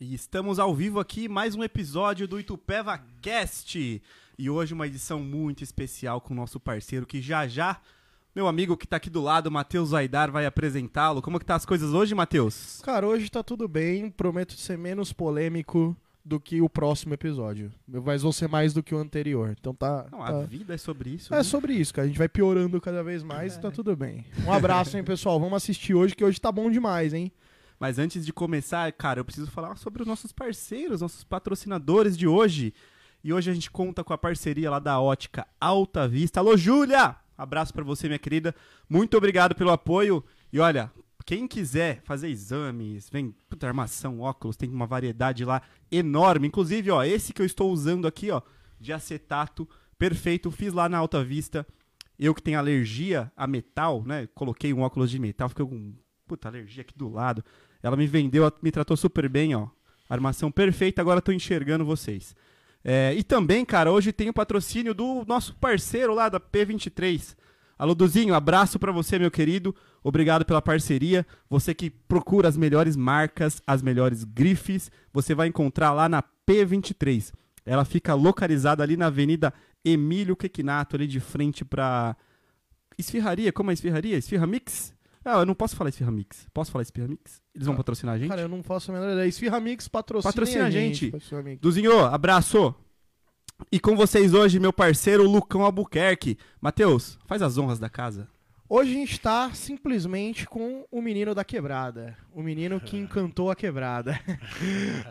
E estamos ao vivo aqui, mais um episódio do Itupeva Cast. E hoje uma edição muito especial com o nosso parceiro que já já, meu amigo que tá aqui do lado, Matheus Aidar, vai apresentá-lo. Como que tá as coisas hoje, Matheus? Cara, hoje tá tudo bem. Prometo ser menos polêmico do que o próximo episódio. Mas vou ser mais do que o anterior. Então tá. Não, tá- a vida é sobre isso. É né? É. sobre isso, cara. A gente vai piorando cada vez mais e tá tudo bem. Um abraço, hein, pessoal. Vamos assistir hoje, que hoje tá bom demais, hein? Mas antes de começar, cara, eu preciso falar sobre os nossos parceiros, nossos patrocinadores de hoje. E hoje a gente conta com a parceria lá da Ótica Alta Vista. Alô, Júlia! Abraço pra você, minha querida. Muito obrigado pelo apoio. E olha, quem quiser fazer exames, vem, puta, armação, óculos, tem uma variedade lá enorme. Inclusive, ó, esse que eu estou usando aqui, ó, de acetato, perfeito, fiz lá na Alta Vista. Eu que tenho alergia a metal, né? Coloquei um óculos de metal, fiquei com puta alergia aqui do lado. Ela me vendeu, ela me tratou super bem, ó. Armação perfeita, agora tô enxergando vocês. É, e também, cara, hoje tem o patrocínio do nosso parceiro lá da P23. Alô, Duzinho, abraço pra você, meu querido. Obrigado pela parceria. Você que procura as melhores marcas, as melhores grifes, você vai encontrar lá na P23. Ela fica localizada ali na Avenida Emílio Quequinato, ali de frente pra Esfirraria. Como é a esfirraria? Esfirra Mix? Ah, eu não posso falar Esfirra Mix. Posso falar Esfirra Mix? Eles vão patrocinar a gente? Cara, eu não faço a menor ideia. Esfirra Mix patrocina, Patrocina a gente. Patrocina a gente. Duzinho, abraço! E com vocês hoje, meu parceiro Lucão Albuquerque. Matheus, faz as honras da casa. Hoje a gente tá simplesmente com o menino da quebrada. O menino que encantou a quebrada.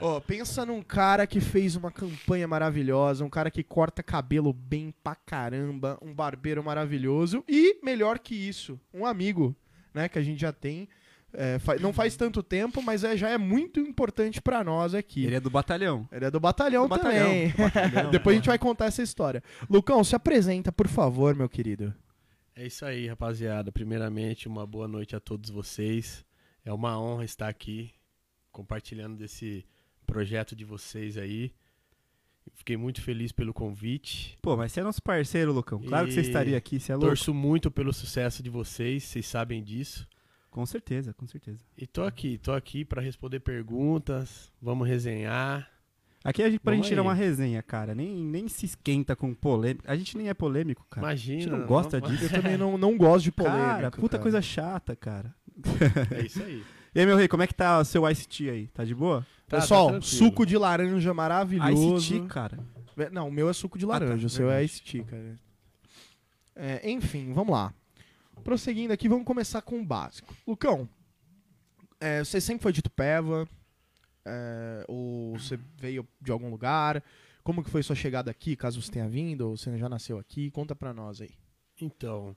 Ó, pensa num cara que fez uma campanha maravilhosa, um cara que corta cabelo bem pra caramba, um barbeiro maravilhoso e, melhor que isso, um amigo, né, que a gente já tem. É, fa- não faz tanto tempo, mas é- já é muito importante pra nós aqui. Ele é do batalhão. Ele é do batalhão Do batalhão, né, também. Depois a gente vai contar essa história. Lucão, se apresenta, por favor, meu querido. É isso aí, rapaziada. Primeiramente, uma boa noite a todos vocês. É uma honra estar aqui compartilhando desse projeto de vocês aí. Fiquei muito feliz pelo convite. Pô, mas você é nosso parceiro, Lucão. Claro que você E- estaria aqui, você é louco. Torço muito pelo sucesso de vocês, vocês sabem disso. Com certeza, com certeza. E tô aqui, tô aqui para responder perguntas, vamos resenhar. Aqui a gente, pra Vamos gente tirar aí. uma resenha, cara. Nem, nem se esquenta com polêmica. A gente nem é polêmico, cara. Imagina. a gente não gosta vamos- disso. Eu também não, não gosto de polêmica. cara, puta coisa chata, cara. É isso aí. E aí, meu rei, como é que tá o seu Ice Tea aí? Tá de boa? Tá- Pessoal, tá tranquilo. suco de laranja maravilhoso. Ice Tea, cara. É, Não, o meu é suco de laranja, tá, o seu é verdade. iced tea, cara. É, enfim, vamos lá. Prosseguindo aqui, vamos começar com o básico. Lucão, é, você sempre foi de Tupéva? É, ou você veio de algum lugar? Como que foi sua chegada aqui, caso você tenha vindo? Ou você já nasceu aqui? Conta pra nós aí. Então,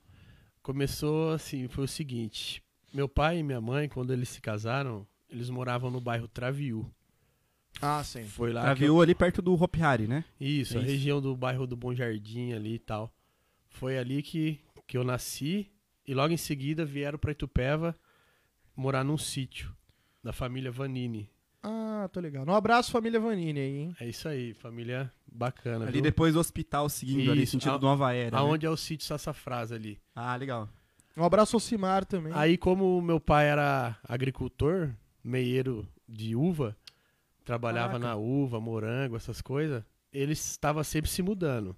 começou assim, foi o seguinte. Meu pai e minha mãe, quando eles se casaram, eles moravam no bairro Traviú. Ah, sim. Foi lá Tá, que eu- Traviou ali perto do Hop Hari, né? Isso, É a isso? região do bairro do Bom Jardim ali e tal. Foi ali que, que eu nasci e logo em seguida vieram para Itupeva morar num sítio da família Vanini. Ah, tô legal. Um abraço, família Vanini aí, hein? É isso aí, família bacana. Ali viu? depois do hospital seguindo ali, Isso, sentido a- do Nova Era. né? Aonde é o sítio Sassafrás ali. Ah, legal. Um abraço ao Cimar também. Aí como meu pai era agricultor, meieiro de uva, trabalhava Caraca. na uva, morango, essas coisas, ele estava sempre se mudando.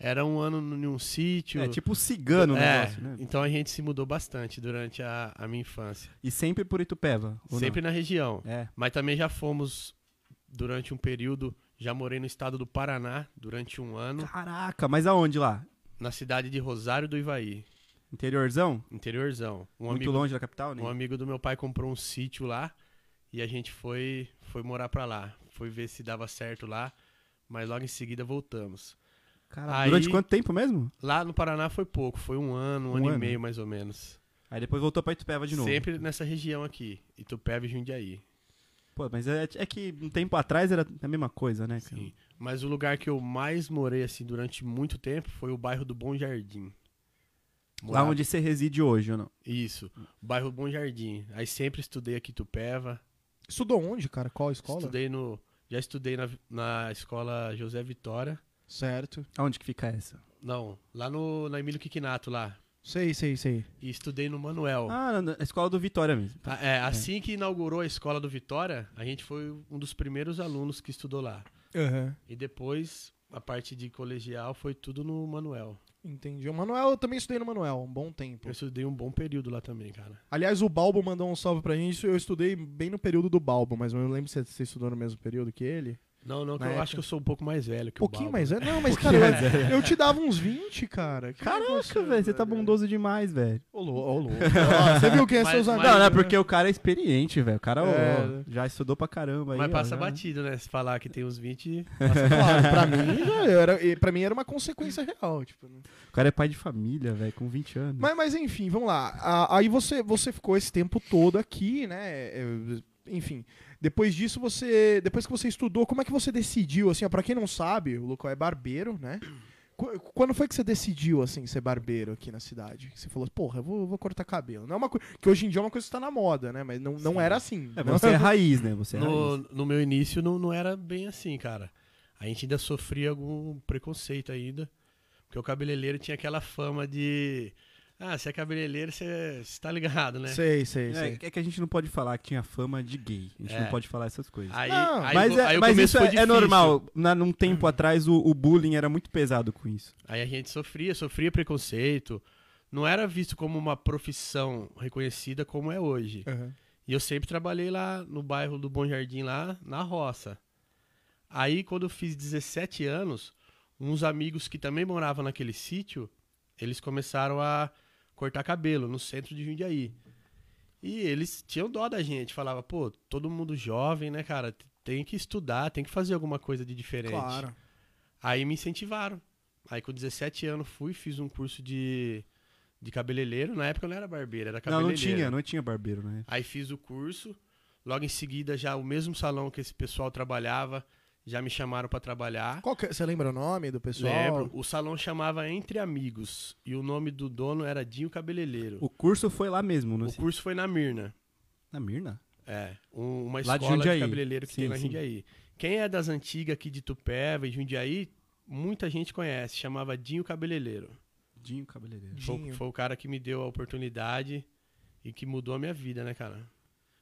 Era um ano em um sítio, É tipo cigano o É, negócio, né? Então a gente se mudou bastante durante a, a minha infância. E sempre por Itupeva. ou não? Sempre na região. É. Mas também já fomos durante um período. Já morei no estado do Paraná durante um ano, Caraca, mas aonde lá? na cidade de Rosário do Ivaí, Interiorzão? interiorzão. Um, Muito amigo, longe da capital, né? um amigo do meu pai comprou um sítio lá e a gente foi, foi morar pra lá. Foi ver se dava certo lá, mas logo em seguida voltamos. Caraca, Aí- Durante quanto tempo mesmo? Lá no Paraná foi pouco, foi um ano, um, Um ano, ano? e meio mais ou menos. Aí depois voltou pra Itupeva de novo. Sempre nessa região aqui, Itupeva e Jundiaí. Pô, mas é, é que um tempo atrás era a mesma coisa, né? cara? Sim. Mas o lugar que eu mais morei assim durante muito tempo foi o bairro do Bom Jardim. Lá Morava- onde você reside hoje, ou não? Isso, bairro Bom Jardim. Aí sempre estudei aqui em Tupéva. Estudou onde, cara? Qual escola? Estudei no. Já estudei na, na escola José Vitória. Certo. Aonde que fica essa? Não, lá no, na Emílio Quiquinato, lá. Sei, sei, sei. e estudei no Manuel. Ah, na na escola do Vitória mesmo. A- é, assim que inaugurou a escola do Vitória, a gente foi um dos primeiros alunos que estudou lá. Aham. E depois, a parte de colegial foi tudo no Manuel. Entendi. O Manuel, eu também estudei no Manuel, um bom tempo. Eu estudei um bom período lá também, cara. Aliás, o Balbo mandou um salve pra gente. Eu estudei bem no período do Balbo, mas eu não lembro se você estudou no mesmo período que ele. Não, não, que Na eu época- acho que eu sou um pouco mais velho que Um pouquinho o né? mais Balbo. velho. Não, mas cara, mais eu, eu te dava uns 20, cara. Que Caraca, negócio, velho, você tá bondoso demais, velho. Ô, lou- ô, louco. Ó, Você viu quem é Mas- seus mas- amigos? Não, não, é né? porque o cara é experiente, velho. O cara ó, É. já estudou pra caramba aí. Mas ó, passa já- batido, né? Se falar que tem uns 20. Claro, pra mim, já era, e pra mim era uma consequência real. Tipo, né? O cara é pai de família, velho, com 20 anos. mas, mas enfim, vamos lá. A- Aí você, você ficou esse tempo todo aqui, né? É, Enfim, depois disso você. Depois que você estudou, como é que você decidiu? Assim, ó, pra quem não sabe, o Lucão é barbeiro, né? Qu- Quando foi que você decidiu, assim, ser barbeiro aqui na cidade? Você falou, porra, eu vou, vou cortar cabelo. Não é uma coisa. Que hoje em dia é uma coisa que tá na moda, né? Mas não, não era assim. É, você é raiz, né? Você é No, raiz. no meu início não, não era bem assim, cara. A gente ainda sofria algum preconceito ainda. Porque o cabeleireiro tinha aquela fama de. Ah, você é cabeleireiro, você você tá ligado, né? Sei, sei, sei. É, é que a gente não pode falar que tinha fama de gay. A gente É. não pode falar essas coisas. Aí, Não, aí, mas o- é, aí o mas começo isso é, foi é difícil. Uhum. normal. Na, num tempo atrás, o, o bullying era muito pesado com isso. Aí a gente sofria, sofria preconceito. Não era visto como uma profissão reconhecida como é hoje. Aham. E eu sempre trabalhei lá no bairro do Bom Jardim, lá na roça. Aí, quando eu fiz 17 anos, uns amigos que também moravam naquele sítio, eles começaram a cortar cabelo no centro de Jundiaí. E eles tinham dó da gente, falava, pô, todo mundo jovem, né, cara? T- Tem que estudar, tem que fazer alguma coisa de diferente. Claro. Aí me incentivaram. Aí com 17 anos fui, fiz um curso de, de cabeleireiro. Na época eu não era barbeiro, era Não, cabeleireiro. não tinha, não tinha barbeiro, né? Aí fiz o curso. Logo em seguida, já o mesmo salão que esse pessoal trabalhava, já me chamaram pra trabalhar. Qual que é- você lembra o nome do pessoal? Lembro, o salão chamava Entre Amigos e o nome do dono era Dinho Cabeleireiro. O curso foi lá mesmo, O, no, curso foi na Mirna. na Mirna. É, um- uma Lá de escola de, Jundiaí. cabeleireiro que Sim, tem na sim. Jundiaí. Quem é das antigas aqui de Tupéva e Jundiaí, muita gente conhece, chamava Dinho Cabeleireiro. Dinho Cabeleireiro. Foi, Dinho. foi o cara que me deu a oportunidade e que mudou a minha vida, né, cara?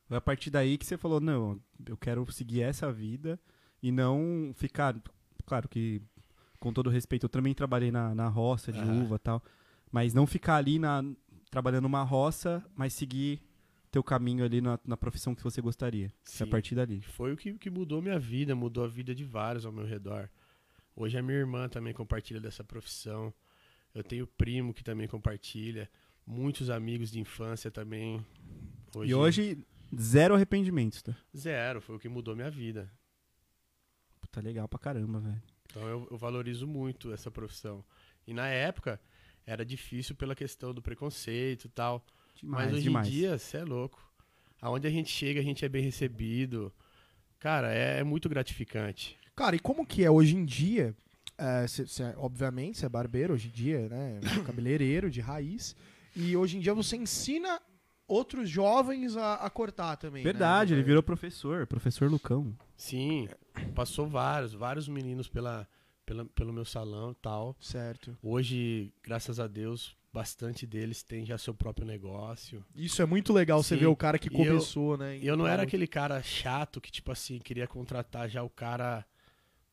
Foi a partir daí que você falou, não, eu quero seguir essa vida e não ficar... Claro que, com todo respeito, eu também trabalhei na, na roça de Aham. uva e tal, mas não ficar ali na, trabalhando uma roça, mas seguir teu caminho ali na, na profissão que você gostaria. Foi a Sim. partir dali. Foi o que, que mudou minha vida, mudou a vida de vários ao meu redor. Hoje a minha irmã também compartilha dessa profissão. Eu tenho primo que também compartilha. Muitos amigos de infância também. E hoje, zero arrependimentos, tá? Zero, foi o que mudou minha vida. Puta, legal pra caramba, velho. Então eu, eu valorizo muito essa profissão. E na época era difícil pela questão do preconceito e tal. Demais, Mas hoje demais. em dia, você é louco. Aonde a gente chega, a gente é bem recebido. Cara, é, é muito gratificante. Cara, e como que é hoje em dia? É, cê- cê é- obviamente, você é barbeiro hoje em dia, né? Cabeleireiro de raiz. E hoje em dia você ensina outros jovens a, a cortar também. assim, né? Verdade, é ele virou professor, professor Lucão. Sim, passou vários, vários meninos pela, pela, pelo meu salão e tal. Certo. Hoje, graças a Deus, bastante deles tem já seu próprio negócio. Isso é muito legal você Sim. ver o cara que E eu- começou, né? E eu não era aquele. aquele cara chato que, tipo assim, queria contratar já o cara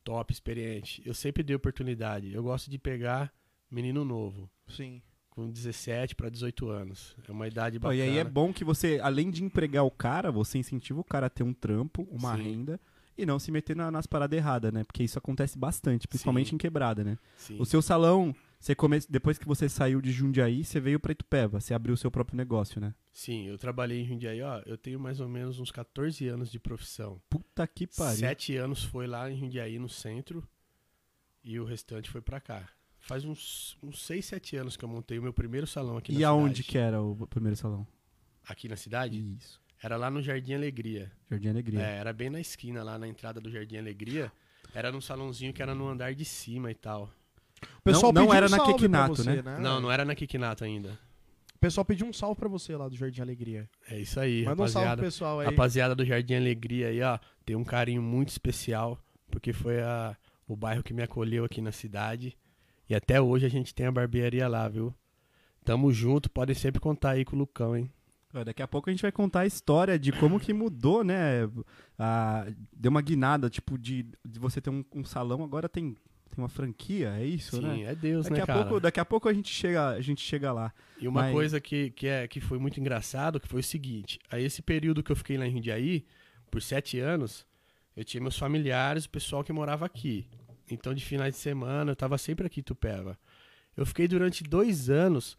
top, experiente. Eu sempre dei oportunidade. Eu gosto de pegar menino novo, Sim. com 17 para 18 anos. É uma idade Pô, bacana. e aí é bom que você, além de empregar o cara, você incentiva o cara a ter um trampo, uma Sim. renda, e não se meter na- nas paradas erradas, né? Porque isso acontece bastante, principalmente Sim. em quebrada, né? Sim. O seu salão, você come... depois que você saiu de Jundiaí, você veio pra Itupeva, você abriu o seu próprio negócio, né? Sim, eu trabalhei em Jundiaí, ó. Eu tenho mais ou menos uns 14 anos de profissão. Puta que pariu. Sete anos foi lá em Jundiaí, no centro, e o restante foi pra cá. Faz uns, uns seis, sete anos que eu montei o meu primeiro salão aqui na E aonde cidade. que é? era o primeiro salão? Aqui na cidade? Isso. Era lá no Jardim Alegria. Jardim Alegria. É, era bem na esquina, lá na entrada do Jardim Alegria. Era num salãozinho que era no andar de cima e tal. O pessoal não pediu era um na salve pra Kekinato, você, né? não, não era na Kikinato ainda. O pessoal pediu um salve pra você lá do Jardim Alegria. É isso aí, Manda um salve pro rapaziada. pessoal aí. rapaziada do Jardim Alegria aí, ó. Tem um carinho muito especial, porque foi a, o bairro que me acolheu aqui na cidade. E até hoje a gente tem a barbearia lá, viu? Tamo junto, podem sempre contar aí com o Lucão, hein? Ó, Daqui a pouco a gente vai contar a história de como que mudou, né? A- deu uma guinada, tipo, de, de você ter um, um salão, agora tem, tem uma franquia, é isso, né? é Deus, Daqui né, a, cara? pouco, daqui a pouco a gente chega, a gente chega lá. E uma Mas- coisa que, que, é, que foi muito engraçado que foi o seguinte: a esse período que eu fiquei lá em Jundiaí, por sete anos, eu tinha meus familiares, o pessoal que morava aqui. Então, de finais de semana, eu tava sempre aqui em Itupeva. Eu fiquei durante dois anos,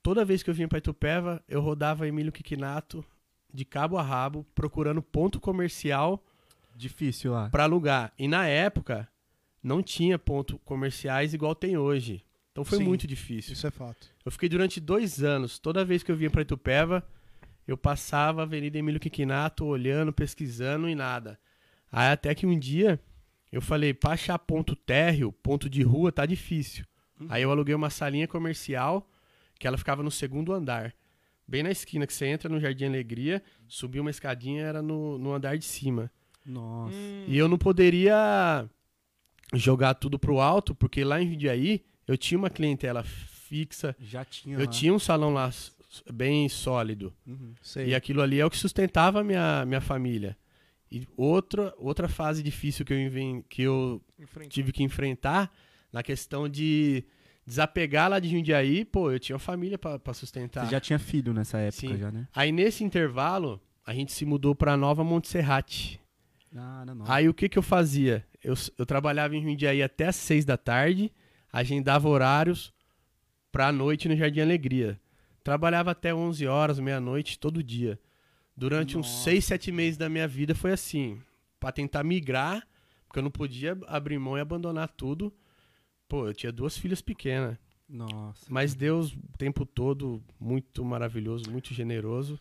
toda vez que eu vinha pra Itupeva, eu rodava Emílio Quiquinato de cabo a rabo, procurando ponto comercial Difícil lá. pra alugar. E na época, não tinha ponto comerciais igual tem hoje. Então foi Sim. muito difícil. Isso é fato. Eu fiquei durante dois anos. Toda vez que eu vinha pra Itupeva, eu passava a Avenida Emílio Quiquinato, olhando, pesquisando e nada. Aí até que um dia eu falei, pra achar ponto térreo, ponto de rua, tá difícil. Aí eu aluguei uma salinha comercial, que ela ficava no segundo andar. Bem na esquina que você entra no Jardim Alegria, subiu uma escadinha, era no, no andar de cima. Nossa. E eu não poderia jogar tudo pro alto, porque lá em Jundiaí eu tinha uma clientela fixa, Já tinha. eu lá. tinha um salão lá s- s- bem sólido. Uhum. Sei. E aquilo ali é o que sustentava a minha, minha família. E outra, outra fase difícil que eu, inven- que eu tive que enfrentar na questão de desapegar lá de Jundiaí, pô, eu tinha uma família pra pra sustentar. Você já tinha filho nessa época, Tá. Sim. já, né? Aí nesse intervalo, a gente se mudou pra Nova Montserrat. Ah, não, não. Aí o que, que eu fazia? Eu, s- eu trabalhava em Jundiaí até as seis da tarde, agendava horários pra noite no Jardim Alegria. Trabalhava até 11 horas, meia-noite, todo dia. Durante uns Nossa. seis, sete meses da minha vida foi assim, Pra tentar migrar, porque eu não podia abrir mão e abandonar tudo. Pô, eu tinha duas filhas pequenas, Nossa. mas Deus o tempo todo muito maravilhoso, muito generoso.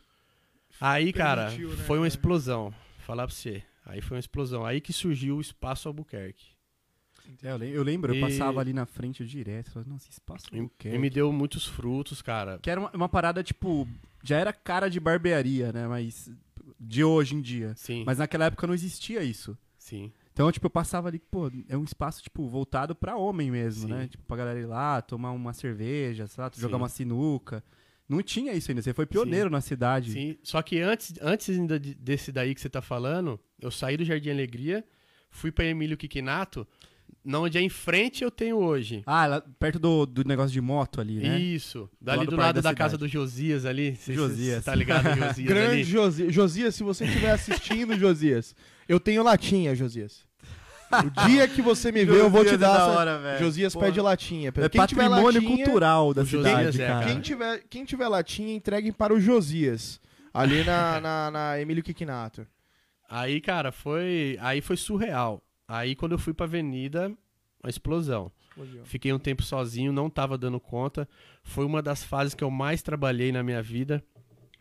Aí, cara, Permitiu, né, foi uma cara? explosão. Falar pra você. Aí foi uma explosão. Aí que surgiu o Espaço Albuquerque. É, eu, lem- eu lembro, eu E- passava ali na frente direto. Falava, Nossa, espaço E, qualquer. e me deu muitos frutos, cara. Que era uma, uma parada, tipo, já era cara de barbearia, né? Mas. De hoje em dia. Sim, Mas naquela época não existia isso. sim. Então, tipo, eu passava ali, pô, é um espaço, tipo, voltado pra homem mesmo, Sim. né? Tipo, pra galera ir lá, tomar uma cerveja, sei lá, jogar Sim. uma sinuca. Não tinha isso ainda, você foi pioneiro na cidade. Sim, só que antes, antes ainda de- desse daí que você tá falando, eu saí do Jardim Alegria, fui pra Emílio Quiquinato, na onde é em frente eu tenho hoje. Ah, lá perto do, do negócio de moto ali, né? Isso. Dali lado do, do lado Parque da, da casa Cidade. do Josias ali. Cê- cê- cê Josias. Tá ligado, Josias Grande ali? Josias. Josias, se você estiver assistindo, Josias, eu tenho latinha, Josias. O dia que você me ver, eu vou te Josias é dar. da essa- hora, velho. Josias Pô. pede latinha. É Quem tiver patrimônio latinha- cultural da o Josias cidade, é, cara. cara. Quem tiver, quem tiver latinha, entreguem para o Josias. Ali na, na, na Emílio Quiquinato. Aí, cara, foi. Aí foi surreal. Aí quando eu fui pra avenida, uma explosão. Fiquei um tempo sozinho, não tava dando conta. Foi uma das fases que eu mais trabalhei na minha vida.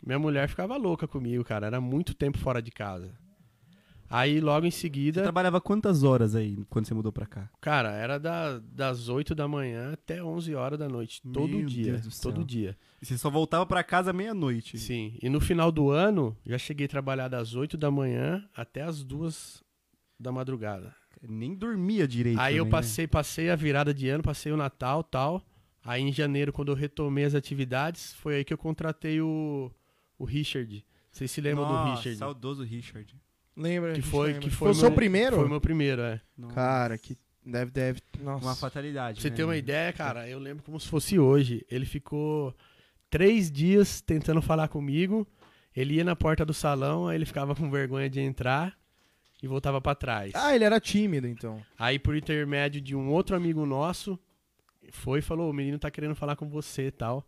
Minha mulher ficava louca comigo, cara. Era muito tempo fora de casa. Aí logo em Você seguida, trabalhava quantas horas aí quando você mudou pra cá? cara, era da- das 8 da manhã até 11 horas da noite, todo Meu dia, Deus do céu. todo dia. E Você só voltava pra casa meia-noite. Sim. E no final do ano, já cheguei a trabalhar das 8 da manhã até as 2 da madrugada. Nem dormia direito. Aí eu também, né? passei, passei a virada de ano, passei o Natal tal. Aí em janeiro, quando eu retomei as atividades, foi aí que eu contratei o, o Richard. Vocês se lembram do Nossa, Richard? saudoso Richard. Lembra? Que foi- que foi né, o meu- seu primeiro? Foi o meu primeiro, é. Nossa. Cara, que deve, deve. Uma Nossa. fatalidade. Pra você né? ter uma ideia, cara, eu lembro como se fosse hoje. Ele ficou três dias tentando falar comigo. Ele ia na porta do salão, aí ele ficava com vergonha de entrar e voltava pra trás. Ah, ele era tímido, então. Aí, por intermédio de um outro amigo nosso, foi e falou: o menino tá querendo falar com você e tal.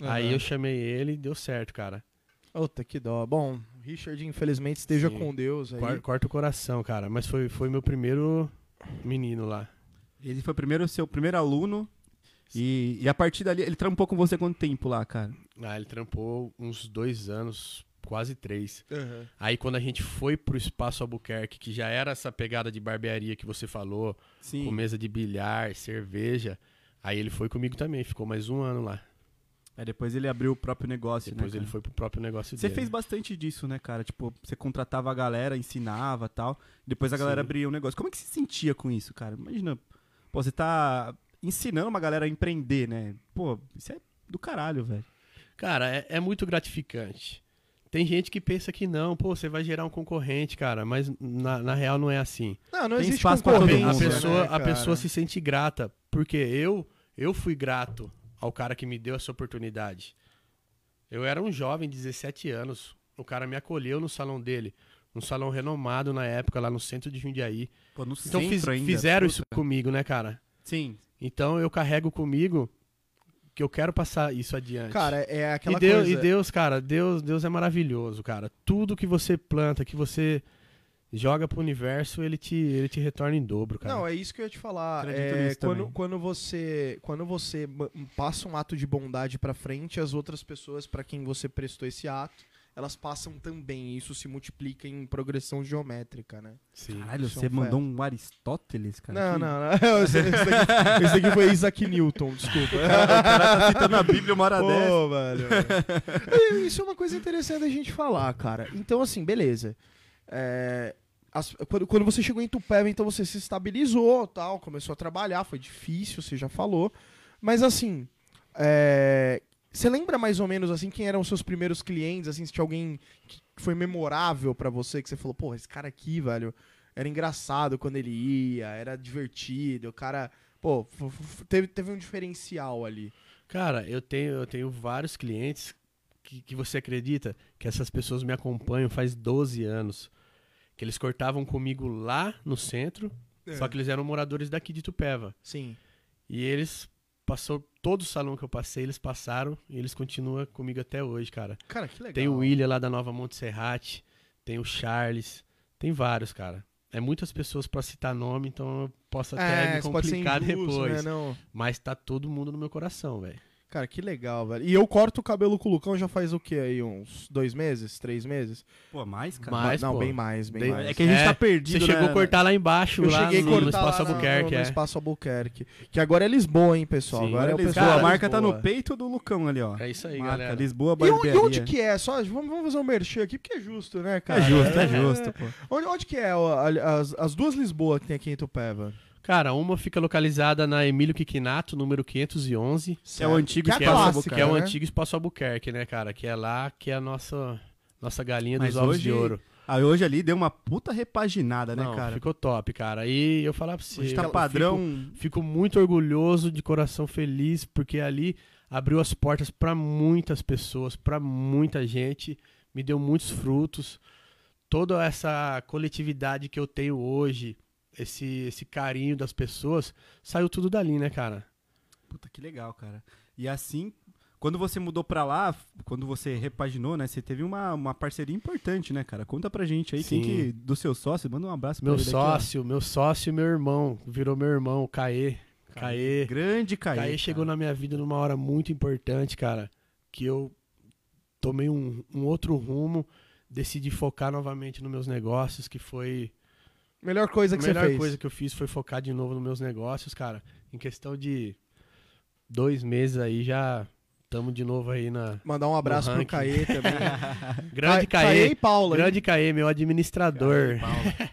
Aí eu chamei ele e deu certo, cara. Puta, que dó. Bom, o Richard, infelizmente, esteja Sim. com Deus aí. Cor- Corta o coração, cara. Mas foi, foi meu primeiro menino lá. Ele foi primeiro o seu primeiro aluno. E, e a partir dali, ele trampou com você quanto tempo lá, cara? Ah, ele trampou uns dois anos, quase três. Aham. Aí quando a gente foi pro Espaço Albuquerque, que já era essa pegada de barbearia que você falou, com Sim. mesa de bilhar, cerveja, aí ele foi comigo também, ficou mais um ano lá. Aí É, depois ele abriu o próprio negócio, Depois né? ele cara? foi pro próprio negócio Você dele. fez bastante disso, né, cara? Tipo, você contratava a galera, ensinava tal. Depois a galera Sim. abria um negócio. Como é que você sentia com isso, cara? Imagina, pô, você tá ensinando uma galera a empreender, né? Pô, isso é do caralho, velho. Cara, é, é muito gratificante. Tem gente que pensa que não, pô, você vai gerar um concorrente, cara, mas na, na real não é assim. Não, não Tem existe espaço pra todo concorrência, mundo, a né, pessoa, né, a cara? pessoa se sente grata, porque eu eu fui grato ao cara que me deu essa oportunidade. Eu era um jovem, 17 anos, o cara me acolheu no salão dele, um salão renomado na época lá no centro de Jundiaí. Pô, no Então centro fiz- ainda. fizeram Puta. isso comigo, né, cara? Sim. Então eu carrego comigo que eu quero passar isso adiante. Cara, é aquela e Deus, coisa. e Deus, cara, Deus, Deus é maravilhoso, cara. Tudo que você planta, que você joga pro universo, ele te, ele te retorna em dobro, cara. Não, é isso que eu ia te falar. Acredito É, nisso quando, também. quando você quando você ma- passa um ato de bondade pra frente, as outras pessoas pra quem você prestou esse ato, elas passam também. E isso se multiplica em progressão geométrica, né? Sim. Caralho, Isso é você um mandou um Aristóteles, cara. não, Que- não, não, Esse esse daqui, esse daqui foi Isaac Newton, desculpa. O cara tá citando a Bíblia uma hora dessa. Pô, velho. Isso é uma coisa interessante a gente falar, cara. Então, assim, beleza. É, as- quando, quando você chegou em Tupéva, então você se estabilizou, tal, começou a trabalhar, foi difícil, você já falou. Mas, assim, é, você lembra mais ou menos, assim, quem eram os seus primeiros clientes? Assim, se tinha alguém que foi memorável pra você, que você falou, porra, esse cara aqui, velho, era engraçado quando ele ia, era divertido, o cara... Pô, f- f- teve, teve um diferencial ali. Cara, eu tenho, eu tenho vários clientes que, que você acredita que essas pessoas me acompanham faz 12 anos. Que eles cortavam comigo lá no centro, É. só que eles eram moradores daqui de Tupéva. Sim. E eles passou todo o salão que eu passei, eles passaram e eles continuam comigo até hoje, cara. Cara, que legal. Tem o William lá da Nova Montserrat, tem o Charles, tem vários, cara. É muitas pessoas pra citar nome, então eu posso até É, me isso pode ser complicar injusto, depois. Né? Não. Mas tá todo mundo no meu coração, velho. Cara, que legal, velho. E eu corto o cabelo com o Lucão já faz o quê aí? Uns dois meses? Três meses? Pô, mais, cara. Mas, não, pô, bem mais, bem bem- mais. É que a gente É, tá perdido, Você chegou né? a cortar lá embaixo, eu lá cheguei a no, cortar no Espaço lá na- Albuquerque, no é. Espaço Albuquerque. Que agora é Lisboa, hein, pessoal? Sim, agora é o Lisboa, pessoal. a marca tá Lisboa. no peito do Lucão ali, ó. É isso aí, marca, galera. Lisboa, E on- barbearia. E, onde que é? Só, vamos, vamos fazer um merchan aqui, porque é justo, né, cara? É justo, é justo, pô. Onde, onde que é ó, a- as, as duas Lisboa que tem aqui em Itupeva? Cara, uma fica localizada na Emílio Quiquinato, número 511, é o antigo que é a que é o- clássica, que é o né? antigo Espaço Albuquerque, né, cara? Que é lá que é a nossa, nossa galinha Mas dos ovos de hoje, ouro. Aí hoje ali deu uma puta repaginada, né, Não, cara? ficou top, cara. E eu falar pra você, hoje tá eu padrão. fico- fico muito orgulhoso, de coração feliz, porque ali abriu as portas pra muitas pessoas, pra muita gente, me deu muitos frutos. Toda essa coletividade que eu tenho hoje, esse, esse carinho das pessoas, saiu tudo dali, né, cara? Puta, que legal, cara. E assim, quando você mudou pra lá, f- quando você repaginou, né? Você teve uma, uma parceria importante, né, cara? Conta pra gente aí, quem Sim. que. Do seu sócio, manda um abraço pra Meu ele aqui, ó. sócio, meu sócio e meu irmão, virou meu irmão, o Caê. Caê. Grande Caê. Caê chegou na minha vida numa hora muito importante, cara, que eu tomei um, um outro rumo, decidi focar novamente nos meus negócios, que foi Melhor coisa que a melhor você fez. coisa que eu fiz foi focar de novo nos meus negócios, cara. Em questão de dois meses aí já estamos de novo aí na Mandar um abraço No pro ranking. Caê também. grande Ca- Caê Caê, e Paula. hein? grande Caê, meu administrador. Paulo.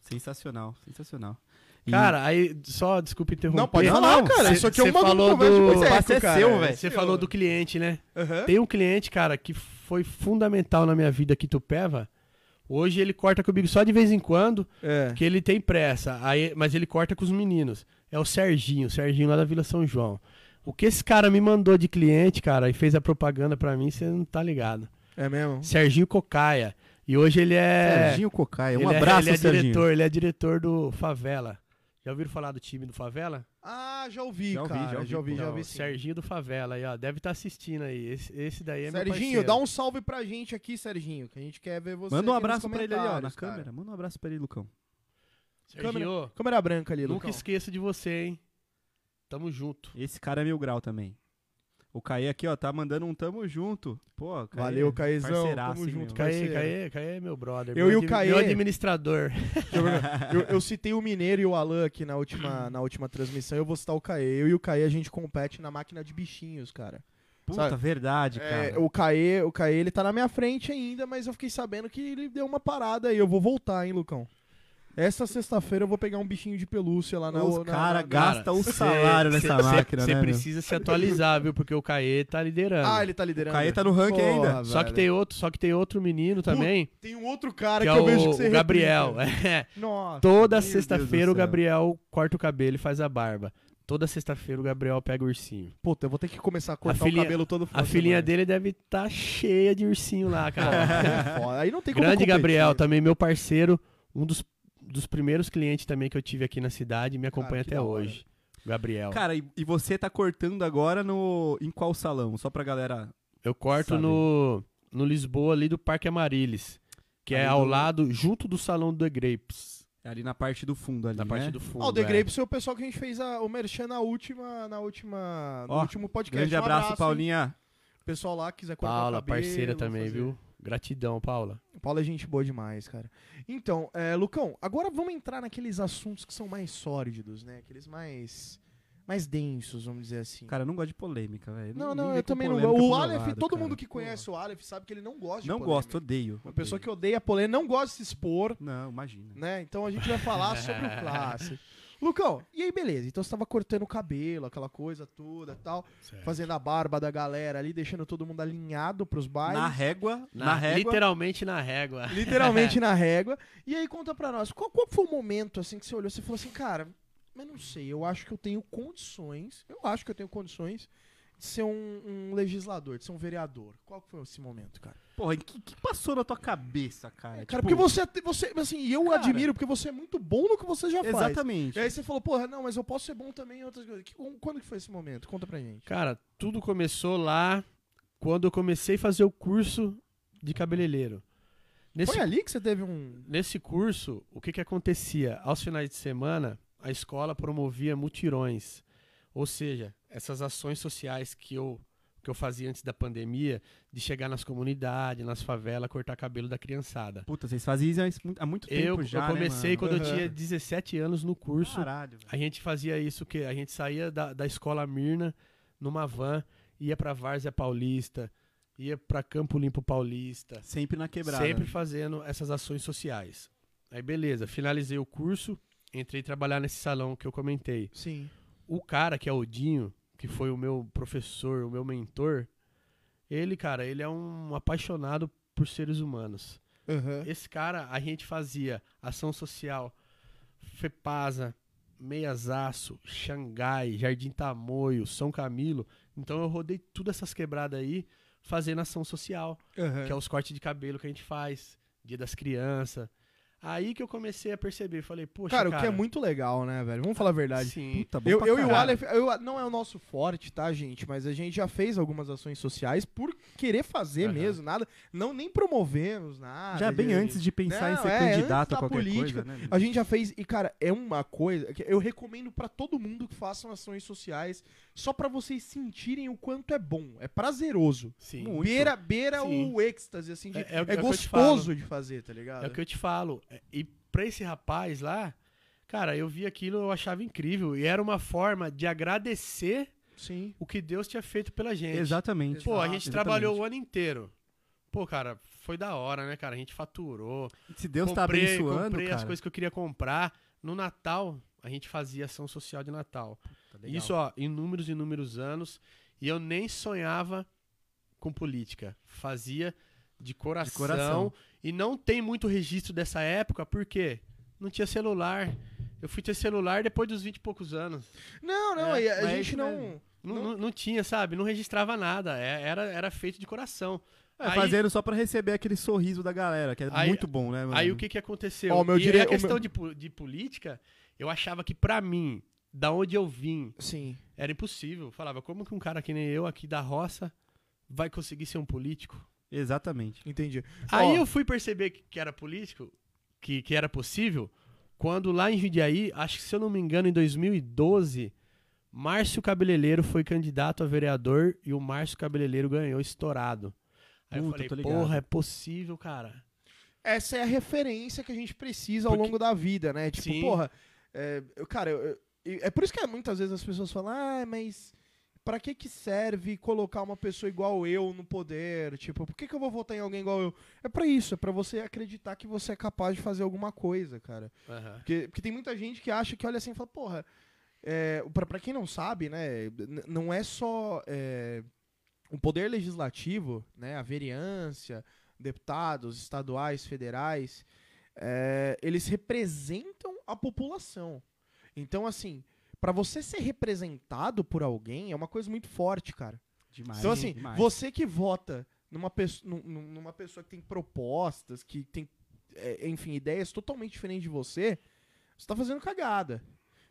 sensacional, sensacional. E- Cara, aí só desculpa interromper. Não, pode Não, falar, não, cara. cê- isso aqui é cê uma falou conversa do- de boteco, Passe é cara. seu, velho. Você falou do cliente, né? Aham. Tem um cliente, cara, que foi fundamental na minha vida aqui em Tupéva. Hoje ele corta comigo só de vez em quando, É. que ele tem pressa, aí, mas ele corta com os meninos. É o Serginho, o Serginho lá da Vila São João. O que esse cara me mandou de cliente, cara, e fez a propaganda pra mim, você não tá ligado. É mesmo? Serginho Cocaia. E hoje ele é. Serginho Cocaia. Um ele é- abraço, ele é Serginho. diretor, ele é diretor do Favela. Já ouviram falar do time do Favela? Ah, já ouvi, Já ouvi, cara. Já já ouvi, ouvi, já ouvi, Então, sim. Serginho do Favela aí, ó. Deve estar assistindo aí. Esse, esse daí é meu Serginho, parceiro. dá um salve pra gente aqui, Serginho, que a gente quer ver você. Manda um aqui nos abraço pra ele ali, ó, na comentários, cara. câmera. Manda um abraço pra ele, Lucão. Serginho, Câmera branca ali, Nunca Lucão. esqueço de você, hein? Tamo junto. Esse cara é mil grau também. O Caê aqui, ó, tá mandando um tamo junto. Pô, Caê. Valeu, Caezão. parceiraço, Tamo hein, junto, meu? Caê, parceiro. Caê, Caê é meu brother. Eu meu e o admi- Caê. Meu administrador. Eu, eu citei o Mineiro e o Alan aqui na última, na última transmissão. Eu vou citar o Caê. Eu e o Caê, a gente compete na máquina de bichinhos, cara. Puta, Sabe? verdade, cara. É, o Caê, o Caê, ele tá na minha frente ainda, mas eu fiquei sabendo que ele deu uma parada aí. Eu vou voltar, hein, Lucão? Essa sexta-feira eu vou pegar um bichinho de pelúcia lá na Os na- caras na- gastam um o cê- salário cê- nessa cê- máquina, cê né? meu? precisa se atualizar, viu? Porque o Caê tá liderando. Ah, ele tá liderando. Caê tá no ranking ainda. Porra, só, que velho. tem outro, só que tem outro menino também, Tem um outro cara que que, é eu vejo o, que você o Gabriel. É. replica. Nossa. Toda Meu Deus sexta-feira do o céu. Gabriel corta o cabelo e faz a barba. Toda sexta-feira o Gabriel pega o ursinho. Puta, eu vou ter que começar a cortar filhinha- o cabelo todo né? A final de filhinha semana. dele deve estar cheia de ursinho lá, cara. É foda. Aí não tem como Grande competir. né? Gabriel, tá também meu parceiro, um dos, dos primeiros clientes também que eu tive aqui na cidade, me acompanha que até da hora. hoje. Gabriel. Cara, e, e você tá cortando agora no em qual salão? Só pra galera. eu corto sabe. no, no Lisboa, ali do Parque Amarilis, que é Ali ao do- lado, junto do Salão do The Grapes, É ali na parte do fundo ali, na parte né? do fundo. Ó, Ah, o The é. Grapes foi o pessoal que a gente fez a, o merchan na última, na última, no Ó, último podcast. Grande Um abraço, hein? Paulinha. Pessoal lá que quiser cortar o Paula, cabelo, parceira também, fazer. viu? Gratidão, Paula. Paula é gente boa demais, cara. Então, é, Lucão, agora vamos entrar naqueles assuntos que são mais sórdidos, né? Aqueles mais mais densos, vamos dizer assim. Cara, eu não gosto de polêmica, velho. não, nem não, vem eu com também não polêmica gosto. pro O meu Aleph, lado, todo cara. mundo que conhece o Aleph sabe que ele não gosta de Não polêmica. gosto, odeio. Uma pessoa que odeia polêmica não gosta de se expor, Não, imagina. né? Então a gente vai falar sobre o clássico. Lucão, e aí beleza? Então você tava cortando o cabelo, aquela coisa toda, tal, fazendo a barba da galera ali, deixando todo mundo alinhado pros bailes. Na régua, na, Na- régua. Literalmente na régua. Literalmente na régua. E aí conta pra nós, qual, qual foi o momento assim que você olhou e falou assim, cara, mas não sei, eu acho que eu tenho condições, eu acho que eu tenho condições de ser um, um legislador, de ser um vereador. Qual que foi esse momento, cara? Porra, o que, que passou na tua cabeça, cara? É, cara, Tipo, porque você, você assim, e eu cara- admiro, porque você é muito bom no que você já faz. É Exatamente. E aí você falou, porra, não, mas eu posso ser bom também em outras coisas. Que- um, quando que foi esse momento? Conta pra gente. Cara, tudo começou lá quando eu comecei a fazer o curso de cabeleireiro. Nesse, Foi ali que você teve um... nesse curso, o que, que acontecia? Aos finais de semana, a escola promovia mutirões. Ou seja, essas ações sociais que eu, que eu fazia antes da pandemia, de chegar nas comunidades, nas favelas, cortar cabelo da criançada. Puta, vocês faziam isso muito- há muito Eu, tempo já, eu comecei né, mano? quando eu Aham. tinha 17 anos no curso. Caralho, velho. A gente fazia isso que a gente saía da, da escola Mirna numa van, ia pra Várzea Paulista, ia pra Campo Limpo Paulista, Sempre na quebrada. É, sempre fazendo essas ações sociais. Aí beleza, finalizei o curso, entrei trabalhar nesse salão que eu comentei. Sim. O cara que é o Dinho, que foi o meu professor, o meu mentor, ele, cara, ele é um apaixonado por seres humanos. Aham. Esse cara, a gente fazia ação social, Fepasa, Meiasaço, Xangai, Jardim Tamoio, São Camilo. Então eu rodei todas essas quebradas aí fazendo ação social, Aham. que é os cortes de cabelo que a gente faz, Dia das Crianças. Aí que eu comecei a perceber, falei, poxa, Cara, cara, o que é muito legal, né, velho? Vamos falar a verdade. Sim. Puta, bom Eu, pra eu e o caralho. Aleph, eu- não é o nosso forte, tá, gente? Mas a gente já fez algumas ações sociais por querer fazer Aham. mesmo, nada. Não nem promovemos nada. Já bem de- antes de pensar em Não, ser é, antes candidato da a qualquer coisa, política, né? A gente já fez, e cara, é uma coisa que eu recomendo pra todo mundo que façam ações sociais, só pra vocês sentirem o quanto é bom, é prazeroso. Sim. Muito. Beira, beira Sim. o êxtase, assim, de- é, É- é o- é o que eu te gostoso de fazer, tá ligado? É o que eu te falo. É, E pra esse rapaz lá, cara, eu vi aquilo, eu achava incrível. E era uma forma de agradecer Sim. o que Deus tinha feito pela gente. Exatamente. Pô, a Exatamente. gente trabalhou o ano inteiro. Pô, cara, foi da hora, né, cara? A gente faturou. Se Deus comprei, tá abençoando, comprei cara. as coisas que eu queria comprar. No Natal, a gente fazia ação social de Natal. Tá legal. Isso, ó, inúmeros, inúmeros anos. E eu nem sonhava com política. Fazia de coração. De coração. E não tem muito registro dessa época, porque não tinha celular. Eu fui ter celular depois dos 20 e poucos anos. Não, não, É, e a, a mas é gente isso não. mesmo. Não, Não- não- não tinha, sabe? Não registrava nada. É- Era, era feito de coração. É, Aí- fazendo só pra receber aquele sorriso da galera, que é Aí- muito bom, né, mano? Aí o que que aconteceu? Ó, o meu e dire- a o questão meu- de, po- de política, eu achava que pra mim, da onde eu vim, Sim. era impossível. Eu Falava, como que um cara que nem eu aqui da roça vai conseguir ser um político? Exatamente. Entendi. Aí Ó. eu fui perceber que, que era político, que, que era possível, quando lá em Jundiaí, acho que se eu não me engano, em 2012, Márcio Cabeleireiro foi candidato a vereador e o Márcio Cabeleireiro ganhou estourado. Aí Puta, tô eu falei, ligado. porra, é possível, cara. essa é a referência que a gente precisa ao Porque- longo da vida, né? Tipo, Sim. é, porra, é, eu- cara, eu- eu- é por isso que muitas vezes as pessoas falam, ah, mas Pra que que serve colocar uma pessoa igual eu no poder? Tipo, por que que eu vou votar em alguém igual eu? É pra isso, é pra você acreditar que você é capaz de fazer alguma coisa, cara. Aham. Porque, porque tem muita gente que acha que olha assim e fala, porra, é, pra, pra quem não sabe, né, n- não é só é, o poder legislativo, né, a vereança, deputados estaduais, federais, é, eles representam a população. Então, assim, pra você ser representado por alguém é uma coisa muito forte, cara. Demais. Então, assim, demais. você que vota numa, pesso- num- num- numa pessoa que tem propostas, que tem, é, enfim, ideias totalmente diferentes de você, você tá fazendo cagada.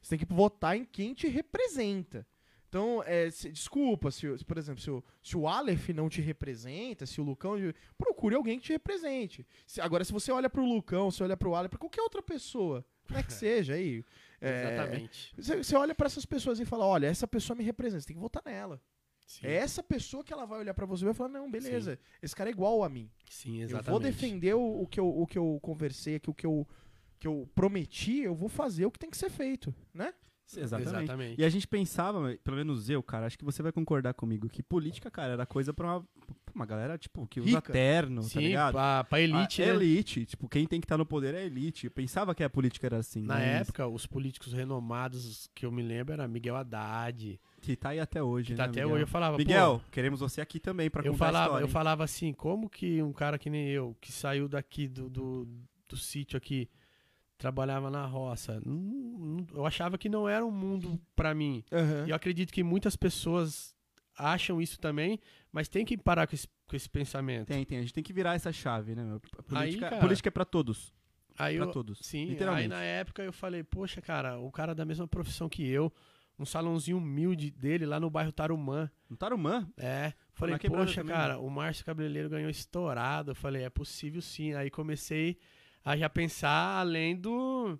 Você tem que votar em quem te representa. Então, é, se- desculpa, se, o- se, por exemplo, se o, se o Aleph não te representa, se o Lucão. Procure alguém que te represente. Se- agora, se você olha pro Lucão, se olha pro Aleph, pra qualquer outra pessoa, como é que seja aí. é, Exatamente. você você olha pra essas pessoas e fala: olha, essa pessoa me representa, você tem que votar nela. Sim, É essa pessoa que ela vai olhar pra você e vai falar: não, beleza, esse cara é igual a mim. sim, Eu exatamente. vou defender o, o que eu, o que eu conversei aqui, o que eu, que eu prometi, eu vou fazer o que tem que ser feito, né? Exatamente. Exatamente. E a gente pensava, pelo menos eu, cara, acho que você vai concordar comigo, que política, cara, era coisa pra uma, pra uma galera, tipo, que usa Rica. terno, tá Sim, ligado? pra, pra elite, A né? elite, tipo, quem tem que estar no poder é a elite. Eu pensava que a política era assim. Na mas época, os políticos renomados que eu me lembro era Miguel Haddad. Que tá aí até hoje, Que né, tá até Miguel? hoje eu falava, pô, Miguel, queremos você aqui também pra eu contar a falava, história. eu hein? falava assim, como que um cara que nem eu, que saiu daqui do, do, do sítio aqui, trabalhava na roça, não- não- eu achava que não era um mundo pra mim. E eu acredito que muitas pessoas acham isso também, mas tem que parar com esse, com esse pensamento. Tem, tem. A gente tem que virar essa chave, né, meu? A Política, cara- política é pra todos. Aí pra eu, todos. Sim, literalmente. aí na época eu falei, poxa, cara, o cara é da mesma profissão que eu, um salãozinho humilde dele lá no bairro Tarumã, tá No Tarumã, É. Falei, na quebrada poxa, também, né?" cara, o Márcio Cabeleireiro ganhou estourado. Eu falei, é possível sim. Aí comecei a já pensar além do.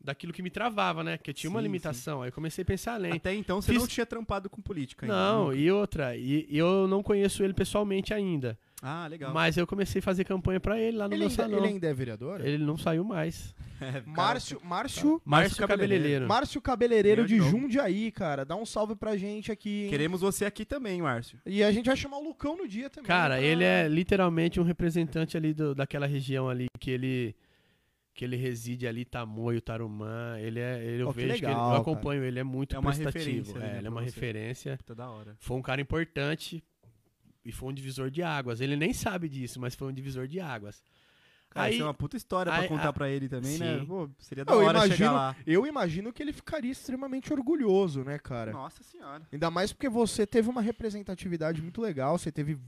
daquilo que me travava, né? Que eu tinha uma Sim, limitação. Aí eu comecei a pensar além. até então você Fiz- não tinha trampado com política ainda. Não, nunca. e outra, e e eu não conheço ele pessoalmente ainda. Ah, legal. Mas eu comecei a fazer campanha pra ele lá no Ele, meu ainda, salão. ele Ele, ainda é vereador? não saiu mais. É, cara, Márcio, Márcio, tá Márcio Márcio Cabeleireiro. Cabeleireiro. Márcio Cabeleireiro Eu de de novo. Jundiaí, cara. Dá um salve pra gente aqui. hein? Queremos você aqui também, Márcio. E a gente vai chamar o Lucão no dia também. né? Cara, pra- ele é literalmente um representante ali do- daquela região ali que ele que ele reside ali, Tamoio, Tarumã. Ele é, ele, eu Ó, que vejo que ele, legal, eu cara. acompanho, ele é muito É uma prestativo. referência, né, é, ele pra é uma você. referência. Puta da hora. Foi um cara importante e foi um divisor de águas. Ele nem sabe disso, mas foi um divisor de águas. Cara, Aí- isso é uma puta história pra aí- contar a- pra ele também, né? Sim. Pô, seria da Eu hora imagino, chegar lá. eu imagino que ele ficaria extremamente orgulhoso, né, cara? Nossa senhora. Ainda mais porque você teve uma representatividade muito legal, você teve.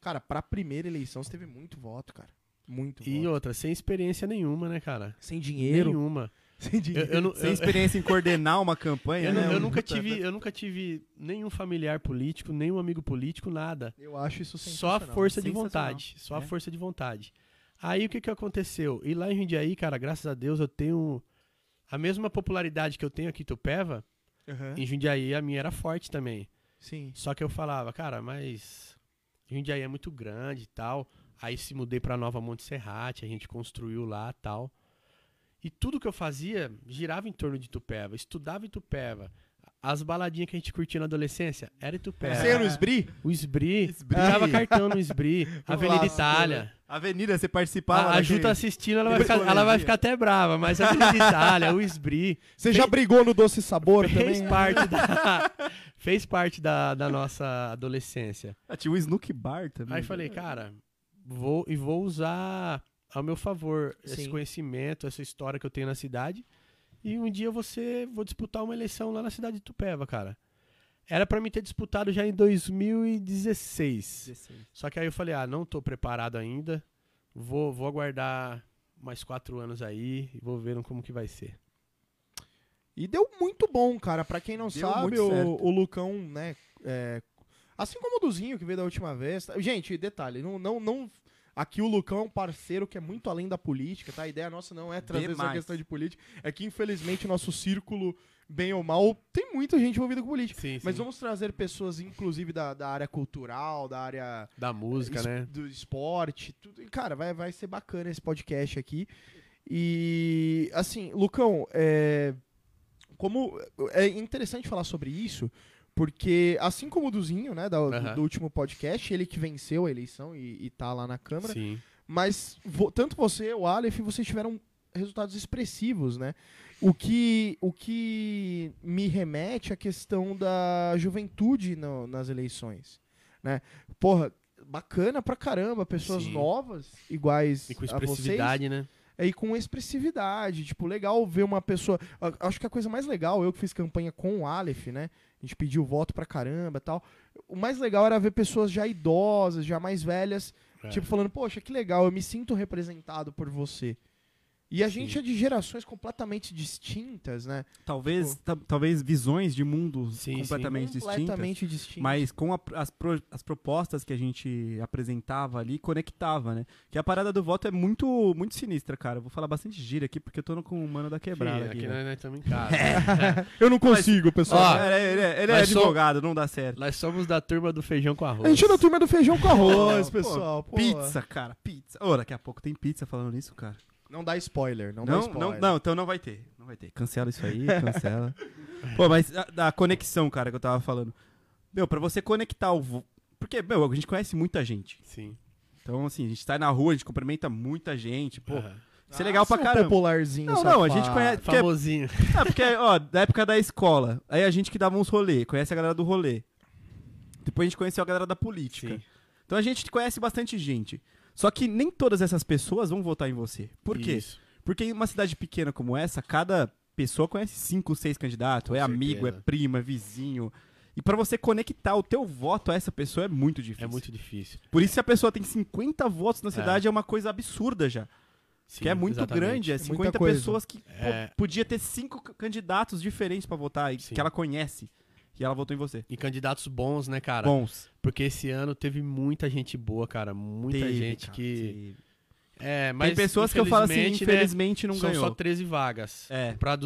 Cara, pra primeira eleição você teve muito voto, cara. Muito E voto. outra, sem experiência nenhuma, né, cara? Sem dinheiro. Nenhuma. Sem Eu, dinheiro. eu, não- Sem eu- experiência em coordenar uma campanha, eu né? não- eu Um- nunca tive, eu nunca tive nenhum familiar político, nenhum amigo político, nada. Eu acho isso Só a sensacional. força de Sensacional. vontade. Só a É. força de vontade. Aí o que, que aconteceu? E lá em Jundiaí, cara, graças a Deus eu tenho a mesma popularidade que eu tenho aqui em Tupéva. Aham. Em Jundiaí a minha era forte também. Sim. Só que eu falava, cara, mas Jundiaí é muito grande e tal. Aí se mudei pra Nova Montserrat, a gente construiu lá e tal. E tudo que eu fazia girava em torno de Tupéva. Estudava em Tupéva. As baladinhas que a gente curtia na adolescência era em Tupéva. Você era o Sbri? O Esbri. Esbri. Tava cartão no Esbri. Avenida clássico, Itália. Avenida, você A, participava. a Ju tá daquele- assistindo, ela vai, aquele ficar, ela vai escolezinha. ficar até brava, mas a Avenida Itália, o Esbri, Você já brigou no Doce Sabor fez também? parte da, fez parte da, da nossa adolescência. Ah, tinha o Snook Bar também. né? Aí falei, cara, vou e vou usar ao meu favor esse Sim. conhecimento, essa história que eu tenho na cidade, e um dia você vou disputar uma eleição lá na cidade de Tupéva, cara. Era pra mim ter disputado já em 2016. 16. Só que aí eu falei, ah, não tô preparado ainda. Vou, vou aguardar mais quatro anos aí e vou ver um como que vai ser. E deu muito bom, cara. Pra quem não Deu sabe, muito certo. o, o Lucão, né? é, assim como o Duzinho que veio da última vez. tá- Gente, detalhe, não, não, não. Aqui o Lucão é um parceiro que é muito além da política, tá? A ideia nossa não é trazer essa Demais. questão de política. É que, infelizmente, o nosso círculo, bem ou mal, tem muita gente envolvida com política. Sim, Mas vamos trazer pessoas, inclusive, da, da área cultural, da área Da música, es- né? do esporte, tudo. E, Cara, vai, vai ser bacana esse podcast aqui. E, assim, Lucão, é, como é interessante falar sobre isso, Porque, assim como o Duzinho, né, da- do, Aham. do último podcast, ele que venceu a eleição e, e tá lá na Câmara, Sim. mas vo- tanto você, o Aleph, vocês tiveram resultados expressivos, né? O que, o que me remete à questão da juventude no- nas eleições, né? Porra, bacana pra caramba, pessoas Sim. novas, iguais E com a vocês, expressividade, né? é, e com expressividade. Tipo, legal ver uma pessoa. a- Acho que a coisa mais legal, eu que fiz campanha com o Aleph, né? A gente pediu voto pra caramba e tal. O mais legal era ver pessoas já idosas, já mais velhas, É. tipo, falando, poxa, que legal, eu me sinto representado por você. E a Sim. gente é de gerações completamente distintas, né? Talvez, Tipo- ta- talvez visões de mundo Sim, completamente distintas. completamente distintas. Mas com a- as, pro- as propostas que a gente apresentava ali, conectava, né? Que a parada do voto é muito muito sinistra, cara. Eu vou falar bastante gira aqui, porque eu tô no- com o mano da quebrada Sim, aqui. aqui né? nós nós estamos em casa. Eu não consigo, pessoal. Ó, Cara, ele é, ele é mas sou- advogado, não dá certo. Nós somos da turma do feijão com arroz. a gente é da turma do feijão com arroz, Ah, Pô, pessoal. pô. Pizza, cara, pizza. Ô, daqui a pouco tem pizza falando nisso, cara. Não dá spoiler, não, dá Não, spoiler. não, não, então não vai ter. Não vai ter. Cancela isso aí, cancela. Pô, mas a, da conexão, cara, que eu tava falando. Meu, pra você conectar o. vo- Porque, meu, a gente conhece muita gente. Sim. Então, assim, a gente tá na rua, a gente cumprimenta muita gente. Pô, Aham. Ah, isso é legal pra seu caramba. popularzinho Não, não, a gente safado. conhece- Porque- Famosinho. Ah, porque, ó, da época da escola, aí a gente que dava uns rolê, conhece a galera do rolê. Depois a gente conheceu a galera da política. Sim. Então a gente conhece bastante gente. Só que nem todas essas pessoas vão votar em você. Por quê? Isso. É Porque em uma cidade pequena como essa, cada pessoa conhece cinco, seis candidatos. Com é amigo, é certeza. primo, é vizinho. E pra você conectar o teu voto a essa pessoa é muito difícil. É muito difícil. Por isso, se a pessoa tem 50 votos na cidade, é, uma coisa absurda já. Sim, que é muito exatamente. grande, é muita 50 coisa. pessoas que pô, É. podia ter cinco c- candidatos diferentes pra votar e Sim. que ela conhece. E ela votou em você. E candidatos bons, né, cara? Bons. Porque esse ano teve muita gente boa, cara. Muita Teve, gente cara, que. teve. É, mas. Tem pessoas que eu falo assim, infelizmente, né, infelizmente não são ganhou. só 13 vagas. É. Pra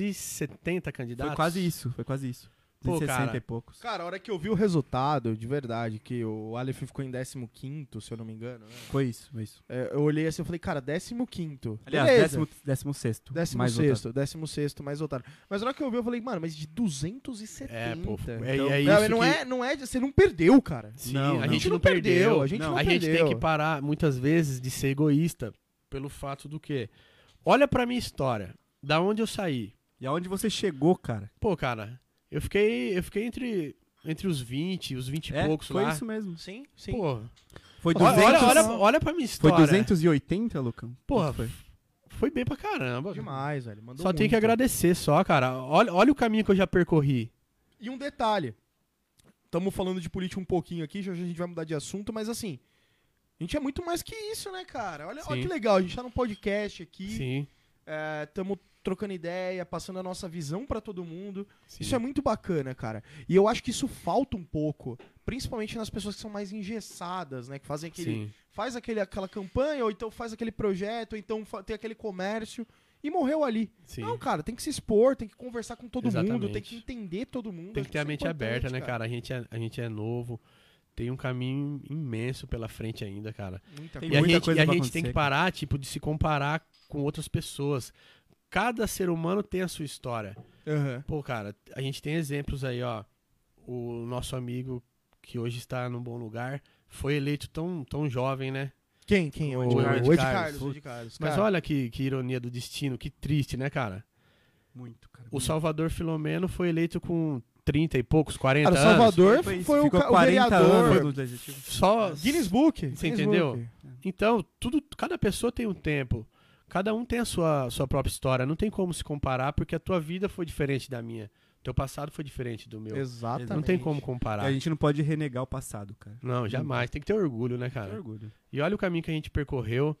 270 candidatos. Foi quase isso, foi quase isso. Pô, 160 cara. e poucos. Cara, a hora que eu vi o resultado, de verdade, que o Aleph ficou em 15, se eu não me engano, né? Foi isso, foi isso. É, eu olhei assim e falei, cara, 15. Aliás, décimo, décimo sexto. mais 16, votado. 16, mais otário. Mas na hora que eu vi, eu falei, mano, mas de 270. É, pô. É, Então- é isso. não, não que- é, não é, você não perdeu, cara. Sim, Não, a não. gente não, perdeu. a gente Não, não, a perdeu. gente tem que parar muitas vezes de ser egoísta pelo fato do quê? Olha pra minha história, da onde eu saí. E aonde você chegou, cara? Pô, cara, eu fiquei, eu fiquei entre entre os 20 e os 20 e É, poucos foi lá. isso mesmo. Sim, sim. Pô, Foi olha, 200, olha, olha, olha pra minha foi história. 280, Lucão? Porra, Quanto foi? Foi bem pra caramba. Demais, velho. Mandou Só tem muito. que agradecer só, cara. Olha, olha o caminho que eu já percorri. E um detalhe. Estamos falando de política um pouquinho aqui, já já a gente vai mudar de assunto, mas assim, a gente é muito mais que isso, né, cara? Olha, olha Sim. que legal, a gente tá num podcast aqui. Sim. estamos trocando ideia, passando a nossa visão pra todo mundo. sim. Isso é muito bacana, cara. E eu acho que isso falta um pouco, principalmente nas pessoas que são mais engessadas, né, que fazem aquele Sim. faz aquele aquela campanha ou então faz aquele projeto, ou então fa- tem aquele comércio e morreu ali. Sim. Não, cara, tem que se expor, tem que conversar com todo mundo, Exatamente. tem que entender todo mundo. Tem acho que ter a isso é mente importante, aberta, né, cara? A gente, é, a gente é novo, tem um caminho imenso pela frente ainda, cara. Muita Tem E coisa. a muita gente, coisa e a pra gente tem acontecer, que parar, tipo, de se comparar com outras pessoas. Cada ser humano tem a sua história. Aham. Pô, cara, a gente tem exemplos aí, ó. O nosso amigo que hoje está num bom lugar foi eleito tão, tão jovem, né? Quem? Quem? O, Ed Carlos. o Ed Carlos. o Ed Carlos, Mas cara. olha que, que ironia do destino, que triste, né, cara? Muito, cara. O Salvador Filomeno foi eleito com 30 e poucos, 40 Cara, o anos. Salvador Foi foi, isso, o, ficou ca- o 40 vereador. anos no legislativo. Só Guinness Book. Você Guinness entendeu? Book. Então, tudo, cada pessoa tem um tempo. Cada um tem a sua, sua própria história. Não tem como se comparar, porque a tua vida foi diferente da minha. Teu passado foi diferente do meu. Exatamente. Não tem como E comparar. a gente não pode renegar o passado, cara. Não, jamais. Tem que ter orgulho, né, Que cara? orgulho. E olha o caminho que a gente percorreu.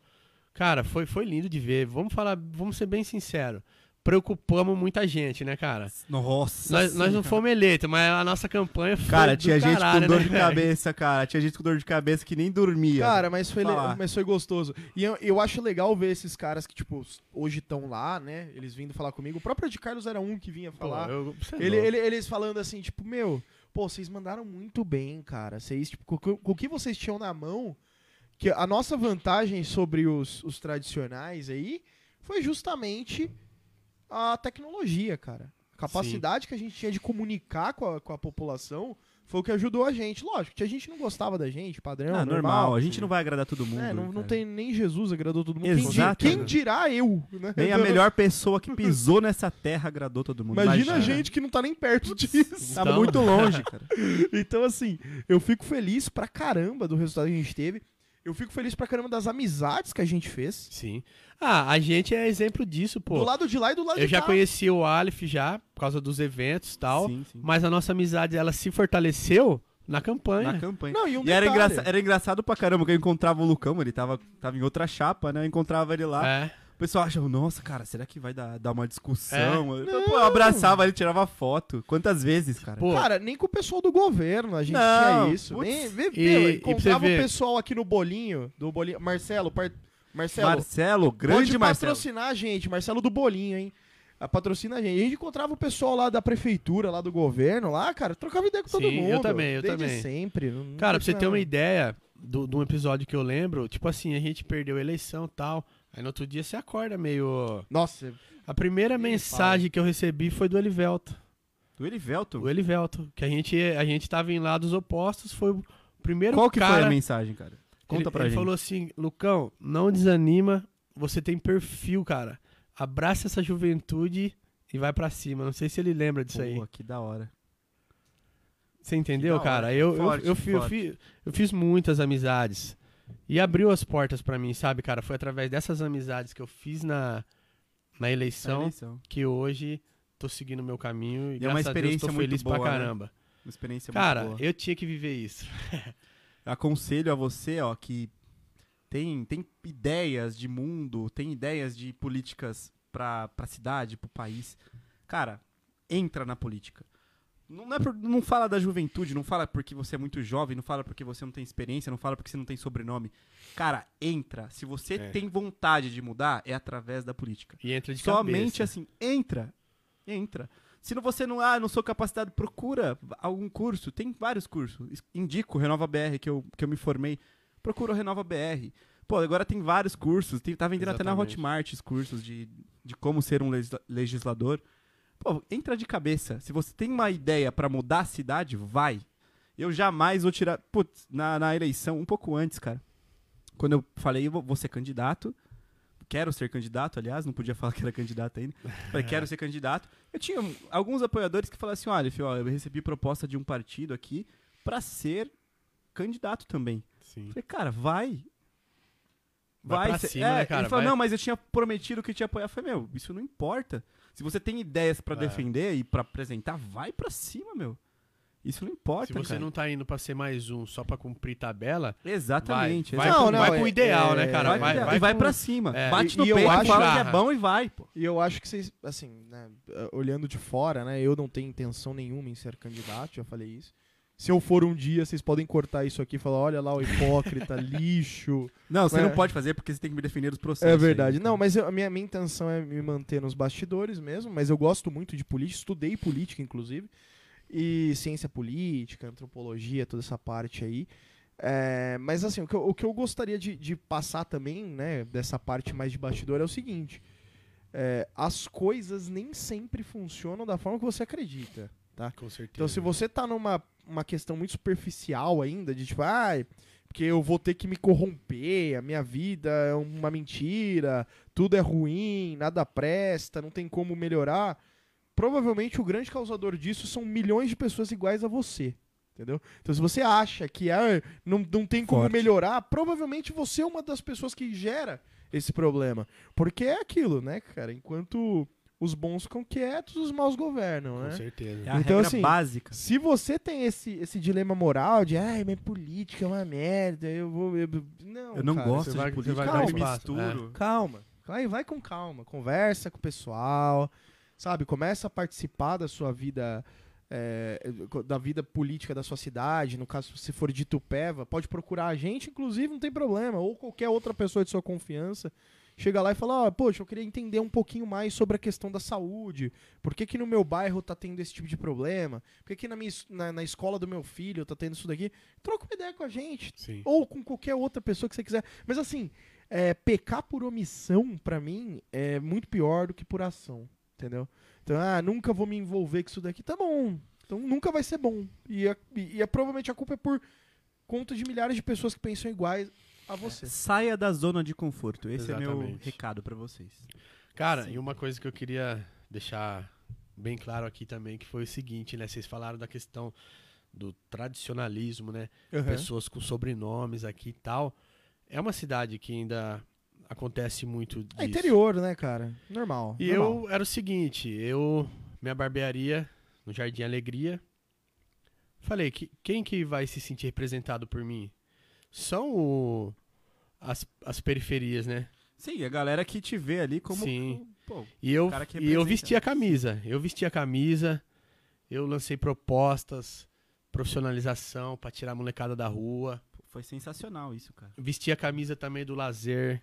Cara, foi, foi lindo de ver. Vamos falar, vamos ser bem sinceros. Preocupamos muita gente, né, cara? Nossa. Nós, nós não fomos eleitos, mas a nossa campanha foi. Cara, do tinha gente caralho, com dor né, de cara? cabeça, cara. Tinha gente com dor de cabeça que nem né? dormia. Cara, mas foi, le- falar. mas foi gostoso. E eu, eu acho legal ver esses caras que, tipo, s- hoje estão lá, né? Eles vindo falar comigo. O próprio Ed Carlos era um que vinha Pô, falar. eu- você é Ele- louco. ele- eles falando assim, tipo, meu, pô, vocês mandaram muito bem, cara. Vocês, tipo, com, com o que vocês tinham na mão, que a nossa vantagem sobre os, os tradicionais aí foi justamente a tecnologia, cara. capacidade que a gente tinha de comunicar com a, com a população foi o que ajudou a gente. Lógico, que a gente não gostava da gente, padrão, ah, normal, normal. a gente não vai agradar todo mundo. É, não, não cara. tem nem Jesus agradou todo mundo. Exato, quem, né? di- quem dirá eu? Né? Nem é a Então, melhor pessoa que pisou nessa terra agradou todo mundo. Imagina, a gente que não tá nem perto disso. Tá Então- muito longe, cara. Então, assim, eu fico feliz pra caramba do resultado que a gente teve. Eu fico feliz pra caramba das amizades que a gente fez. Sim. Ah, a gente é exemplo disso, pô. Do lado de lá e do lado Eu de já cá. conheci o Aleph já, por causa dos eventos e tal. tá? Sim, sim. Mas a nossa amizade, ela se fortaleceu na campanha. Na campanha. Não, é e um E era, detalhe. engraça- era engraçado pra caramba que eu encontrava o Lucão, ele tava, tava em outra chapa, né? Eu encontrava ele lá. É. O pessoal achava, nossa, cara, será que vai dar, dar uma É. discussão? Eu, pô, eu abraçava ele, tirava foto. Quantas vezes, cara? Pô, Cara, nem com o pessoal do governo a gente Não, tinha isso. putz. Nem, vê, E- meu, e pra encontrava você o ver. pessoal aqui no bolinho, do bolinho. Marcelo, par- Marcelo, Marcelo, grande pode Marcelo. patrocinar a gente, Marcelo do bolinho, hein? Ah, Patrocina a gente. A gente encontrava o pessoal lá da prefeitura, lá do governo, lá, cara, trocava ideia com todo Sim, mundo. eu também, eu desde também. sempre. não- Cara, pra você ter não. uma ideia do- de um episódio que eu lembro, tipo assim, a gente perdeu a eleição e tal. Aí no outro dia você acorda meio. Nossa, A primeira mensagem que eu recebi foi do Elivelto. Do Erivelto. O Elivelto. Que a gente, a gente tava em lados opostos, foi o primeiro Qual que cara. foi a mensagem, cara? Conta ele, pra ele gente. falou assim, Lucão, não desanima, você tem perfil, cara. Abraça essa juventude e vai pra cima. Não sei se ele lembra disso aí. Pô, que da hora. Você entendeu, da hora. cara? Eu, eu- Forte, eu, fi- eu, fi- eu fiz muitas amizades. E abriu as portas pra mim, sabe, cara? Foi através dessas amizades que eu fiz na, na Uma eleição eleição. que hoje tô seguindo o meu caminho. E, E é uma graças a Deus, experiência tô muito feliz boa, pra né? caramba. Uma experiência Cara, muito boa. eu tinha que viver isso. aconselho a você, ó, que tem, tem ideias de mundo, tem ideias de políticas pra, pra cidade, pro país. Cara, entra na política. Não, é por- não fala da juventude, não fala porque você é muito jovem, não fala porque você não tem experiência, não fala porque você não tem sobrenome. Cara, entra. Se você É. tem vontade de mudar, é através da política. E entra de Somente cabeça. assim, entra, entra. Se não- você não, ah, não sou capacitado, procura algum curso, tem vários cursos. Es- Indico o Renova BR, que eu, que eu me formei, procura o Renova BR. Pô, agora tem vários cursos, tem, tá vendendo até na Exatamente. Hotmart os cursos de, de como ser um legisla- legislador. Pô, entra de cabeça. Se você tem uma ideia pra mudar a cidade, vai. Eu jamais vou tirar. Putz, na, na eleição, um pouco antes, cara. Quando eu falei, eu vou- vou ser candidato. Quero ser candidato, aliás, não podia falar que era candidato ainda. Falei, quero ser candidato. Eu tinha um- alguns apoiadores que falaram assim: olha, filho, ó, eu recebi proposta de um partido aqui pra ser candidato também. Sim. Falei, cara, vai. Vai pra cê- cima, é, né, cara? Ele falou, Vai. não, mas eu tinha prometido que eu te ia apoiar. Eu falei, meu, isso não importa. Se você tem ideias pra É. defender e pra apresentar, vai pra cima, meu. Isso não importa, Se você cara. não tá indo pra ser mais um só pra cumprir tabela, Exatamente. exatamente. vai, vai, Não, pro- não, vai é- pro ideal, né, cara? Vai, Vai, e vai, vai pro- pra cima. é. Bate E- no e eu peito, acho- fala que é bom e vai, pô. E eu acho que vocês, assim, né, olhando de fora, né, eu não tenho intenção nenhuma em ser candidato, já falei isso. Se eu for um dia, vocês podem cortar isso aqui e falar, olha lá o hipócrita, lixo. Não, você É. não pode fazer porque você tem que me defender os processos. É aí, então. verdade. Não, cara. mas eu- a minha, minha intenção é me manter nos bastidores mesmo, mas eu gosto muito de política, estudei política, inclusive, e ciência política, antropologia, toda essa parte aí. É, mas assim, o que eu, o que eu gostaria de, de passar também, né, dessa parte mais de bastidor é o seguinte. é, as coisas nem sempre funcionam da forma que você acredita. Com certeza. Então, se você tá numa uma questão muito superficial ainda, de tipo, ai, porque eu vou ter que me corromper, a minha vida é uma mentira, tudo é ruim, nada presta, não tem como melhorar. Provavelmente o grande causador disso são milhões de pessoas iguais a você. Entendeu? Então, se você acha que ah, não, não tem como Forte. melhorar, provavelmente você é uma das pessoas que gera esse problema. Porque é aquilo, né, cara? Enquanto os bons ficam quietos, os maus governam, Com né? É certeza. a Então, regra assim, básica. Se você tem esse, esse dilema moral de, ai, mas política é uma merda, eu vou. eu- não, Eu não cara, gosto você vai- de você política, vai eu dar um né? me espaço, misturo. Calma. Vai, vai com calma. Conversa com o pessoal, sabe? Começa a participar da sua vida. é, da vida política da sua cidade, no caso, se for de Tupéva, pode procurar a gente, inclusive, não tem problema, ou qualquer outra pessoa de sua confiança. Chega lá e fala: ó, Poxa, eu queria entender um pouquinho mais sobre a questão da saúde. Por que, que no meu bairro tá tendo esse tipo de problema? Por que, que na, minha, es- na, na escola do meu filho tá tendo isso daqui? Troca uma ideia com a gente Sim. ou com qualquer outra pessoa que você quiser. Mas assim, é, pecar por omissão, pra mim, é muito pior do que por ação. Entendeu? Então, ah, nunca vou me envolver com isso daqui. Tá bom. Então nunca vai ser bom. E, a- e- e a- provavelmente a culpa é por conta de milhares de pessoas que pensam iguais a você. Saia da zona de conforto. Esse é meu Exatamente. recado pra vocês. Cara, Sim. e uma coisa que eu queria deixar bem claro aqui também, que foi o seguinte, né? Vocês falaram da questão do tradicionalismo, né? Pessoas com sobrenomes aqui e tal. É uma cidade que ainda acontece muito disso. É interior, né, cara? Normal. E normal. eu era o seguinte, eu minha barbearia no Jardim Alegria. Falei que quem que vai se sentir representado por mim? São o- as, as periferias, né? Sim, a galera que te vê ali como. um, Sim. Pô, E eu, cara que e eu representa, vesti a camisa. Eu vesti a camisa, eu lancei propostas, profissionalização pra tirar a molecada da rua. foi sensacional isso, cara. Vesti a camisa também do lazer.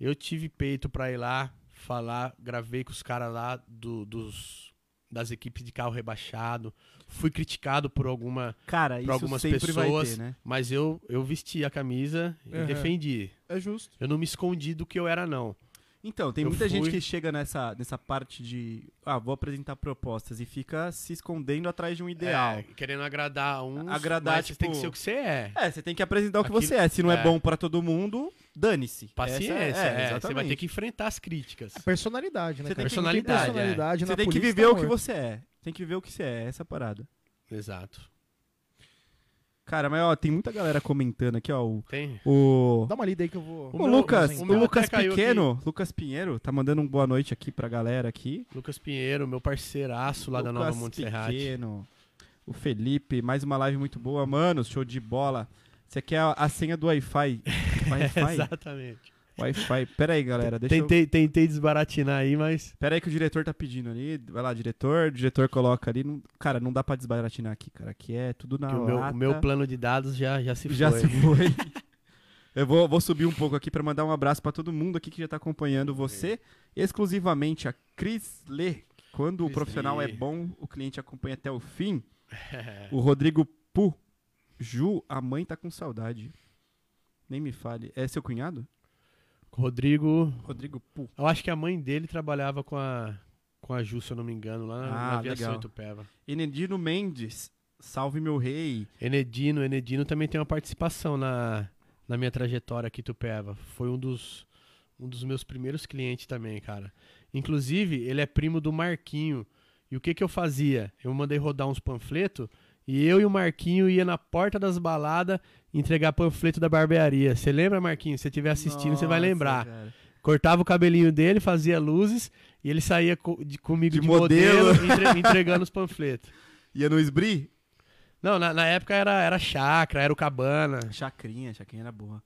Eu tive peito pra ir lá falar, gravei com os caras lá do- dos das equipes de carro rebaixado. Fui criticado por alguma, Cara, isso algumas sempre vai ter, pessoas, né? mas eu eu vesti a camisa e Aham. defendi. É justo. Eu não me escondi do que eu era não. Então, tem Eu muita gente fui. que chega nessa, nessa parte de. Ah, vou apresentar propostas e fica se escondendo atrás de um ideal. É, querendo agradar uns, Agradar, mas você tem tipo, que ser o que você é. É, você tem que apresentar o que Aquilo- você é. Se não é, é. bom pra todo mundo, dane-se. Paciência, Essa é- é, é, você vai exatamente. ter que enfrentar as críticas. Personalidade, né? Você tem cara? que- Personalidade, é. Quem tem personalidade na Você tem que polícia viver tá o que morto. você é. Tem que viver o que você é, essa parada. Exato. Cara, mas ó, tem muita galera comentando aqui, ó. O. Tem. o... Dá uma lida aí que eu vou. o meu- Lucas, o o, meu Lucas até caiu aqui. Pequeno, Lucas Pinheiro, tá mandando um boa noite aqui pra galera aqui. Lucas Pinheiro, meu parceiraço lá da Lucas Nova Montserrat. Pequeno, o Felipe, mais uma live muito boa, mano, show de bola. Você quer a, a senha do Wi-Fi? Wi-Fi? Exatamente. Wi-Fi. Pera aí, galera, deixa eu... Tentei, tentei desbaratinar aí, mas. Pera aí que o diretor tá pedindo ali. Vai lá, diretor. O diretor coloca ali. Não- Cara, não dá pra desbaratinar aqui, cara. Aqui é tudo na que o, meu, lata. o meu plano de dados já, já se Já foi. se foi. Eu vou, vou subir um pouco aqui pra mandar um abraço pra todo mundo aqui que já tá acompanhando você. Exclusivamente a Cris Lê. Quando o Cris profissional Lê. é bom, o cliente acompanha até o fim. O Rodrigo Pu. Ju, a mãe tá com saudade. Nem me fale. É seu cunhado? Rodrigo. Rodrigo Pu. Eu acho que a mãe dele trabalhava com a, com a Ju, se eu não me engano, lá na, na Ah, aviação legal. Itupeva. Enedino Mendes. Salve meu rei. Enedino, Enedino também tem uma participação na, na minha trajetória aqui em Itupeva. Foi um dos, um dos meus primeiros clientes também, cara. Inclusive, ele é primo do Marquinho. E o que que eu fazia? Eu mandei rodar uns panfletos e eu e o Marquinho ia na porta das baladas entregar panfleto da barbearia. Você lembra, Marquinho? Se você estiver assistindo, você vai Nossa, lembrar. cara. Cortava o cabelinho dele, fazia luzes e ele saía co- de- comigo De de, modelo, modelo. entre- entregando os panfletos. Ia no esbri? Não, na, na época era, era chácara, era o cabana. Então, Chacrinha, chacrinha era boa.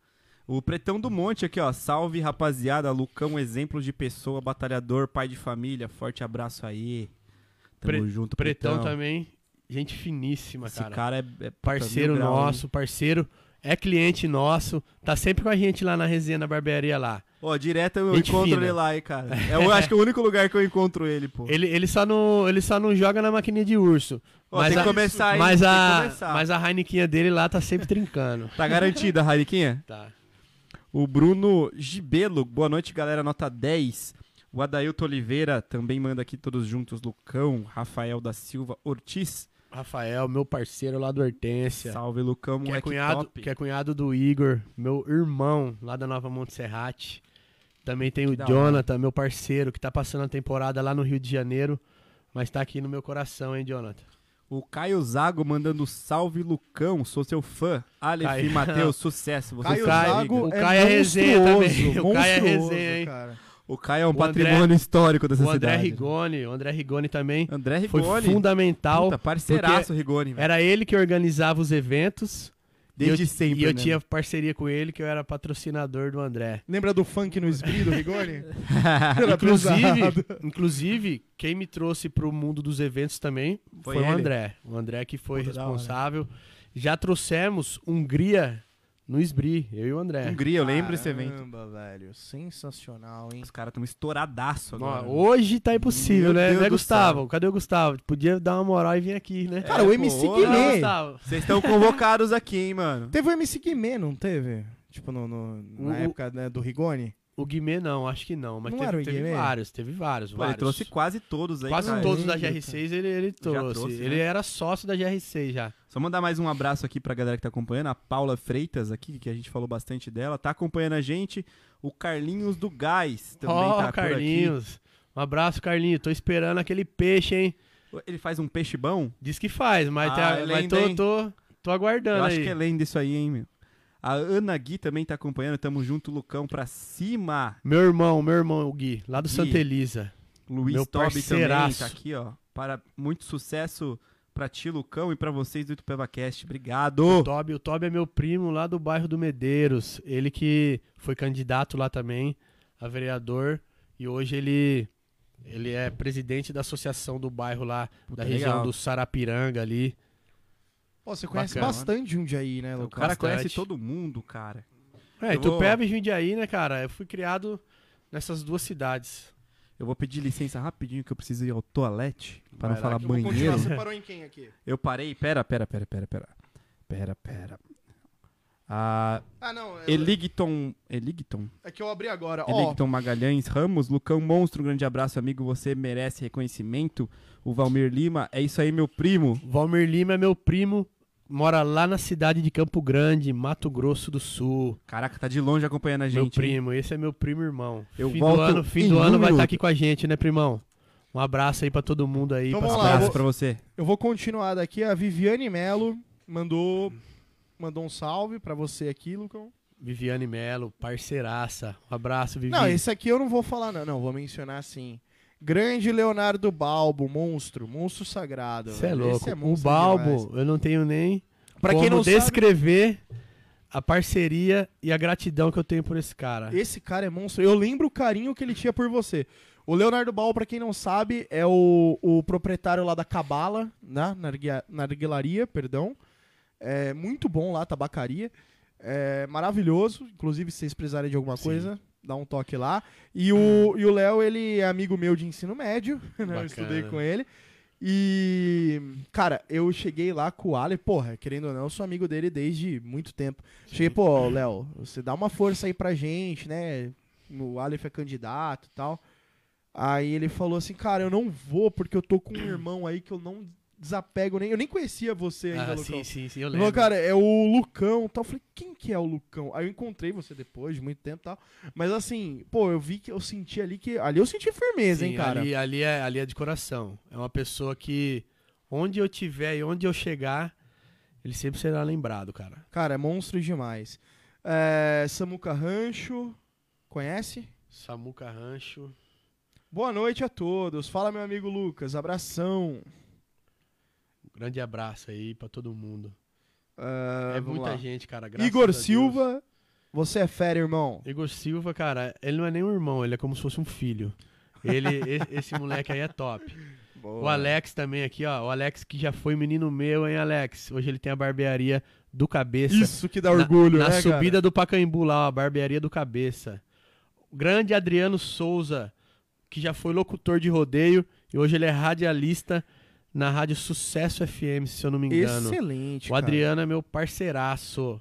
O Pretão do Monte aqui, ó. Salve, rapaziada. Lucão, exemplo de pessoa, batalhador, pai de família. Forte abraço aí. Tamo Pre- junto, Pretão, Pretão. também, gente finíssima, Esse cara. cara é, é puta, Parceiro mil grau, hein? nosso, parceiro, é cliente nosso, tá sempre com a gente lá na resenha, na barbearia lá. Ó, direto eu Gente encontro fina. ele lá, hein, cara. É, eu acho que é o único lugar que eu encontro ele, pô. Ele, ele, só, não, ele só não joga na maquininha de urso, Ó, mas tem a- que começar, hein? mas, tem a, que começar. mas a Heinequinha dele lá tá sempre trincando. Tá garantida, Rariquinha? Tá. O Bruno Gibelo, boa noite, galera, nota 10. O Adailto Oliveira também manda aqui todos juntos, Lucão, Rafael da Silva, Ortiz. Rafael, meu parceiro lá do Hortência. Salve, Lucão, que é, moleque cunhado, top. que é cunhado do Igor, meu irmão lá da Nova Montserrat. Também tem Que o da Jonathan, meu parceiro, que tá passando a temporada lá no Rio de Janeiro, mas tá aqui no meu coração, hein, Jonathan? O Caio Zago mandando salve, Lucão, sou seu fã. Aleph Caio. e Matheus, sucesso. Vocês Caio O Caio- sabem. Zago o é Caio é resenha monstruoso, também. O Caio é monstruoso, resenha, hein? cara. O Caio é um O André- patrimônio histórico dessa o André cidade. Rigoni, o André Rigoni também né? André foi Rigoni. fundamental. Puta, parceiraço Rigoni, velho. Era ele que organizava os eventos Desde e eu, sempre, E eu né? tinha parceria com ele, que eu era patrocinador do André. Lembra do funk no esbri do Rigoni? Inclusive, inclusive, quem me trouxe pro mundo dos eventos também Foi foi, o ele. André. O André que foi Puta, da hora. responsável. Já trouxemos Hungria no Esbri, eu e o André. Hungria, Um eu lembro desse evento. Caramba, velho. Sensacional, hein? Os caras estão estouradaço Nó, agora. né? hoje tá Meu impossível, né? Deus né, do Gustavo? Cadê o Gustavo? Podia dar uma moral e vir aqui, né? Cara, o MC pô, Não, Guimê. Gustavo. Vocês estão convocados aqui, hein, mano. Teve o MC Guimê, não teve? Tipo, no, no- na O- época né, do Rigoni. O Guimê não, acho que não. Mas Não teve, era o teve Guimê? vários, teve vários, Pô, ele vários. trouxe quase todos aí. Quase cara. todos da Caramba, GR6 ele, ele trouxe. trouxe, né? Ele era sócio da GR6 já. Só mandar mais um abraço aqui pra galera que tá acompanhando. A Paula Freitas aqui, que a gente falou bastante dela, tá acompanhando a gente. O Carlinhos do Gás também Ó, tá Carlinhos. Um abraço, Carlinhos. Tô esperando aquele peixe, hein? por aqui. Ele faz um peixe bom? Diz que faz, mas, Ah, tá- é mas lenda, hein? tô, tô, tô aguardando Eu acho aí. que é lenda isso aí, hein, meu. A Ana Gui também tá acompanhando. Tamo junto, Lucão, pra cima. Meu irmão, meu irmão, o Gui, lá do Gui. Santa Elisa. Luiz Meu Tobi também parceiraço. tá aqui, ó. Para muito sucesso pra ti, Lucão, e pra vocês do ItupevaCast. O Obrigado. Toby, o Toby é meu primo lá do bairro do Medeiros. Ele que foi candidato lá também a vereador e hoje ele ele é presidente da associação do bairro lá Puta, da região legal. do Sarapiranga ali. Pô, você conhece Bacana. um bastante Jundiaí, né, O Lucas? cara conhece Bastante. todo mundo, cara. É, Eu vou- Itupeva e Jundiaí, né, cara? Eu fui criado nessas duas cidades. Eu vou pedir licença rapidinho que eu preciso ir ao toalete para não Vai lá falar Que eu vou continuar, banheiro. Você parou em quem aqui? Eu parei, pera, pera, pera, pera, pera. Pera, pera. Ah, Ah, não. É, Eligton, Eligton, é que eu abri agora. Ó, Eligton Magalhães Ramos, Lucão Monstro, um grande abraço, amigo, você merece reconhecimento. O Valmir Lima, é isso aí, meu primo. Valmir Lima é meu primo, mora lá na cidade de Campo Grande, Mato Grosso do Sul. Caraca, tá de longe acompanhando a gente. meu hein? primo, esse é meu primo irmão. Eu fim volto do ano, em fim do ano um vai estar minuto. aqui com a gente, né, primão? Um abraço aí pra todo mundo aí, Então pras vamos lá, Um Abraço eu vou- pra você. eu vou continuar daqui. A Viviane Melo mandou, mandou um salve pra você aqui, Lucão. Viviane Melo, parceiraça. Um abraço, Vivi. Não, esse aqui eu não vou falar, não. Não, vou mencionar sim. Grande Leonardo Balbo, monstro, monstro sagrado. Você é velho. louco. Esse o monstro demais. Balbo, eu não tenho nem Pra como quem não descrever a parceria e a gratidão que eu tenho por esse cara. sabe, esse cara é monstro. Eu lembro o carinho que ele tinha por você. O Leonardo Balbo, pra quem não sabe, é o, o proprietário lá da Cabala, né? Narguia- Narguilaria, perdão. É muito bom lá, tabacaria. É maravilhoso. Inclusive, se vocês precisarem de alguma Sim. Hum. coisa, dá um toque lá. E o e o Léo, ele é amigo meu de ensino médio. né? Eu Bacana. estudei com ele. E, cara, eu cheguei lá com o Ale, porra, querendo ou não, eu sou amigo dele desde muito tempo. Cheguei, pô, Tipo, Léo, você dá uma força aí pra gente, né? O Aleph é candidato e tal. Aí ele falou assim, cara, eu não vou porque eu tô com um irmão aí que eu não desapego nem. Eu nem conhecia você ainda, Ah, Lucão. sim, sim, sim, eu Ele falou, lembro. cara, é o Lucão e tal. Eu falei, quem que é o Lucão? Aí eu encontrei você depois de muito tempo e tal. Mas assim, pô, eu vi que eu senti ali que. Ali eu senti firmeza, Sim, hein, cara. Ali, ali é, ali é de coração. É uma pessoa que, onde eu tiver e onde eu chegar, ele sempre será lembrado, cara. Cara, é monstro demais. É, Samuca Rancho, conhece? Samuca Rancho. Boa noite a todos. Fala, meu amigo Lucas. Abração. Um grande abraço aí pra todo mundo. Ah, é vamos muita lá. gente, cara. graças a Igor Deus. Silva, você é fera, irmão. Igor Silva, cara, ele não é nem um irmão, ele é como se fosse um filho. Ele, e- esse moleque aí é top. O Alex também aqui, ó. O Alex que já foi menino meu, hein, Alex? Hoje ele tem a barbearia do cabeça. Isso que dá Na- orgulho, Na né, cara? subida do Pacaembu lá, ó, a barbearia do cabeça. O grande Adriano Souza, que já foi locutor de rodeio e hoje ele é radialista na Rádio Sucesso FM, se eu não me engano. Excelente, o cara. Adriano é meu parceiraço.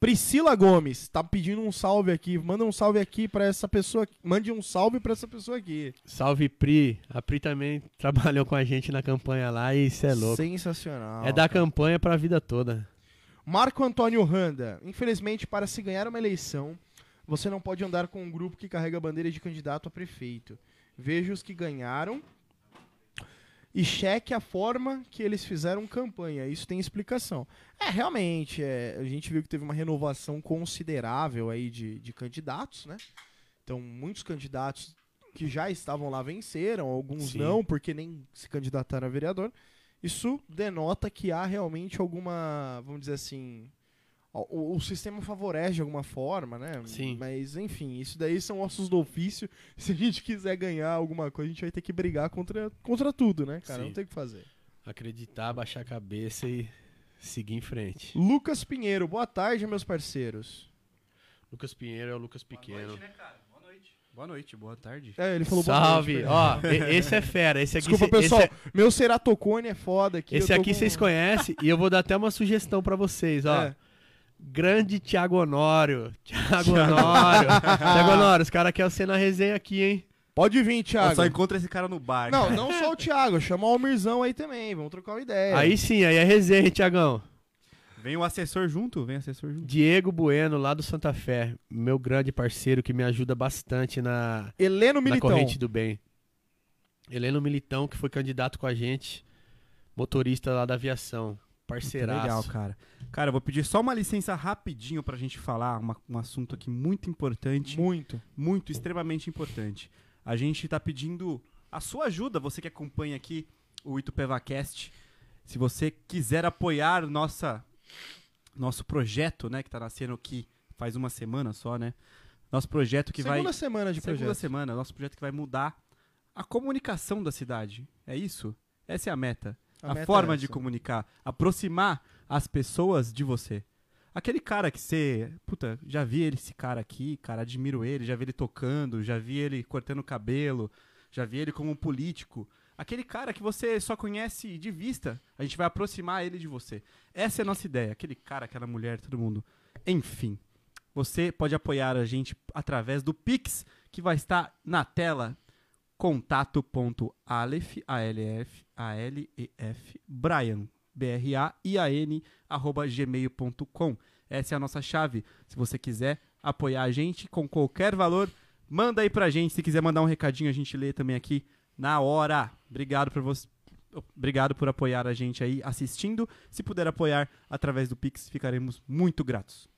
Priscila Gomes, tá pedindo um salve aqui. Manda um salve aqui pra essa pessoa. aqui. Mande um salve pra essa pessoa aqui. Salve Pri. A Pri também trabalhou com a gente na campanha lá e isso é louco. Sensacional. é da cara. campanha pra vida toda. Marco Antônio Randa. Infelizmente, para se ganhar uma eleição, você não pode andar com um grupo que carrega a bandeira de candidato a prefeito. Veja os que ganharam e cheque a forma que eles fizeram campanha. Isso tem explicação. É, realmente, é, a gente viu que teve uma renovação considerável aí de, de candidatos, né? Então, muitos candidatos que já estavam lá venceram, alguns Sim. não, porque nem se candidataram a vereador. Isso denota que há realmente alguma, vamos dizer assim, o, o sistema favorece de alguma forma, né? Sim. Mas, enfim, isso daí são ossos do ofício. Se a gente quiser ganhar alguma coisa, a gente vai ter que brigar contra, contra tudo, né, cara? Sim. Não tem o que fazer. Acreditar, baixar a cabeça e seguir em frente. Lucas Pinheiro, boa tarde, meus parceiros. Lucas Pinheiro é o Lucas Pequeno. Boa noite, boa tarde. É, ele né? falou Salve, boa noite. né? pra ele. ó, e- esse é fera, esse aqui Desculpa, esse- pessoal. esse Meu ceratocone é foda aqui. é- Esse, eu tô aqui com- vocês conhecem e eu vou dar até uma sugestão pra vocês, ó. É. Grande Thiago Honório. Thiago Honório. Thiago Honório, os caras querem ser na resenha aqui, hein? Pode vir, Eu Thiago. só encontra esse cara no bar. Não, cara. não só o Thiago, chama o Almirzão aí também, vamos trocar uma ideia. Aí sim, aí é resenha, hein, Thiagão. Vem o assessor junto, vem o assessor junto. Diego Bueno, lá do Santa Fé, meu grande parceiro que me ajuda bastante na, Heleno na Militão. corrente do bem. Heleno Militão, que foi candidato com a gente, motorista lá da aviação. Parceiraço. Tá Legal, cara. Cara, eu vou pedir só uma licença rapidinho pra gente falar uma- um assunto aqui muito importante. Muito. muito, extremamente importante. A gente está pedindo a sua ajuda, você que acompanha aqui o ItupevaCast. Se você quiser apoiar nossa, nosso projeto, né, que está nascendo aqui faz uma semana só, né? Nosso projeto que Segunda vai... semana de segunda projeto. semana, nosso projeto que vai mudar a comunicação da cidade. É isso? Essa é a meta a, meta é forma de essa. comunicar, aproximar as pessoas de você. Aquele cara que você, puta, já vi ele, esse cara aqui, cara, admiro ele, já vi ele tocando, já vi ele cortando cabelo, já vi ele como um político. Aquele cara que você só conhece de vista, a gente vai aproximar ele de você. Essa é a nossa ideia, aquele cara, aquela mulher, todo mundo. Enfim, você pode apoiar a gente através do Pix, que vai estar na tela contato.alef, A-L-F, A-L-E-F, Brian, B-R-A-I-A-N, arroba gmail.com. Essa é a nossa chave. Se você quiser apoiar a gente com qualquer valor, manda aí pra gente. Se quiser mandar um recadinho, a gente lê também aqui na hora. Obrigado por você. Obrigado por apoiar a gente aí assistindo. Se puder apoiar através do Pix, ficaremos muito gratos.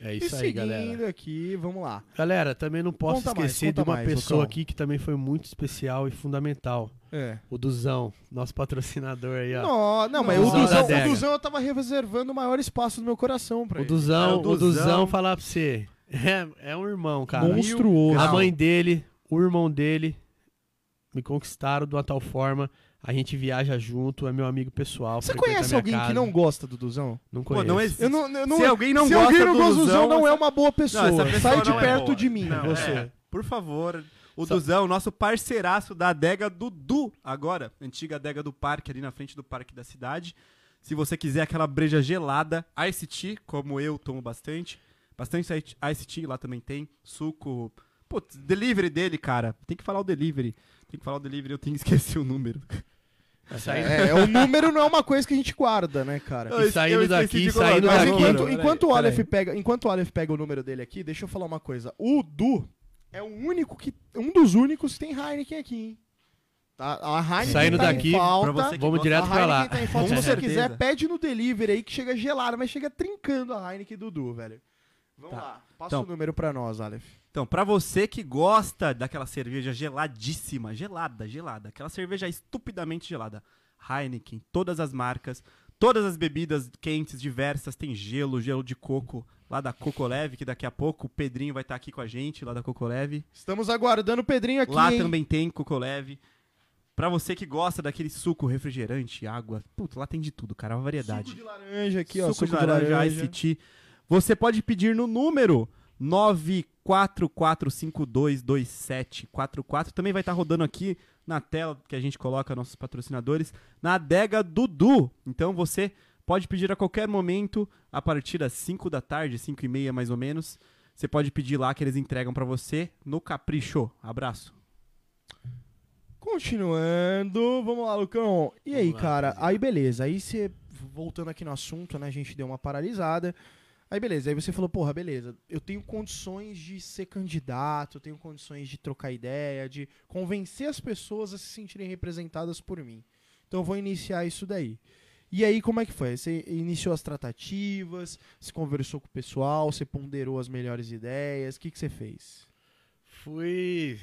É E isso aí, seguindo galera. aqui, vamos lá. Galera, também não posso Conta mais, esquecer conta de uma mais, pessoa Lucão. aqui que também foi muito especial e fundamental. É. O Duzão, nosso patrocinador aí, ó. Não, não, mas Não, o Duzão Duzão, da o adega. Duzão eu tava reservando o maior espaço do meu coração pra O ele. Duzão, Cara, o o Duzão, Duzão- falar pra você. É, é um irmão, cara. Monstruoso. A mãe dele, o irmão dele me conquistaram de uma tal forma. A gente viaja junto, é meu amigo pessoal. Você frequenta conhece minha alguém que casa. não gosta do Duzão? Não Pô, conheço. não existe. Eu não, eu não, se alguém não se gosta alguém não do gosta do Duzão, Duzão, não é essa- uma boa Não, pessoa. essa pessoa Sai de não é perto boa. de mim, Não, você. é. Por favor. O Só- Duzão, nosso parceiraço da adega Dudu, agora, antiga adega do parque, ali na frente do parque da cidade. Se você quiser aquela breja gelada, Ice Tea, como eu tomo bastante. Bastante Ice- Ice Tea lá também tem. Suco. Putz, delivery dele, cara. Tem que falar o delivery. Tem que falar o delivery, eu tenho que esquecer o número. Saindo, É, é, o número não é uma coisa que a gente guarda, né, cara? Eu esque- saindo eu esqueci daqui, de colocar. saindo Mas daqui. enquanto, Peraí, enquanto, o peraí. Aleph pega, enquanto o Aleph pega o número dele aqui, deixa eu falar uma coisa. O Du é o único que. um dos únicos que tem Heineken aqui, hein? Tá? A Heineken Saindo tá daqui, em pra falta. você que é. Vamos gosta- direto a pra lá. Heineken tá em falta. Se Com você certeza. quiser, pede no delivery aí que chega gelada, mas chega trincando a Heineken do Du, velho. Vamos Tá. lá. Passa Então. o número pra nós, Aleph. Então, pra você que gosta daquela cerveja geladíssima, gelada, gelada, aquela cerveja estupidamente gelada, Heineken, todas as marcas, todas as bebidas quentes diversas, tem gelo, gelo de coco, lá da Cocoleve, que daqui a pouco o Pedrinho vai estar aqui com a gente, lá da Cocoleve. Estamos aguardando o Pedrinho aqui. Lá hein? também tem Cocoleve. Pra você que gosta daquele suco refrigerante, água, puto, lá tem de tudo, cara, é uma variedade Suco de laranja aqui, ó. suco, de laranja, ICT. Você pode pedir no número 944522744. Também vai estar rodando aqui na tela que a gente coloca nossos patrocinadores na adega Dudu. Então você pode pedir a qualquer momento, a partir das 5 da tarde, 5 e meia mais ou menos. Você pode pedir lá que eles entregam pra você no capricho. Abraço. Continuando, vamos lá, Lucão. E aí, Vamos lá, cara? rapaziada. Aí, beleza. Aí você, voltando aqui no assunto, né? A gente deu uma paralisada. Aí, beleza. Aí você falou, porra, beleza. Eu tenho condições de ser candidato, eu tenho condições de trocar ideia, de convencer as pessoas a se sentirem representadas por mim. Então, eu vou iniciar isso daí. E aí, como é que foi? Você iniciou as tratativas, você conversou com o pessoal, você ponderou as melhores ideias, o que, que você fez? Fui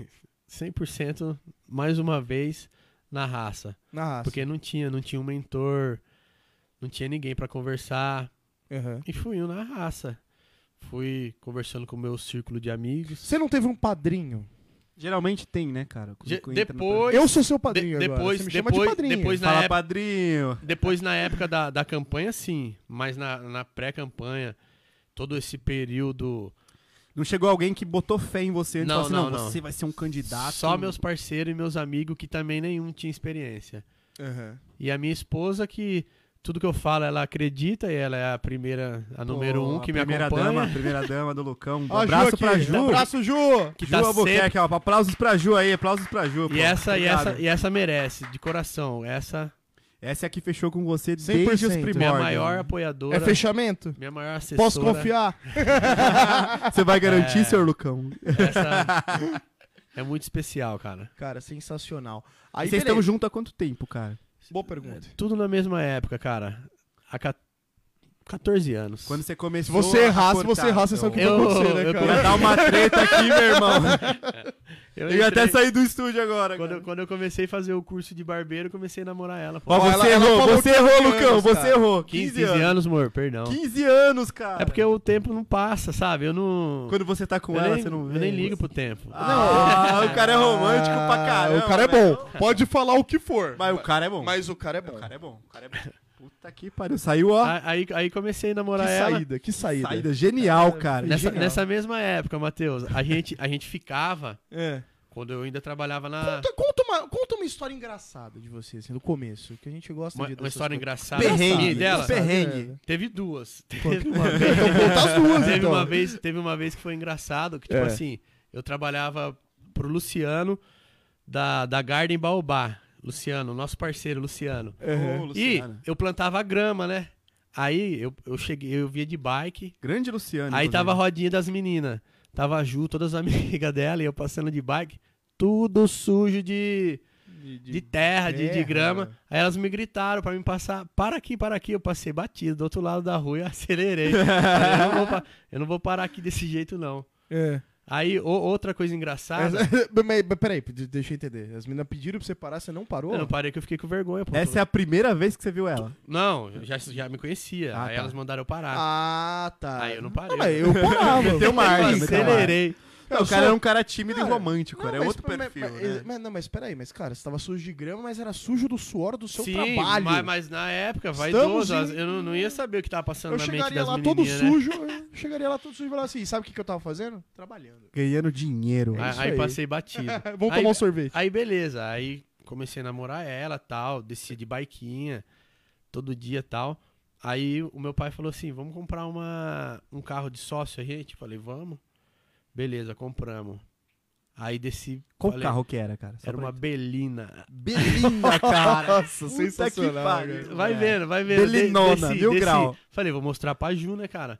100% mais uma vez na raça. Na raça. Porque não tinha, não tinha um mentor, não tinha ninguém pra conversar. Aham. E fui indo na raça. Fui conversando com o meu círculo de amigos. Você não teve um padrinho? Geralmente tem, né, cara? Quando Ge- entra na- depois- Eu sou seu De- padrinho agora. depois, Você me chama de depois, padrinho. depois na Fala, época, padrinho! Depois, na época da, da campanha, sim. Mas na, na pré-campanha, todo esse período. Não chegou alguém que botou fé em você antes e Não, falou assim, não, não, não. você vai ser um candidato. Só meus parceiros e meus amigos que também nenhum tinha experiência. E a minha esposa que Tudo que eu falo, ela acredita e ela é a primeira, a número Pô, um que a me primeira acompanha. Dama, a primeira dama do Lucão. Um Ó, a Ju abraço aqui. pra Ju. Abraço, Ju! É que Ju tá Albuquerque, sempre- ó. Aplausos pra Ju aí, aplausos pra Ju. pô. E essa, e Obrigado. essa, e essa merece, de coração. Essa Essa é a que fechou com você desde 100%. os Minha primórdios. minha né? maior É apoiadora, fechamento? minha maior assessora. Posso confiar? Você vai garantir, É. senhor Lucão? Essa é muito especial, cara. Cara, sensacional. Aí Aí vocês beleza. estão juntos há quanto tempo, cara? Boa pergunta. Tudo na mesma época, cara. Há ca- 14 anos. Quando você Se começou você a errar, se cortar, você errar, você então. sabe o que Eu- vai acontecer, né, eu- Ia cara? dar uma treta aqui, meu irmão. Eu ia entrei- até sair do estúdio agora. Quando, cara. eu- quando eu comecei a fazer o curso de barbeiro, eu comecei a namorar ela. Pô. Ó, Ó, você ela- ela errou, falou você 15 errou, anos, Lucão, você cara. errou. 15, anos, amor, perdão. 15 anos, cara. Então. É porque o tempo não passa, sabe? Eu não. Quando você tá com eu ela, nem, você não vê. eu nem ligo pro tempo. Ah, o cara é romântico pra Ah, caramba. O cara é velho. bom. Pode falar o que for. Mas o cara é bom. Mas o cara é O bom. cara é bom. O cara é bom. Puta que pariu. Saiu, ó. A- Aí, aí comecei a Que namorar ela. saída, que saída. Saída genial, cara. Nessa, Genial. nessa mesma época, Matheus, a gente, a gente ficava É. quando eu ainda trabalhava na. Conta, conta uma, conta uma história engraçada de você, assim, do começo, que a gente gosta Uma, de uma história engraçada. Perrengue. minha e dela. Engraçada. Perrengue. Teve duas. Conta Teve uma uma vez. Então conta as duas, teve então. uma vez, teve uma vez que foi engraçado, que tipo É. assim, eu trabalhava pro Luciano da, da Garden Baobá. Luciano, nosso parceiro Luciano. Ô, Uhum. Luciano. E eu plantava grama, né? Aí eu, eu cheguei, eu via de bike. Grande Luciano. aí inclusive. tava a rodinha das meninas. Tava a Ju, todas as amigas dela, e eu passando de bike, tudo sujo de, de, terra, de, de terra. grama. Aí elas me gritaram pra me passar, para aqui, para aqui. Eu passei batido do outro lado da rua e acelerei. Falei, eu, não vou pa- eu não vou parar aqui desse jeito, não. É. Aí, o- outra coisa engraçada. Mas- mas- mas Peraí, de- deixa eu entender. As meninas pediram pra você parar, você não parou? Eu não parei que eu fiquei com vergonha, pô. Essa é a primeira vez que você viu ela. Não, eu já, já me conhecia. Ah, aí tá. elas mandaram eu parar. Ah, tá. Aí eu não parei. né? mas eu parava. Meteu margem, Eu meteu acelerei. acelerei. é Eu o cara era sou- um cara tímido Cara, e romântico. Não, era mas- outro mas- perfil, mas, né? mas- não, mas peraí, mas cara, você tava sujo de grama, mas era sujo do suor do seu Sim, é um trabalho. Mas, mas na época, vai Estamos todas. em- Eu não, não ia saber o que tava passando eu na mente chegaria das lá todo menininhas, né? sujo, eu chegaria lá todo sujo e falaria assim, sabe o que, que eu tava fazendo? Trabalhando. Ganhando dinheiro. Aí- é isso aí, aí. passei batido. Vamos Aí- Ah. tomar um sorvete. aí beleza, aí comecei a namorar ela tal, descia de biquinha, todo dia tal. Aí o meu pai falou assim, vamos comprar uma, um carro de sócio a gente? Falei, vamos. Beleza, compramos. Aí desci. Qual falei, carro que era, cara? Só Era pra- uma Belina. Belinda, cara. Nossa, Puta que sensacional, pariu. cara. Vai É. vendo, vai vendo. De- Belinona, mil grau. Ah. Falei, vou mostrar pra Ju, né, cara?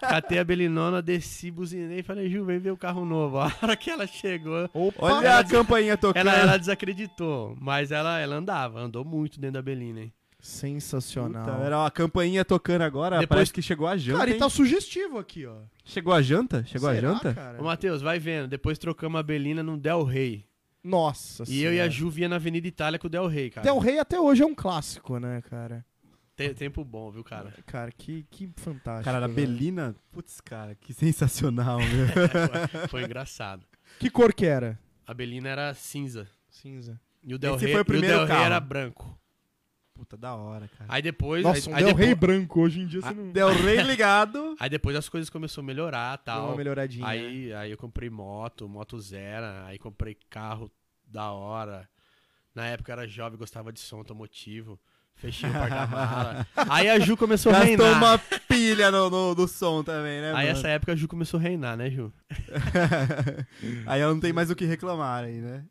Catei a Belinona, desci, buzinei e falei, Ju, vem ver o carro novo. A hora que ela chegou, Opa, Olha a campainha tocando. ela, é ela desacreditou. Mas ela, ela andava, andou muito dentro da Belina, hein? sensacional. Puta, Então, era uma campainha tocando agora. Depois- Parece que chegou a janta. Cara, e hein? tá sugestivo aqui, ó. Chegou a janta? Chegou Será, a janta? cara? Ô, Matheus, vai vendo. Depois trocamos a Belina no Del Rey. Nossa E eu e a Ju via na Avenida Itália com o Del Rey, cara. Del Rey até hoje é um clássico, né, cara? Te- tempo bom, viu, cara? Cara, que, que é. fantástico. né? Cara, era velho. Belina. Putz, cara, que sensacional, meu. É. Foi- Foi engraçado. Que cor que era? A Belina era cinza. Cinza. E o Del Esse Rey, foi o e o primeiro Del Rey carro. era branco. Puta, da hora, cara. Aí é, depois. Nossa, aí, um aí Del depois- Rey branco hoje em dia Ah, você não... Del Rey ligado. Aí depois as coisas começaram a melhorar Deu uma tal. melhoradinha. né? Aí, aí eu comprei moto, moto zero, aí comprei carro da hora. Na época eu era jovem, gostava de som automotivo. Fechei o porta-mala. aí a Ju começou a Gastou reinar. uma pilha no, no- do som também, né? Aí mano? essa época a Ju começou a reinar, né, Ju? aí ela não tem mais o que reclamar aí, né?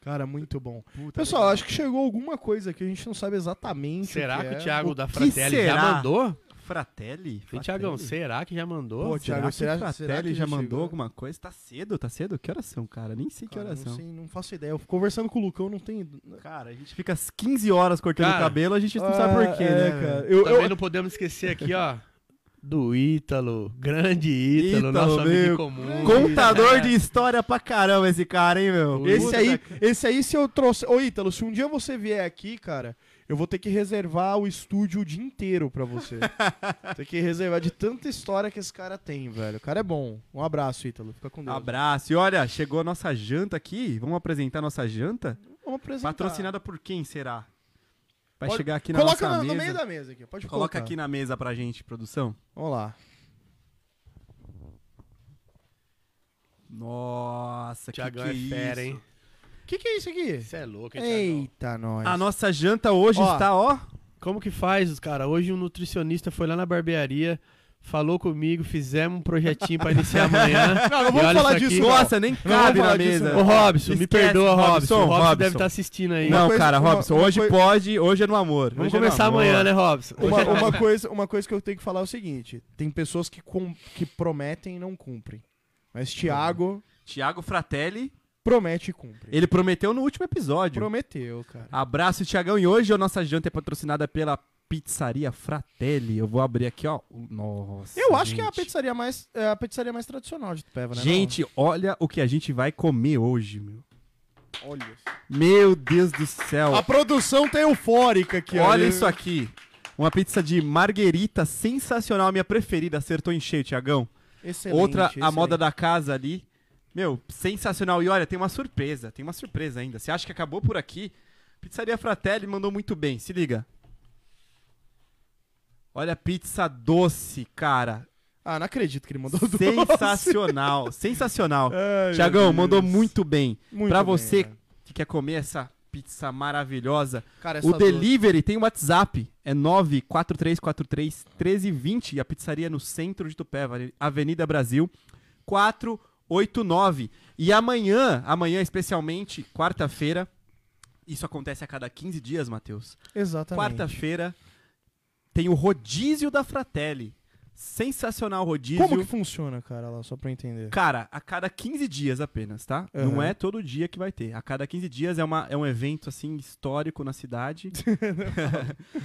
Cara, muito bom. Puta Pessoal, merda. acho que chegou alguma coisa que a gente não sabe exatamente Será que, que é. o Thiago da que Fratelli já será? Ah, mandou? Fratelli? Hein, Fratelli? Thiagão, é será que já mandou? Pô, Será Thiago, que será- o Fratelli será que já já mandou chegou? alguma coisa? Tá cedo, tá cedo? Que horas são, cara? Nem sei que Cara, horas não são. sei, não faço ideia. Eu conversando com o Lucão, não tem... Cara, a gente fica às 15 horas cortando Cara, o cabelo, a gente não sabe Ah, por é, quê, né? velho? Eu, Também eu- não podemos esquecer aqui, ó. Do Ítalo, grande Ítalo, Ítalo, nosso amigo meu, em comum. né? Contador de história pra caramba esse cara, hein, meu? Puta, Esse aí, Puta, esse aí se eu trouxer... Ô, Ítalo, se um dia você vier aqui, cara, eu vou ter que reservar o estúdio o dia inteiro pra você. ter que reservar de tanta história que esse cara tem, velho. O cara é bom. Um abraço, Ítalo. Fica com Deus. Abraço. E olha, chegou a nossa janta aqui. Vamos apresentar a nossa janta? Vamos apresentar. Patrocinada por quem será? Vai Pode- chegar aqui na Coloca nossa no, mesa. no meio da mesa aqui. Pode Coloca colocar. aqui na mesa pra gente, produção. Vamos lá. Nossa, que, que Thiagão é isso. fera, hein? O que, que é isso aqui? Você é louco, hein, Thiagão? Ah, Eita, nós. A nossa janta hoje Ó, está, ó, Como que faz, os cara? Hoje um nutricionista foi lá na barbearia, falou comigo, fizemos um projetinho pra iniciar amanhã. Não, não E vamos olha falar isso aqui. disso, não. Nossa, nem vamos cabe falar na disso, mesa. Ô, Robson, me Esquece, perdoa, Robson. Robson, O Robson, Robson. deve estar assistindo aí. Não, coisa- cara, uma- Robson, uma hoje coi- pode, hoje é no amor. Vamos hoje é no começar amor. amanhã, né, Robson? Hoje Uma, é- uma coisa, uma coisa que eu tenho que falar é o seguinte: tem pessoas que, cum- que prometem e não cumprem. Mas Thiago Tiago Fratelli, promete e cumpre. ele prometeu no último episódio. Prometeu, cara. Ah, Abraço, Tiagão. E hoje a nossa janta é patrocinada pela Pizzaria Fratelli. Eu vou abrir aqui, ó. Nossa. Eu acho que é a gente. pizzaria mais, é a pizzaria mais tradicional de Tupéva, né? Gente, olha o que a gente vai comer hoje, meu. não? olha. Meu Deus do céu. A produção tá eufórica aqui. Olha isso aqui. Uma pizza de marguerita sensacional, minha preferida. Acertou em cheio, Tiagão. Excelente, Outra, a excelente. moda da casa ali. Meu, sensacional. E olha, tem uma surpresa. Tem uma surpresa ainda. Você acha que acabou por aqui? Pizzaria Fratelli mandou muito bem. Se liga. Olha a pizza doce, cara. Ah, não acredito que ele mandou doce. Sensacional. sensacional. Ai, meu Tiagão, Deus. mandou muito bem. Muito pra bem, né? você velho. que quer comer essa pizza maravilhosa, Cara, essa o doce- delivery tem o WhatsApp, é 94343 1320 e a pizzaria é no centro de Tupéva, Avenida Brasil 489. E amanhã, amanhã especialmente, quarta-feira, isso acontece a cada 15 dias, Matheus. Exatamente. Quarta-feira tem o rodízio da Fratelli. Sensacional rodízio. Como que funciona, cara, lá, só pra eu entender? Cara, a cada 15 dias apenas, tá? Não Aham. é todo dia que vai ter. A cada 15 dias é, uma, é um evento, assim, histórico na cidade.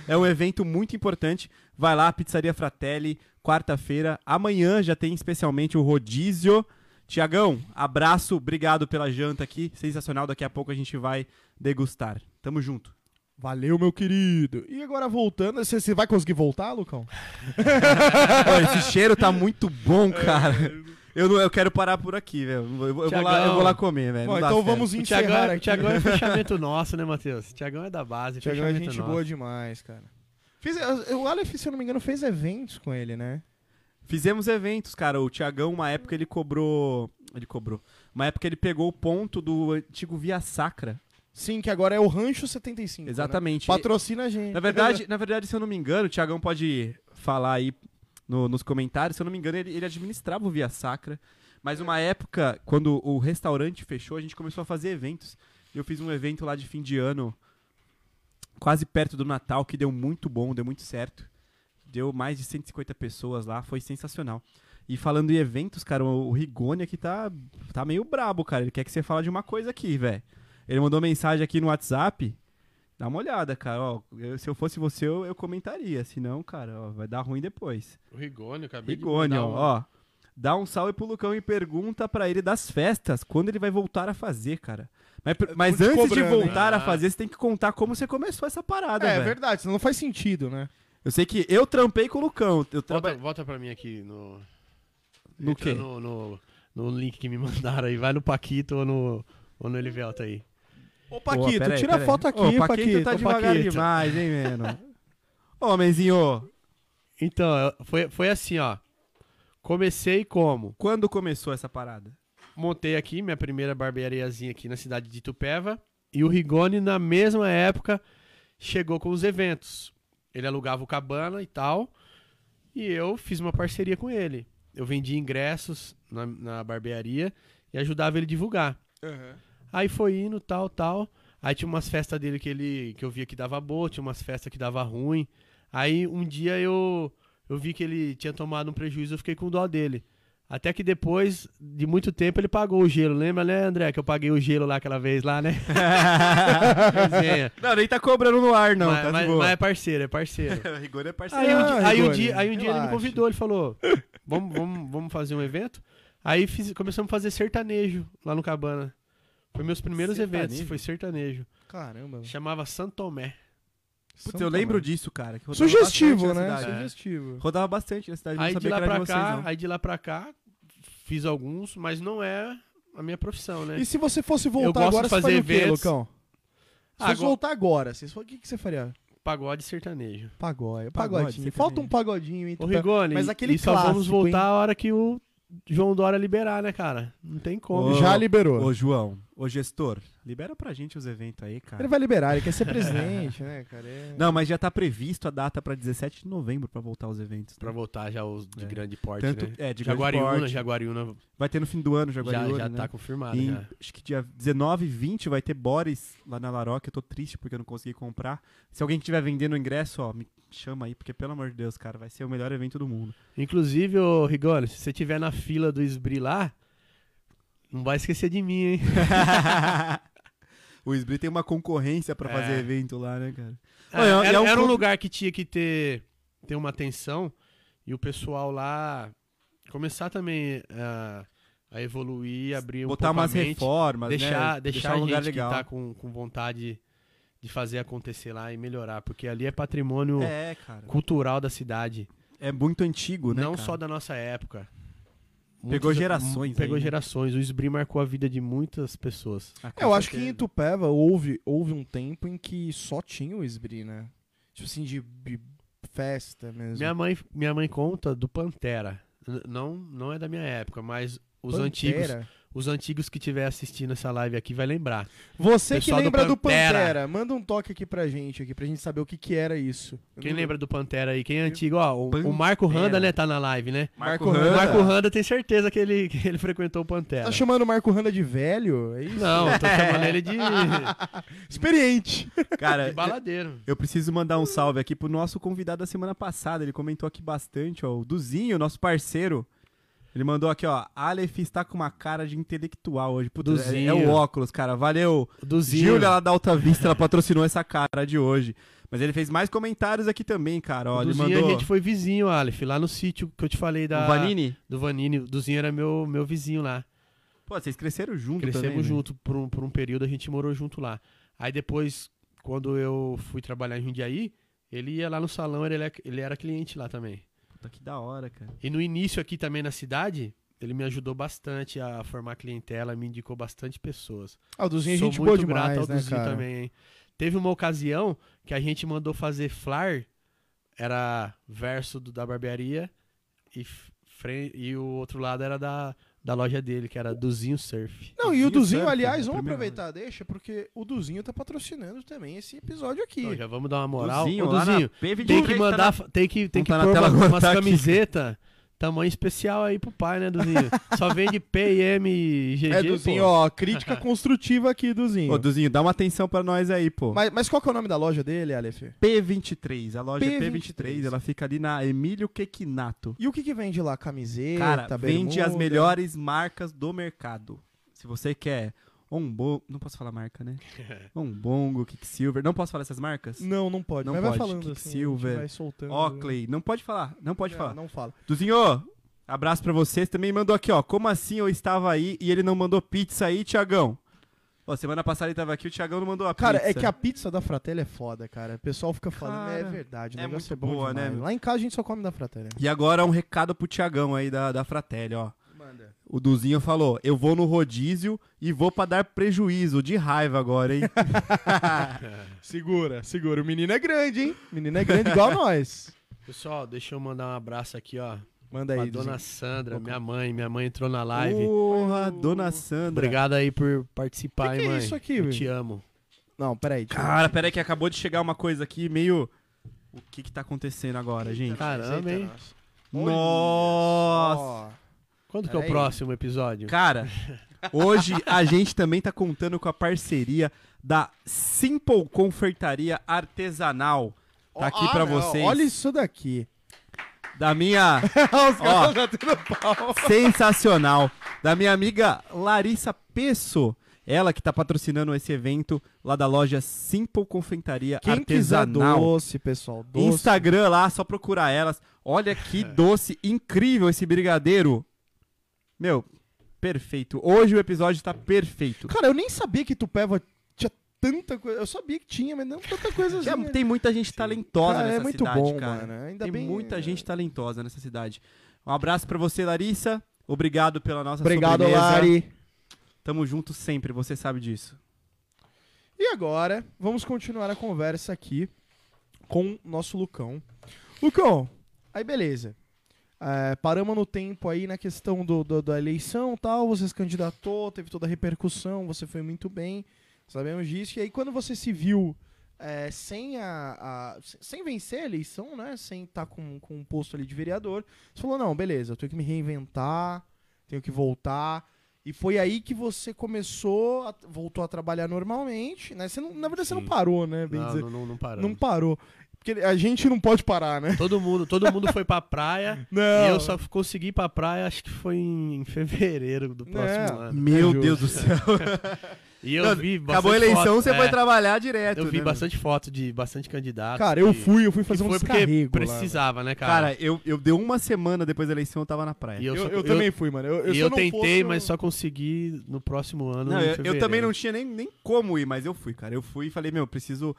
é um evento muito importante. Vai lá, Pizzaria Fratelli, quarta-feira. Amanhã já tem especialmente o rodízio. Tiagão, abraço, obrigado pela janta aqui. Sensacional, daqui a pouco a gente vai degustar. Tamo junto. Valeu, meu querido. E agora voltando, você você vai conseguir voltar, Lucão? Olha, esse cheiro tá muito bom, cara. É. Eu, não, eu quero parar por aqui, velho. Eu, vou- eu vou lá- eu vou lá comer, velho. Bom, É, Não dá então certo. vamos O encerrar Tiagão, aqui. Tiagão é fechamento nosso, né, Matheus? Tiagão é da base, Tiagão é fechamento gente nosso. boa demais, cara. Fiz, eh, o Aleph, se eu não me engano, fez eventos com ele, né? Fizemos eventos, cara. O Tiagão, uma época, ele cobrou. Ele cobrou. Uma época ele pegou o ponto do antigo Via Sacra. Sim, que agora é o Rancho 75. né? Exatamente. Patrocina a gente. É Na verdade, na verdade, se eu não me engano, o Tiagão pode falar aí no- nos comentários. Se eu não me engano, ele, ele administrava o Via Sacra. Mas uma época, quando o restaurante fechou, a gente começou a fazer eventos. Eu fiz um evento lá de fim de ano, quase perto do Natal, que deu muito bom, deu muito certo. Deu mais de 150 pessoas lá, foi sensacional. E falando em eventos, cara, o Rigoni aqui tá, tá meio brabo, cara. Ele quer que você fale de uma coisa aqui, velho. Ele mandou mensagem aqui no WhatsApp. Dá uma olhada, cara. Ó, eu- se eu fosse você, eu, eu comentaria. Se não, cara, ó, vai dar ruim depois. O Rigoni, eu acabei de Rigoni, mandar ó, um- ó. Dá um salve pro Lucão e pergunta pra ele das festas, quando ele vai voltar a fazer, cara. Mas, mas te antes de cobrando, hein? voltar a Ah. fazer, você tem que contar como você começou essa parada, É, é velho. verdade, senão não faz sentido, né? Eu sei que eu trampei com o Lucão. Eu Volta, trampei... volta pra mim aqui no. No Entra quê? No, no, no link que me mandaram aí. Vai no Paquito ou no, ou no Elivelto aí. Ô, Pô, Paquito, peraí, tira a peraí. foto aqui, Ô, Paquito. tá Ô, devagar Paquito. demais, hein, mano? Ô, homenzinho, Então, eu- foi, foi assim, ó. Comecei como? quando começou essa parada? Montei aqui minha primeira barbeariazinha aqui na cidade de Itupeva. E o Rigoni, na mesma época, chegou com os eventos. Ele alugava o cabana e tal. E eu fiz uma parceria com ele. Eu vendia ingressos na, na barbearia e ajudava ele a divulgar. Aí foi indo, tal, tal. Aí tinha umas festas dele que ele que eu via que dava boa, tinha umas festas que dava ruim. Aí um dia eu eu vi que ele tinha tomado um prejuízo, eu fiquei com dó dele. Até que depois de muito tempo ele pagou o gelo, lembra, né, André? Que eu paguei o gelo lá aquela vez lá, né? Resenha. Não, nem tá cobrando no ar, não. mas, tá de mas- boa. mas é parceiro, é parceiro. Rigor é né? parceiro. Aí um, Ah, dia, aí um Rigoni, dia- aí um dia ele me relaxa. convidou, ele falou: vamos, vamos, vamos fazer um evento. Aí fiz- começamos a fazer sertanejo lá no Cabana. Foi meus primeiros eventos, Sertanejo? foi sertanejo. Caramba. velho. Chamava Santomé. Putz, eu tá lembro disso, cara. que rodava Sugestivo, bastante na né? cidade. Sugestivo. Rodava bastante na cidade, não Aí de sabia lá que era pra de vocês, cá, não. aí de lá pra cá, fiz alguns, mas não é a minha profissão, né? E se você fosse Eu voltar gosto agora, de você faria fazer o quê, eventos. Lucão? Se Agora- fosse voltar agora, se for- o que, que você faria? Pagode sertanejo. Pagode, Pagode, pagodinho. sertanejo. Falta um pagodinho. hein, Ô Tupé? Rigoni, mas e- aquele e só vamos clássico, voltar a hora que o João Dória liberar, né, cara? Não tem como. Ô, Já liberou. Ô, João, Ô, gestor, libera pra gente os eventos aí, cara. Ele vai liberar, ele quer ser presidente, né, cara? É- Não, mas já tá previsto a data pra 17 de novembro pra voltar aos eventos. né? Pra voltar já os de É. grande porte, Tanto, né? é, de grande Jaguariúna, porte. Jaguariúna Vai ter no fim do ano, Jaguariúna, já, já né? tá confirmado. E já. acho que dia 19 e 20 vai ter Boris lá na Laroca. Eu tô triste porque eu não consegui comprar. Se alguém tiver vendendo ingresso, ó, me chama aí, porque pelo amor de Deus, cara, vai ser o melhor evento do mundo. Inclusive, ô Rigoni, se você tiver na fila do Esbri lá, não vai esquecer de mim, hein? o Esbri tem uma concorrência pra fazer É. evento lá, né, cara? Ah, Olha, era, é um era um pouco- lugar que tinha que ter, ter uma atenção e o pessoal lá começar também ah, a evoluir, abrir um Botar pouco a umas mente, reformas, deixar, né? deixar, a um gente lugar que legal. tá com, com vontade de fazer acontecer lá e melhorar, porque ali é patrimônio É, cara. cultural da cidade, É muito antigo, né? não cara? só da nossa época. Pegou gerações Pegou aí, né? gerações. O Esbri marcou a vida de muitas pessoas. Ah, com Eu acho que certeza. em Itupeva houve, houve um tempo em que só tinha o esbri, né? Tipo assim, de, de festa mesmo. Minha mãe, minha mãe conta do Pantera. N- não, não é da minha época, mas os antigos, Pantera. os antigos que estiver assistindo essa live aqui vai lembrar. Você que Pessoal do lembra do Pantera. Pantera. manda um toque aqui pra gente, aqui, pra gente saber o que, que era isso. Eu Quem não- lembra do Pantera aí? Quem é antigo? Ó, o, o Marco Uhum. Pantera. Randa, né, tá na live, né? Marco Marco Randa. O Randa. Marco Randa tem certeza que ele, que ele frequentou o Pantera. Tá chamando o Marco Randa de velho? É isso? Não, eu tô chamando ele de, Experiente. Cara, de baladeiro. Eu preciso mandar um salve aqui pro nosso convidado da semana passada. Ele comentou aqui bastante, ó. O Duzinho, nosso parceiro. Ele mandou aqui, ó. Aleph está com uma cara de intelectual hoje. Puta, é, Duzinho. é o óculos, cara. Valeu. Do Zinho. Júlia lá da Alta Vista, ela patrocinou essa cara de hoje. Mas ele fez mais comentários aqui também, cara. Ó, do ele Zinho mandou. a gente foi vizinho, Aleph, lá no sítio que eu te falei da, O Vanini? do Vanini. O Duzinho era meu, meu vizinho lá. Pô, vocês cresceram junto Crescemos também, né? junto por um, por um período, a gente morou junto lá. Aí depois, quando eu fui trabalhar em Jundiaí, ele ia lá no salão, ele era, ele era cliente lá também. Puta, que da hora, cara. E no início aqui também na cidade, ele me ajudou bastante a formar clientela, me indicou bastante pessoas. Ah, o Duzinho é Sou gente boa muito grato demais, ao né, Duzinho cara? também, hein? Teve uma ocasião que a gente mandou fazer flar, era verso do- da barbearia e, fre- e o outro lado era da, da loja dele, que era Duzinho Surf. Não, e o Duzinho Duzinho, Surf, é a aliás, vamos primeira aproveitar, deixa, porque o Duzinho tá patrocinando também esse episódio aqui. Então, já vamos dar uma moral. Duzinho, Ô, lá na Duzinho, P23 tem que tá mandar, na- fa- tem que, tem Não que tá na pôr tela uma- agora, umas tá aqui. camisetas tamanho especial aí pro pai, né, Duzinho? Só vende P e M e GG, é, Duzinho, pô. ó, crítica construtiva aqui, Duzinho. Ô, Duzinho, dá uma atenção pra nós aí, pô. Mas, mas qual que é o nome da loja dele, Aleph? P23, a loja P23, P23, ela fica ali na Emílio Quequinato. E o que que vende lá? Camiseta, Cara, vende as bermuda? melhores marcas do mercado. Se você quer Ombongo, não posso falar marca, né? Ombongo, Kicksilver, não posso falar essas marcas? Não, não pode. Não mas pode. vai falando assim, Quicksilver, a gente vai soltando. Oakley, não pode falar, não pode Não, falar. Não fala. Duzinho, abraço pra vocês. Também mandou aqui, ó, como assim eu estava aí e ele não mandou pizza aí, Tiagão? Ó, semana passada ele tava aqui, o Tiagão não mandou a Cara, pizza. é que a pizza da Fratelli é foda, cara. O pessoal fica falando, Cara, é verdade, o é negócio muito é bom boa, né, demais. meu? Lá em casa a gente só come da Fratelli. E agora um recado pro Tiagão aí da, da Fratelli, ó. Manda. O Duzinho falou: Eu vou no rodízio e vou pra dar prejuízo. De raiva agora, hein? Segura, segura. O menino é grande, hein? O menino é grande igual nós. Pessoal, deixa eu mandar um abraço aqui, ó. Manda Pra aí, dona Duzinho. Sandra, minha mãe. Minha mãe entrou na live. Porra, dona Sandra. Obrigado aí por Que participar, hein, que é mãe. isso aqui, Eu velho? te amo. Não, peraí. deixa eu- Cara, peraí que acabou de chegar uma coisa aqui meio. O que que tá acontecendo agora, gente? Caramba, hein? Olha Nossa! Ó, Quando que é o Peraí. próximo episódio? Cara, hoje a gente também tá contando com a parceria da Simple Confeitaria Artesanal. Tá aqui ah, pra não, vocês. Olha isso daqui. Da minha. Os caras já tendo pau. Sensacional. Da minha amiga Larissa Pesso. Ela que tá patrocinando esse evento lá da loja Simple Confeitaria Quem quiser Artesanal. doce, pessoal, doce. É. Instagram lá, só procurar elas. Olha que doce incrível esse brigadeiro. Meu, perfeito. Hoje o episódio tá perfeito. Cara, eu nem sabia que Tupéva tinha tanta coisa. Eu sabia que tinha, mas não tanta coisa assim. Já tem muita gente talentosa Ah, Cara, nessa é muito cidade, bom, cara. mano. Ainda tem bem- muita gente talentosa nessa cidade. Um abraço pra você, Larissa. Obrigado pela nossa Obrigado, sobremesa. Lari. Tamo junto sempre, você sabe disso. E agora, vamos continuar a conversa aqui com o nosso Lucão. Lucão, aí beleza. É, paramos no tempo aí na questão do, do- da eleição tal, você se candidatou, teve toda a repercussão, você foi muito bem, sabemos disso. E aí quando você se viu é, sem, a, a- se- sem vencer a eleição, né? Sem estar com, com um posto ali de vereador, você falou, não, beleza, eu tenho que me reinventar, tenho que voltar. E foi aí que você começou, a- voltou a trabalhar normalmente, né? Você não, na verdade, você não Sim. parou, né? Bem Não, dizer. não, não, não paramos. Não parou. Porque a gente não pode parar, né? Todo mundo, todo mundo foi pra praia. Não. E eu só consegui ir pra praia, acho que foi em fevereiro É. do próximo Não. ano. Meu É Deus do céu. E eu Não, vi bastante Acabou a eleição, foto, você é, foi trabalhar direto. Eu vi né, bastante foto de bastante candidatos. Cara, eu que- fui, eu fui que fazer um foi porque descarrego lá, precisava, né, meu? cara? Cara, eu, eu deu uma semana depois da eleição, eu tava na praia. E Eu, eu, só- eu também fui, mano. Eu, eu, e se eu não tentei, fosse, um eu- mas só consegui no próximo ano. Não, em eu- eu, fevereiro. também não tinha nem, nem como ir, mas eu fui, cara. Eu fui e falei, meu, preciso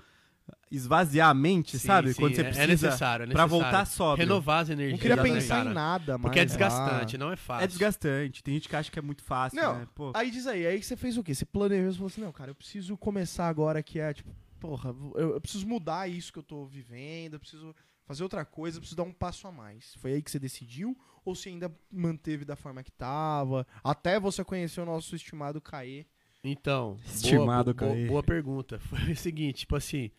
esvaziar a mente, Sim, sabe? sim, Quando você é- precisa. É necessário, é pra necessário. voltar sóbrio. Renovar as energias. Não queria né, pensar cara? em nada, mano. tá? Porque é desgastante, não é fácil. ah, É desgastante. Tem gente que acha que é muito fácil, Não, né? Pô, Aí diz aí, aí você fez o quê? Você planejou, você falou assim, não, cara, eu preciso começar agora que é, tipo, porra, eu, eu preciso mudar isso que eu tô vivendo, eu preciso fazer outra coisa, eu preciso dar um passo a mais. Foi aí que você decidiu? Ou você ainda manteve da forma que tava? Até você conhecer o nosso estimado Caê. Então, boa- Estimado bo- bo- Caí. boa, pergunta. Foi o seguinte, tipo assim,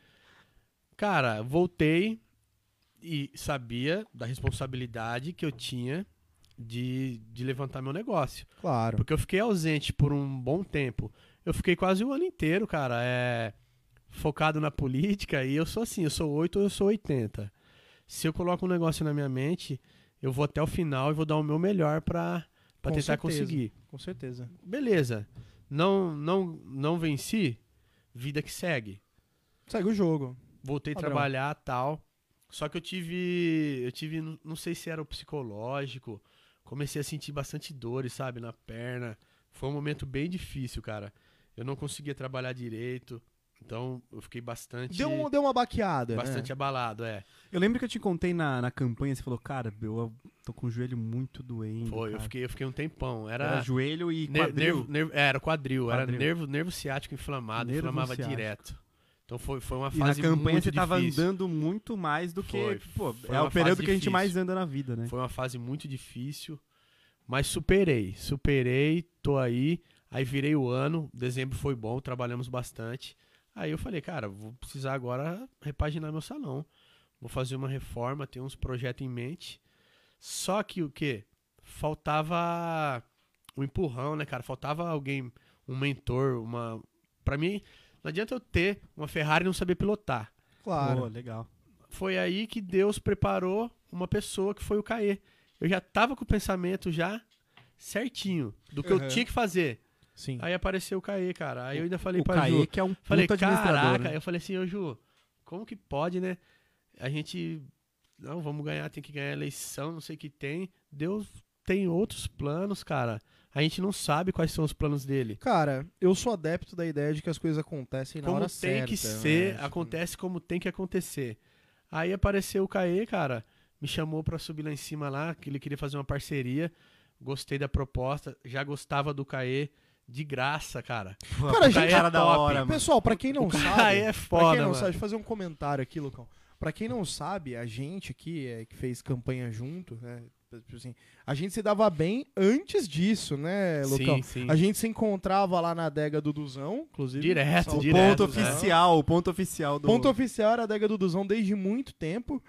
cara, voltei e sabia da responsabilidade que eu tinha de, de levantar meu negócio. Claro. Porque eu fiquei ausente por um bom tempo. Eu fiquei quase o ano inteiro, cara, é, focado na política e eu sou assim, eu sou 8 ou eu sou 80. Se eu coloco um negócio na minha mente, eu vou até o final e vou dar o meu melhor pra, pra Com certeza. tentar conseguir Com certeza. beleza. Não, não, não venci, vida que segue. Segue o jogo. Voltei a Padrão. trabalhar, tal. Só que eu tive, eu tive, não não sei se era o psicológico, comecei a sentir bastante dores, sabe, na perna. Foi um momento bem difícil, cara. Eu não conseguia trabalhar direito, então eu fiquei bastante, Deu, um- deu uma né? baqueada, bastante abalado, é. eu lembro que eu te contei na, na campanha, você falou, cara, eu tô com o joelho muito doendo. Foi, eu cara." fiquei, eu fiquei um tempão. Era Era, joelho e Ner- quadril. Nervo, nervo- é, era quadril, era Quadril. nervo, nervo ciático inflamado, Nervo inflamava ciático. direto. Então foi, foi uma E na fase campanha muito você tava difícil. andando muito mais do que. Foi, pô, foi é uma o período fase que a gente difícil. mais anda na vida, né? Foi uma fase muito difícil, mas superei, superei, tô aí, aí virei o ano, dezembro foi bom, trabalhamos bastante. Aí eu falei, cara, vou precisar agora repaginar meu salão. Vou fazer uma reforma, tenho uns projetos em mente. Só que o quê? Faltava um empurrão, né, cara? Faltava alguém, um mentor, uma Pra mim, não adianta eu ter uma Ferrari e não saber pilotar Pô, Claro. legal. foi aí que Deus preparou uma pessoa que foi o Caê. Eu já tava com o pensamento já certinho do que Uhum. eu tinha que fazer. Sim. Aí apareceu o Caê, cara. Aí eu ainda falei O pra Ju. Kaique é um Falei, puta administrador. caraca. né? Eu falei assim, ô Ju, como que pode, né? A gente, não, vamos ganhar, tem que ganhar a eleição, não sei o que tem. Deus tem outros planos, cara. A gente não sabe quais são os planos dele. Cara, eu sou adepto da ideia de que as coisas acontecem na como hora tem certa. que né? ser, Tipo, acontece como tem que acontecer. Aí apareceu o Caê, cara, me chamou pra subir lá em cima lá, que ele queria fazer uma parceria. Gostei da proposta, já gostava do Caê de graça, cara. Pô, Cara, puta a gente cara é da top. hora, mano. Pessoal, pra quem não o sabe, Caê é pra quem foda, não mano. sabe, deixa eu fazer um comentário aqui, Lucão. Pra quem não sabe, a gente aqui é, que fez campanha junto, né? tipo assim, a gente se dava bem antes disso, né, Lucão? sim, sim. A gente se encontrava lá na adega do Duzão, inclusive. Direto, O Salve. direto. ponto né? oficial, o ponto oficial do. Ponto oficial era a adega do Duzão desde muito tempo.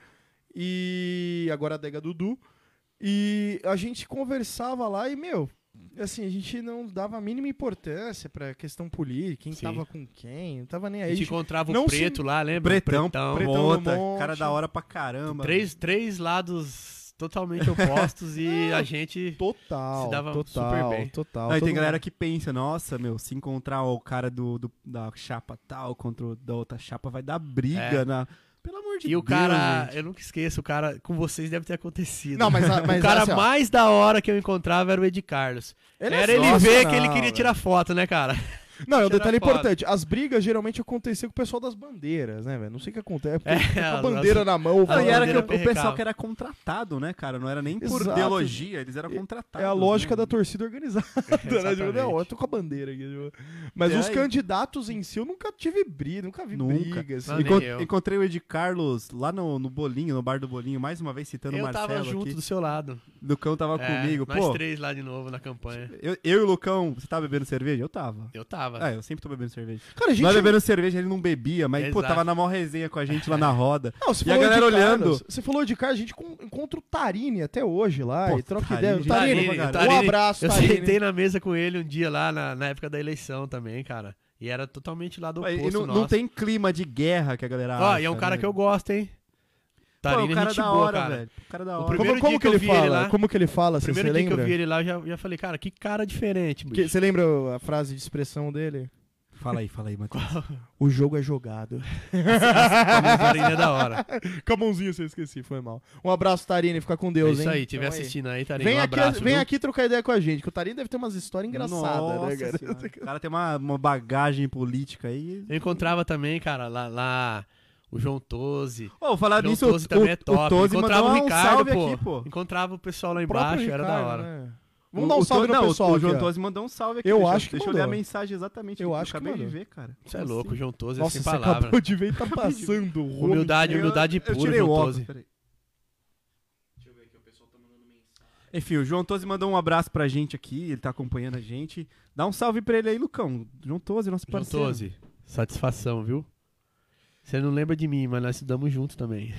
E agora a adega Dudu. E a gente conversava lá e, meu, assim, a gente não dava a mínima importância pra questão política, quem Sim. tava com quem, não tava nem A aí. Tipo, gente encontrava é, não o se- preto lá, lembra? O Pretão, pretão, Pretão do puta, Monte. cara da hora pra caramba. Três, três lados totalmente opostos e a gente... Total, Se dava total, super bem. total. Aí todo né? tem galera mundo- que pensa, nossa, meu, se encontrar o cara do, do- da chapa tal contra o da outra chapa, vai dar briga na. Pelo amor de Deus. É. E o cara, gente. eu nunca esqueço, o cara, com vocês deve ter acontecido. Não, mas, a- mas o cara assim, ó, mais da hora que eu encontrava era o Ed Carlos. ele é era ele ver que ele sensacional, queria tirar foto, né, cara? velho. Não, é um Tirar detalhe foto. importante. As brigas geralmente aconteciam com o pessoal das bandeiras, né, velho? Não sei o que acontece. É porque É, fica com a as- bandeira na mão. é Não, Ah, e era que bandeira o, o pessoal perrecava. que era contratado, né, cara? Não era nem por Exato. ideologia, eles eram É- contratados. É tá, a lógica assim, né? da torcida organizada. né? Tipo, não, eu tô com a bandeira aqui. tipo. Mas É os aí. candidatos em si eu nunca tive briga, nunca vi Nunca. briga. assim. Não, Encon- nem eu. Encontrei o Ed Carlos lá no, no bolinho, no bar do bolinho, mais uma vez citando o Eu Marcelo tava junto aqui. do seu lado. Lucão tava É, comigo. Nós Pô, três lá de novo na campanha. eu, eu e o Lucão, você tava bebendo cerveja? Eu tava. Eu tava. É, eu sempre tô bebendo cerveja. Cara, a gente. Nós bebendo cerveja, ele não bebia, mas, pô, Exato. tava na maior resenha com a gente lá na roda. Não, você E a falou galera de Carlos, olhando. Você falou de cara, a gente con- encontra o Tarini até hoje lá Pô, e troca Tarini, ideia. gente, Tarini, Tarini, um Tarini, abraço, Eu né? Tarini. sentei na mesa com ele um dia lá na, na época da eleição também, cara. E era totalmente lá do Pô, oposto E não, não nosso. tem clima de guerra que a galera Ó, acha, e é um cara né? que eu gosto, hein? Pô, Tarini é um cara gente da boa, hora, cara. velho. Um cara da O hora. Como, primeiro- como dia que que ele eu vi ele fala? lá- como que ele fala? Você Primeiro você dia lembra? que eu vi ele lá, eu já, já falei, cara, que cara diferente, bicho. Que- Você lembra a frase de expressão dele? Fala aí, fala aí, Matheus. O jogo é jogado. Como o Tarini é da hora. Com a mãozinha, se eu esqueci, foi mal. Um abraço, Tarini, fica com É Deus, isso hein? aí, tiver Então assistindo aí, Tarini, Vem, um aqui, abraço. vem viu? aqui trocar ideia com a gente, que o Tarini deve ter umas histórias engraçadas, né, Nossa cara? Senhora. O cara tem uma, uma bagagem política aí. Eu encontrava também, cara, lá, lá o João Toze. Ô, falar João nisso, Toze também Ah, o, é top. o Tozi encontrava mandou o um Ricardo, salve pô. aqui, pô. Encontrava o pessoal lá O próprio embaixo, era da Ricardo, hora. né? Vamos O- dar um o salve Tozi- no não, o- pessoal O aqui, João ó. Tozi mandou um salve aqui. Eu deixa, acho que Deixa eu mandou. olhar a mensagem exatamente Eu aqui, acho que acabei de mandou. ver, cara. Você é Como louco, o assim? João Toze é Nossa, sem você palavra. acabou de ver e tá passando o rolo Humildade, Eu- humildade eu, pura, tirei o João óculos, Toze. peraí. Enfim, o João Toze mandou um abraço pra gente aqui, ele tá acompanhando a gente. Dá um salve pra ele aí, Lucão. João Toze, nosso João parceiro. Toze, satisfação, viu? Você não lembra de mim, mas nós estudamos junto também.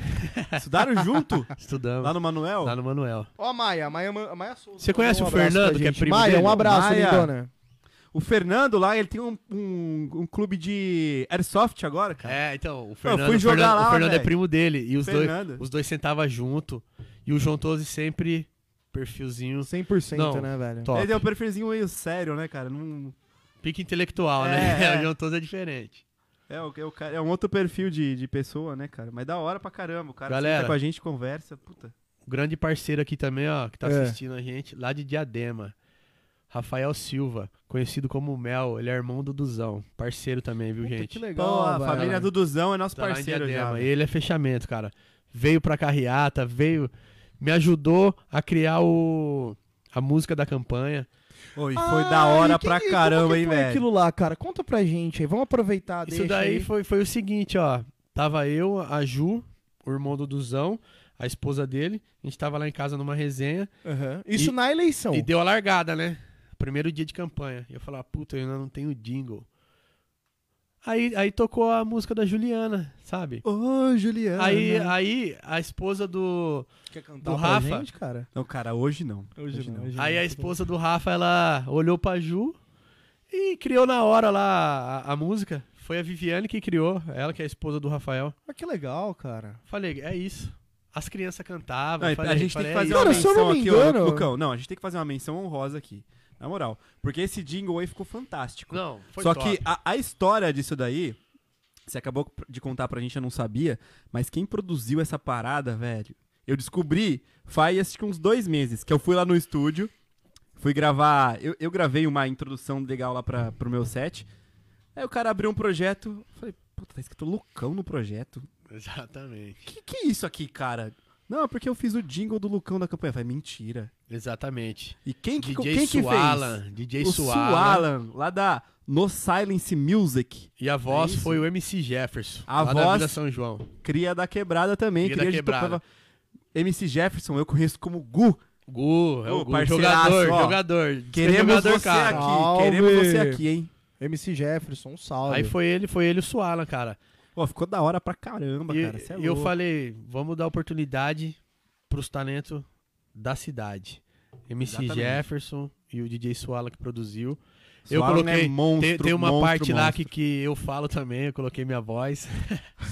Estudaram junto? Estudamos. Lá no Manuel? Lá no Manuel. Ó, a Maia, a é Maia, a Maia Souza. Você conhece Um Mandou o abraço Fernando, pra que é gente. primo Maia, dele? um abraço, Maia. lindona. O Fernando lá, ele tem um, um, um clube de airsoft agora, cara. É, então, o Fernando, fui o jogar Fernando- lá, o Fernando é velho. primo dele. E os dois, Fernando. os dois sentavam junto. E o João Toze sempre, perfilzinho 100%, Não, né, velho? top. Ele é um perfilzinho meio sério, né, cara? Não, Pique intelectual, É, né? é. O João Toze é diferente. é, o, é, o cara- é um outro perfil de, de pessoa, né, cara? Mas da hora pra caramba. O cara Galera. senta com a gente, conversa. Puta. O grande parceiro aqui também, ó, que tá É. assistindo a gente, lá de Diadema. Rafael Silva, conhecido como Mel, ele é irmão do Duzão. Parceiro também, viu, Puta, gente? que Pô, legal, né? a velho. família do Duzão é nosso Tá lá em parceiro já. Diadema. velho. Ele é fechamento, cara. Veio pra carreata, veio. Me ajudou a criar o. A música da campanha. Pô, e Ah, foi da hora e que- pra e como é caramba, que hein, foi velho? aquilo lá, cara? Conta pra gente aí. Vamos aproveitar, Isso Ah, deixa daí aí. foi, foi o seguinte, ó. Tava eu, a Ju, o irmão do Duzão, a esposa dele. A gente tava lá em casa numa resenha. Aham. Uhum. Isso E- na eleição. E deu a largada, né? Primeiro dia de campanha. E eu falava, puta, eu ainda não tenho jingle. Aí, aí tocou a música da Juliana, sabe? Ô, Juliana. né? Aí, aí a esposa do. Quer cantar do pra Rafa? gente, cara? Não, cara, hoje não. Aí a esposa do Rafa, ela olhou pra Ju e criou na hora lá a, a música. Foi a Viviane que criou, ela que é a esposa do Rafael. Ah, que legal, cara. Falei, é isso. As crianças cantavam. Não, falei, a gente tem falei, que é fazer isso. uma Cara, se eu menção não me aqui, engano- ó, Lucão. Não, a gente tem que fazer uma menção honrosa aqui. Na moral. Porque esse jingle aí ficou fantástico. Não, foi Só top. que a, a história disso daí, você acabou de contar pra gente, eu não sabia, mas quem produziu essa parada, velho, eu descobri faz acho que uns dois meses, que eu fui lá no estúdio, fui gravar, eu, eu gravei uma introdução legal lá pra, pro meu set, aí o cara abriu um projeto, eu falei, puta, tá escrito Lucão no projeto, Exatamente. que que é isso aqui, cara? Não, é porque eu fiz o jingle do Lucão da campanha, eu falei, mentira. Exatamente. E quem que, DJ quem que fez? Sualan, DJ o Sualan. Sualan, lá da No Silence Music. E a voz isso? foi o MC Jefferson. A lá da voz- Vila São João. Cria da Quebrada também. Cria da Cria de Quebrada. Tupava. MC Jefferson, eu conheço como Gu. Gu, é Ô, o Gu, parceiraço, jogador, ó. jogador. Queremos é jogador, você cara. aqui. Salve! Queremos você aqui, hein? MC Jefferson, um salve. Aí foi ele, foi ele e o Sualan, cara. Pô, ficou da hora pra caramba, E, cara. Cê é e eu louco. falei, vamos dar oportunidade pros talentos da cidade. MC Exatamente. Jefferson e o DJ Suala que produziu. eu Sualan coloquei- É monstro, tem, tem uma monstro, parte lá monstro. que, que eu falo também, eu coloquei minha voz.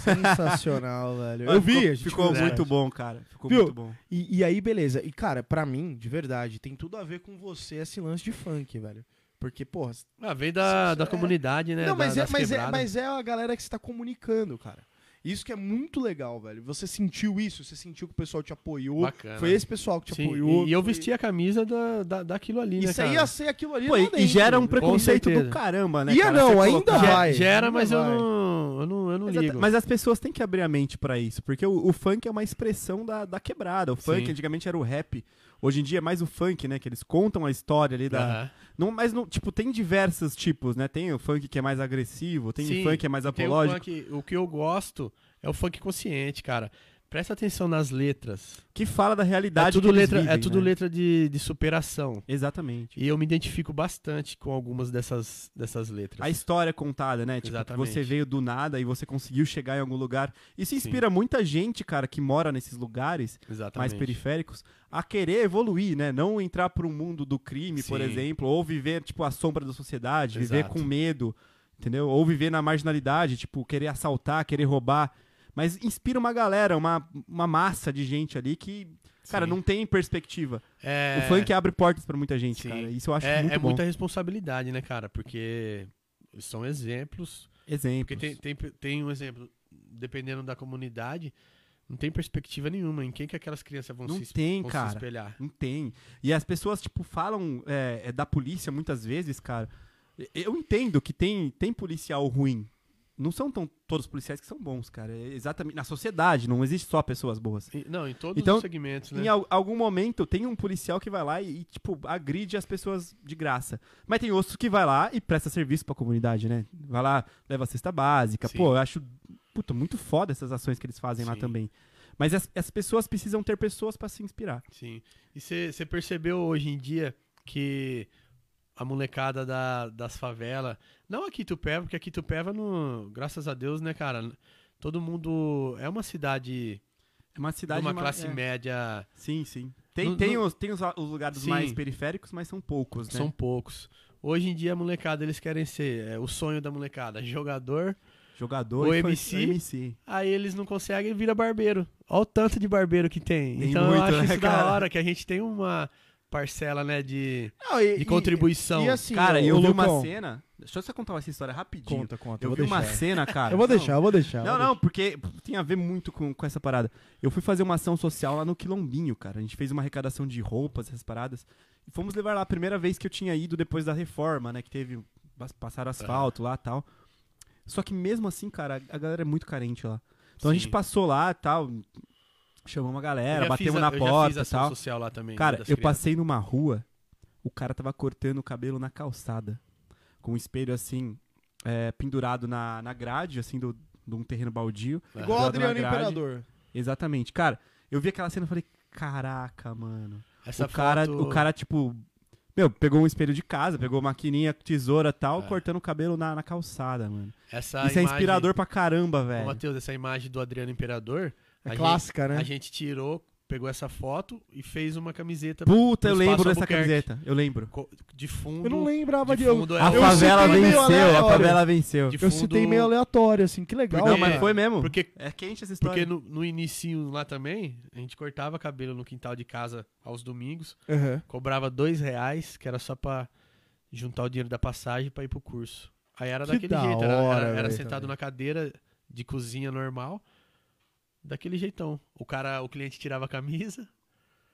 Sensacional, velho. Mas Eu vi, ficou, a gente Ficou fez, né? muito bom, cara. Ficou Viu? muito bom. E, e aí, beleza. E, cara, pra mim, de verdade, tem tudo a ver com você esse lance de funk, velho. Porque, porra. Ah, vem da, Isso da é- comunidade, né? não, da- mas, é, das mas, é, quebradas. mas é a galera que você tá comunicando, cara. Isso que é muito legal, velho. Você sentiu isso, você sentiu que o pessoal te apoiou. Bacana. Foi esse pessoal tipo, que te Sim, apoiou. e, e eu foi- vesti a camisa da, da, daquilo ali, né, Isso aí cara? ia ser aquilo ali. Pô, lá e- e dentro, gera um velho. preconceito do certeza. caramba, né? Ia cara? não, Você ainda colocar- vai. Ge- Gera, ainda mas eu vai. não, eu não, eu não Então Exata- ligo. Mas as pessoas têm que abrir a mente pra isso, porque o, o funk é uma expressão da, da quebrada. O funk Sim. antigamente era o rap, hoje em dia é mais o funk, né? Que eles contam a história ali da. Aham. um Não, mas não, tipo, tem diversos tipos, né? Tem o funk que é mais agressivo, tem Sim, o funk que é mais Tem o apológico. funk- o que eu gosto é o funk consciente, cara. Presta atenção nas letras. Que fala da realidade. É tudo, que eles letra, é vivem, tudo né? letra de, de superação. Exatamente. E eu me identifico bastante com algumas dessas, dessas letras. A história contada, né? Tipo, que você Exatamente. veio do nada e você conseguiu chegar em algum lugar. Isso inspira muita gente, cara, que mora nesses lugares mais Exatamente. periféricos a querer evoluir, né? Não entrar para um mundo do crime, por Sim. exemplo, ou viver tipo a sombra da sociedade, viver Exato. com medo, entendeu? Ou viver na marginalidade, tipo querer assaltar, querer roubar, mas inspira uma galera, uma, uma massa de gente ali que cara Sim. não tem perspectiva. É... O funk abre portas para muita gente, Sim. cara. Isso eu acho é, muito é bom. muita responsabilidade, né, cara? Porque são exemplos. Porque Exemplo. tem, tem, tem um exemplo, dependendo da comunidade, não tem perspectiva nenhuma em quem que aquelas crianças vão, Não se, es- tem, vão se cara. espelhar. Não tem. E as pessoas, tipo, falam é, é da polícia muitas vezes, cara. E- Eu entendo que tem, tem policial ruim. Não são tão, todos os policiais que são bons, cara. É exatamente. Na sociedade, não existe só pessoas boas. E- não, em todos Então, os segmentos, né? Em al- algum momento tem um policial que vai lá e, e, tipo, agride as pessoas de graça. Mas tem outro que vai lá e presta serviço pra comunidade, né? Vai lá, leva a cesta básica. Sim. Pô, eu acho puta, muito foda essas ações que eles fazem lá Sim. também. Mas as, as pessoas precisam ter pessoas pra se inspirar. Sim. E você percebeu hoje em dia que a molecada da- das favelas. Não aqui Tupéva, porque aqui Tupéva, no, graças a Deus, né, cara? Todo mundo. É uma cidade É uma de cidade. uma ma- classe é. média. Sim, sim. Tem, No- tem, no- Os, tem os, os lugares Sim. mais periféricos, mas são poucos, né? São poucos. Hoje em dia, a molecada, eles querem ser. É, o sonho da molecada, jogador. Jogador O e fã- MC. MC. Aí eles não conseguem e vira barbeiro. Olha o tanto de barbeiro que tem. Tem então muito, eu acho né, isso cara? da hora, que a gente tem uma parcela, né, de, Não, e- de e- contribuição. E assim, cara, ô, eu ô, vi Lucão, uma cena. Deixa eu só contar essa história rapidinho. Conta, conta. eu vi vou deixar. uma cena, cara. Eu vou Não, deixar, eu vou deixar. Não, vou não, porque tem a ver muito com, com essa parada. Eu fui fazer uma ação social lá no Quilombinho, cara. A gente fez uma arrecadação de roupas, essas paradas. E fomos levar lá a primeira vez que eu tinha ido depois da reforma, né? Que teve. pas- Passaram asfalto lá e tal. Só que mesmo assim, cara, a- a galera é muito carente lá. Então a Sim. gente passou lá e tal. Chamamos a Eu galera, já batemos fiz a- na eu já fiz porta e ação tal. social lá também. Cara, das eu crianças. passei numa rua, o cara tava cortando o cabelo na calçada. Com um espelho assim, é, pendurado na, na grade, assim, do, de um terreno baldio. deixar. Igual o Joga Adriano na grade. Imperador. Exatamente. Cara, eu vi aquela cena e falei, caraca, mano. Essa o, cara, foto- o cara, tipo, meu, pegou um espelho de casa, pegou maquininha, tesoura e tal, É. Tá cortando o cabelo na, na calçada, mano. Essa Isso é imagem- inspirador pra caramba, Ô, velho. Matheus, essa imagem do Adriano Imperador. a É gente- clássica, né? A gente tirou, pegou essa foto e fez uma camiseta Puta, eu Espaço lembro dessa Albuquerque. camiseta. Eu lembro. co- de fundo. Eu não lembrava de de. eu- fundo é A eu favela citei meio venceu, a aleatório. favela venceu. de Eu fundo- citei meio aleatório, assim, que legal. Não, Porque- mas foi mesmo. Porque, É quente essa porque história. no, no inicinho lá também, a gente cortava cabelo no quintal de casa aos domingos, Aham. cobrava dois reais, que era só pra juntar o dinheiro da passagem pra ir pro curso. Aí era Que daquele da jeito, era, hora, era- era velho, sentado também. na cadeira de cozinha normal, daquele jeitão. O cara, o cliente tirava a camisa,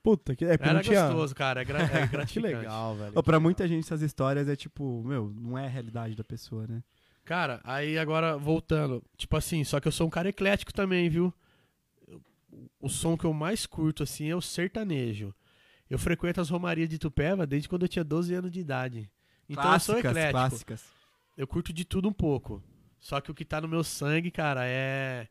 Puta, que. É, porque Era não tinha. gostoso, cara. É, gra é gratificante. Que legal, velho. Ô, pra muita gente, essas histórias é tipo, meu, não é a realidade da pessoa, né? Cara, aí agora voltando. Tipo assim, só que eu sou um cara eclético também, viu? Eu- O som que eu mais curto, assim, é o sertanejo. Eu frequento as romarias de Tupéva desde quando eu tinha 12 anos de idade. Então eu sou eclético. clássicas. Eu curto de tudo um pouco. Só que o que tá no meu sangue, cara, é,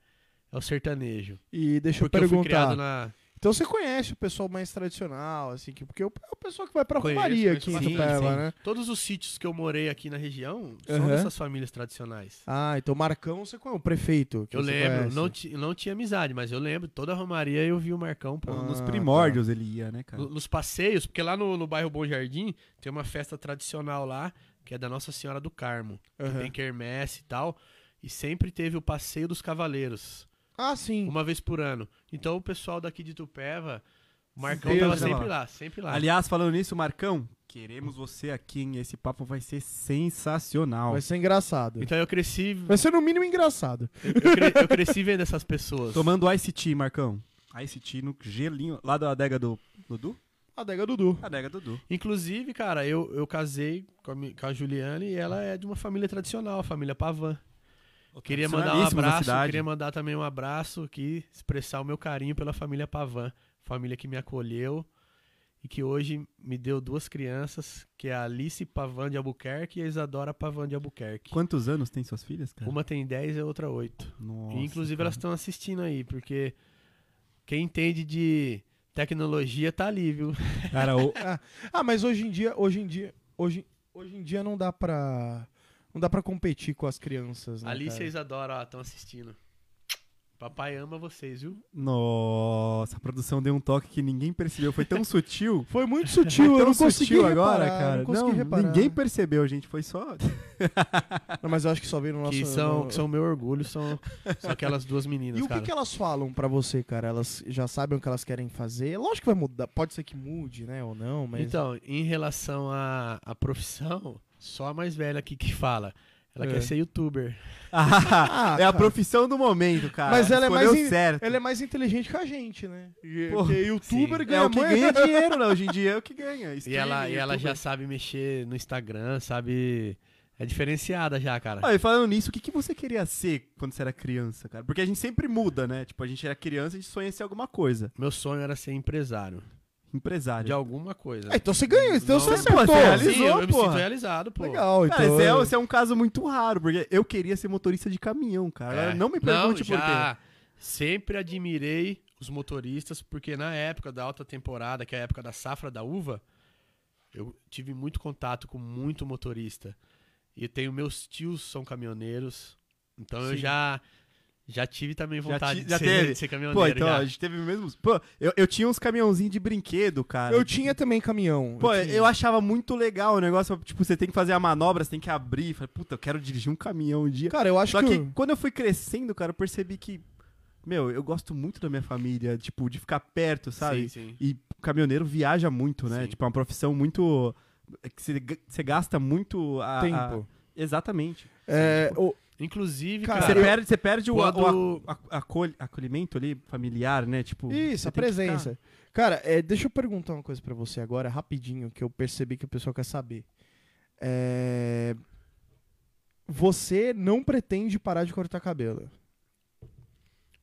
é o sertanejo. E deixa Porque eu eu fui perguntar. criado na. Então você conhece o pessoal mais tradicional, assim, que, porque é o pessoal que vai pra Conheço, Romaria aqui conheço em bastante, Tupéva, sim. né? Todos os sítios que eu morei aqui na região são Aham. dessas famílias tradicionais. Ah, então o Marcão você conhece, o prefeito. que Eu você lembro, conhece. não, ti- não tinha amizade, mas eu lembro, toda a Romaria eu vi o Marcão, pô. Ah, é. Nos tá. primórdios ele ia, né, cara? No- Nos passeios, porque lá no, no bairro Bom Jardim tem uma festa tradicional lá, que é da Nossa Senhora do Carmo. Aham. Tem quermesse e tal. E sempre teve o passeio dos cavaleiros, Ah, sim. uma vez por ano. Então o pessoal daqui de Tupéva, o Marcão Deus, né, tava tava sempre lá. lá, sempre lá. Aliás, falando nisso, Marcão, que Queremos você aqui, hein? Esse papo vai ser sensacional. Vai ser engraçado. Então eu cresci, Vai ser no mínimo engraçado. eu, cre- eu cresci vendo essas pessoas. Tomando Ice Tea, Marcão. Ice Tea no gelinho, lá da adega do Dudu? Adega Dudu. Adega Dudu. Inclusive, cara, eu, eu casei com a, mi- com a Juliane e ela é de uma família tradicional, a família Pavan. Queria mandar um Tradicionalíssimo na abraço, cidade. queria mandar também um abraço aqui, expressar o meu carinho pela família Pavan, família que me acolheu e que hoje me deu duas crianças, que é a Alice Pavan de Albuquerque e a Isadora Pavan de Albuquerque. Quantos anos tem suas filhas, cara? Uma tem 10 e a outra 8. Nossa, E, Um- Inclusive, cara. elas estão assistindo aí, porque quem entende de tecnologia tá ali, viu? Cara, o- Ah, mas hoje em dia, hoje em dia, hoje, hoje em dia não dá pra. Não dá pra competir com as crianças, né? Alice e a cara? Isadora, ó, estão assistindo. Papai ama vocês, viu? Nossa, a produção deu um toque que ninguém percebeu. Foi tão sutil. Foi muito Foi sutil, eu tão não consegui Então sutil reparar, agora, cara. Não, consegui reparar. ninguém percebeu, gente. Foi só. Não, mas eu acho que só veio no nosso. que são, no- que são meu orgulho, são, são aquelas duas meninas, E o que, cara. que é elas falam pra você, cara? Elas já sabem o que elas querem fazer? Lógico que vai mudar, pode ser que mude, né? Ou não, mas. Então, em relação à, à profissão, só a mais velha aqui que fala. Ela É. quer ser youtuber. é a Ah, cara. profissão do momento, cara. Mas ela é mais Escolheu in- certo. Ela é mais inteligente que a gente, né? Porra, Porque youtuber sim. É ganha o que mais- ganha dinheiro, né? Hoje em dia é o que ganha. E ela, e ela já sabe mexer no Instagram, sabe. É diferenciada já, cara. Olha, e falando nisso, o que, que você queria ser quando você era criança, cara? Porque a gente sempre muda, né? Tipo, a gente era criança e a gente sonha em ser alguma coisa. Meu sonho era ser empresário. Empresário. De alguma coisa. Ah, então você ganhou, então Não, você não, acertou. você Sim, realizou, eu me sinto porra. realizado, pô. Legal, então. Cara, esse é, esse é um caso muito raro, porque eu queria ser motorista de caminhão, cara. Agora É. Não me pergunte por quê. já Sempre admirei os motoristas, porque na época da alta temporada, que é a época da safra da uva, eu tive muito contato com muito motorista. E eu tenho meus tios são caminhoneiros, então eu Sim. já já tive também Já vontade ti- de, já ser, teve? de ser caminhoneiro. Pô, então, já. a gente teve mesmo. Pô, eu, eu tinha uns caminhãozinhos de brinquedo, cara. Eu tinha também caminhão. Pô, tinha. eu achava muito legal o negócio. Tipo, você tem que fazer a manobra, você tem que abrir. Falei, puta, eu quero dirigir um caminhão um dia. Cara, eu acho Só que. que, eu- quando eu fui crescendo, cara, eu percebi que, meu, eu gosto muito da minha família, tipo, de ficar perto, sabe? Sim, sim. E caminhoneiro viaja muito, né? Sim. Tipo, é uma profissão muito. é que você ga- Você gasta muito a, a- Tempo. Exatamente. É, o- Inclusive, Cara, cara, você, perde, você perde o, a- quando- o a- a- acolh- acolhimento ali, familiar, né? Tipo, Isso, você a tem que ficar- presença. Cara, é, deixa eu perguntar uma coisa pra você agora, rapidinho, que eu percebi que o pessoal quer saber. É, Você não pretende parar de cortar cabelo?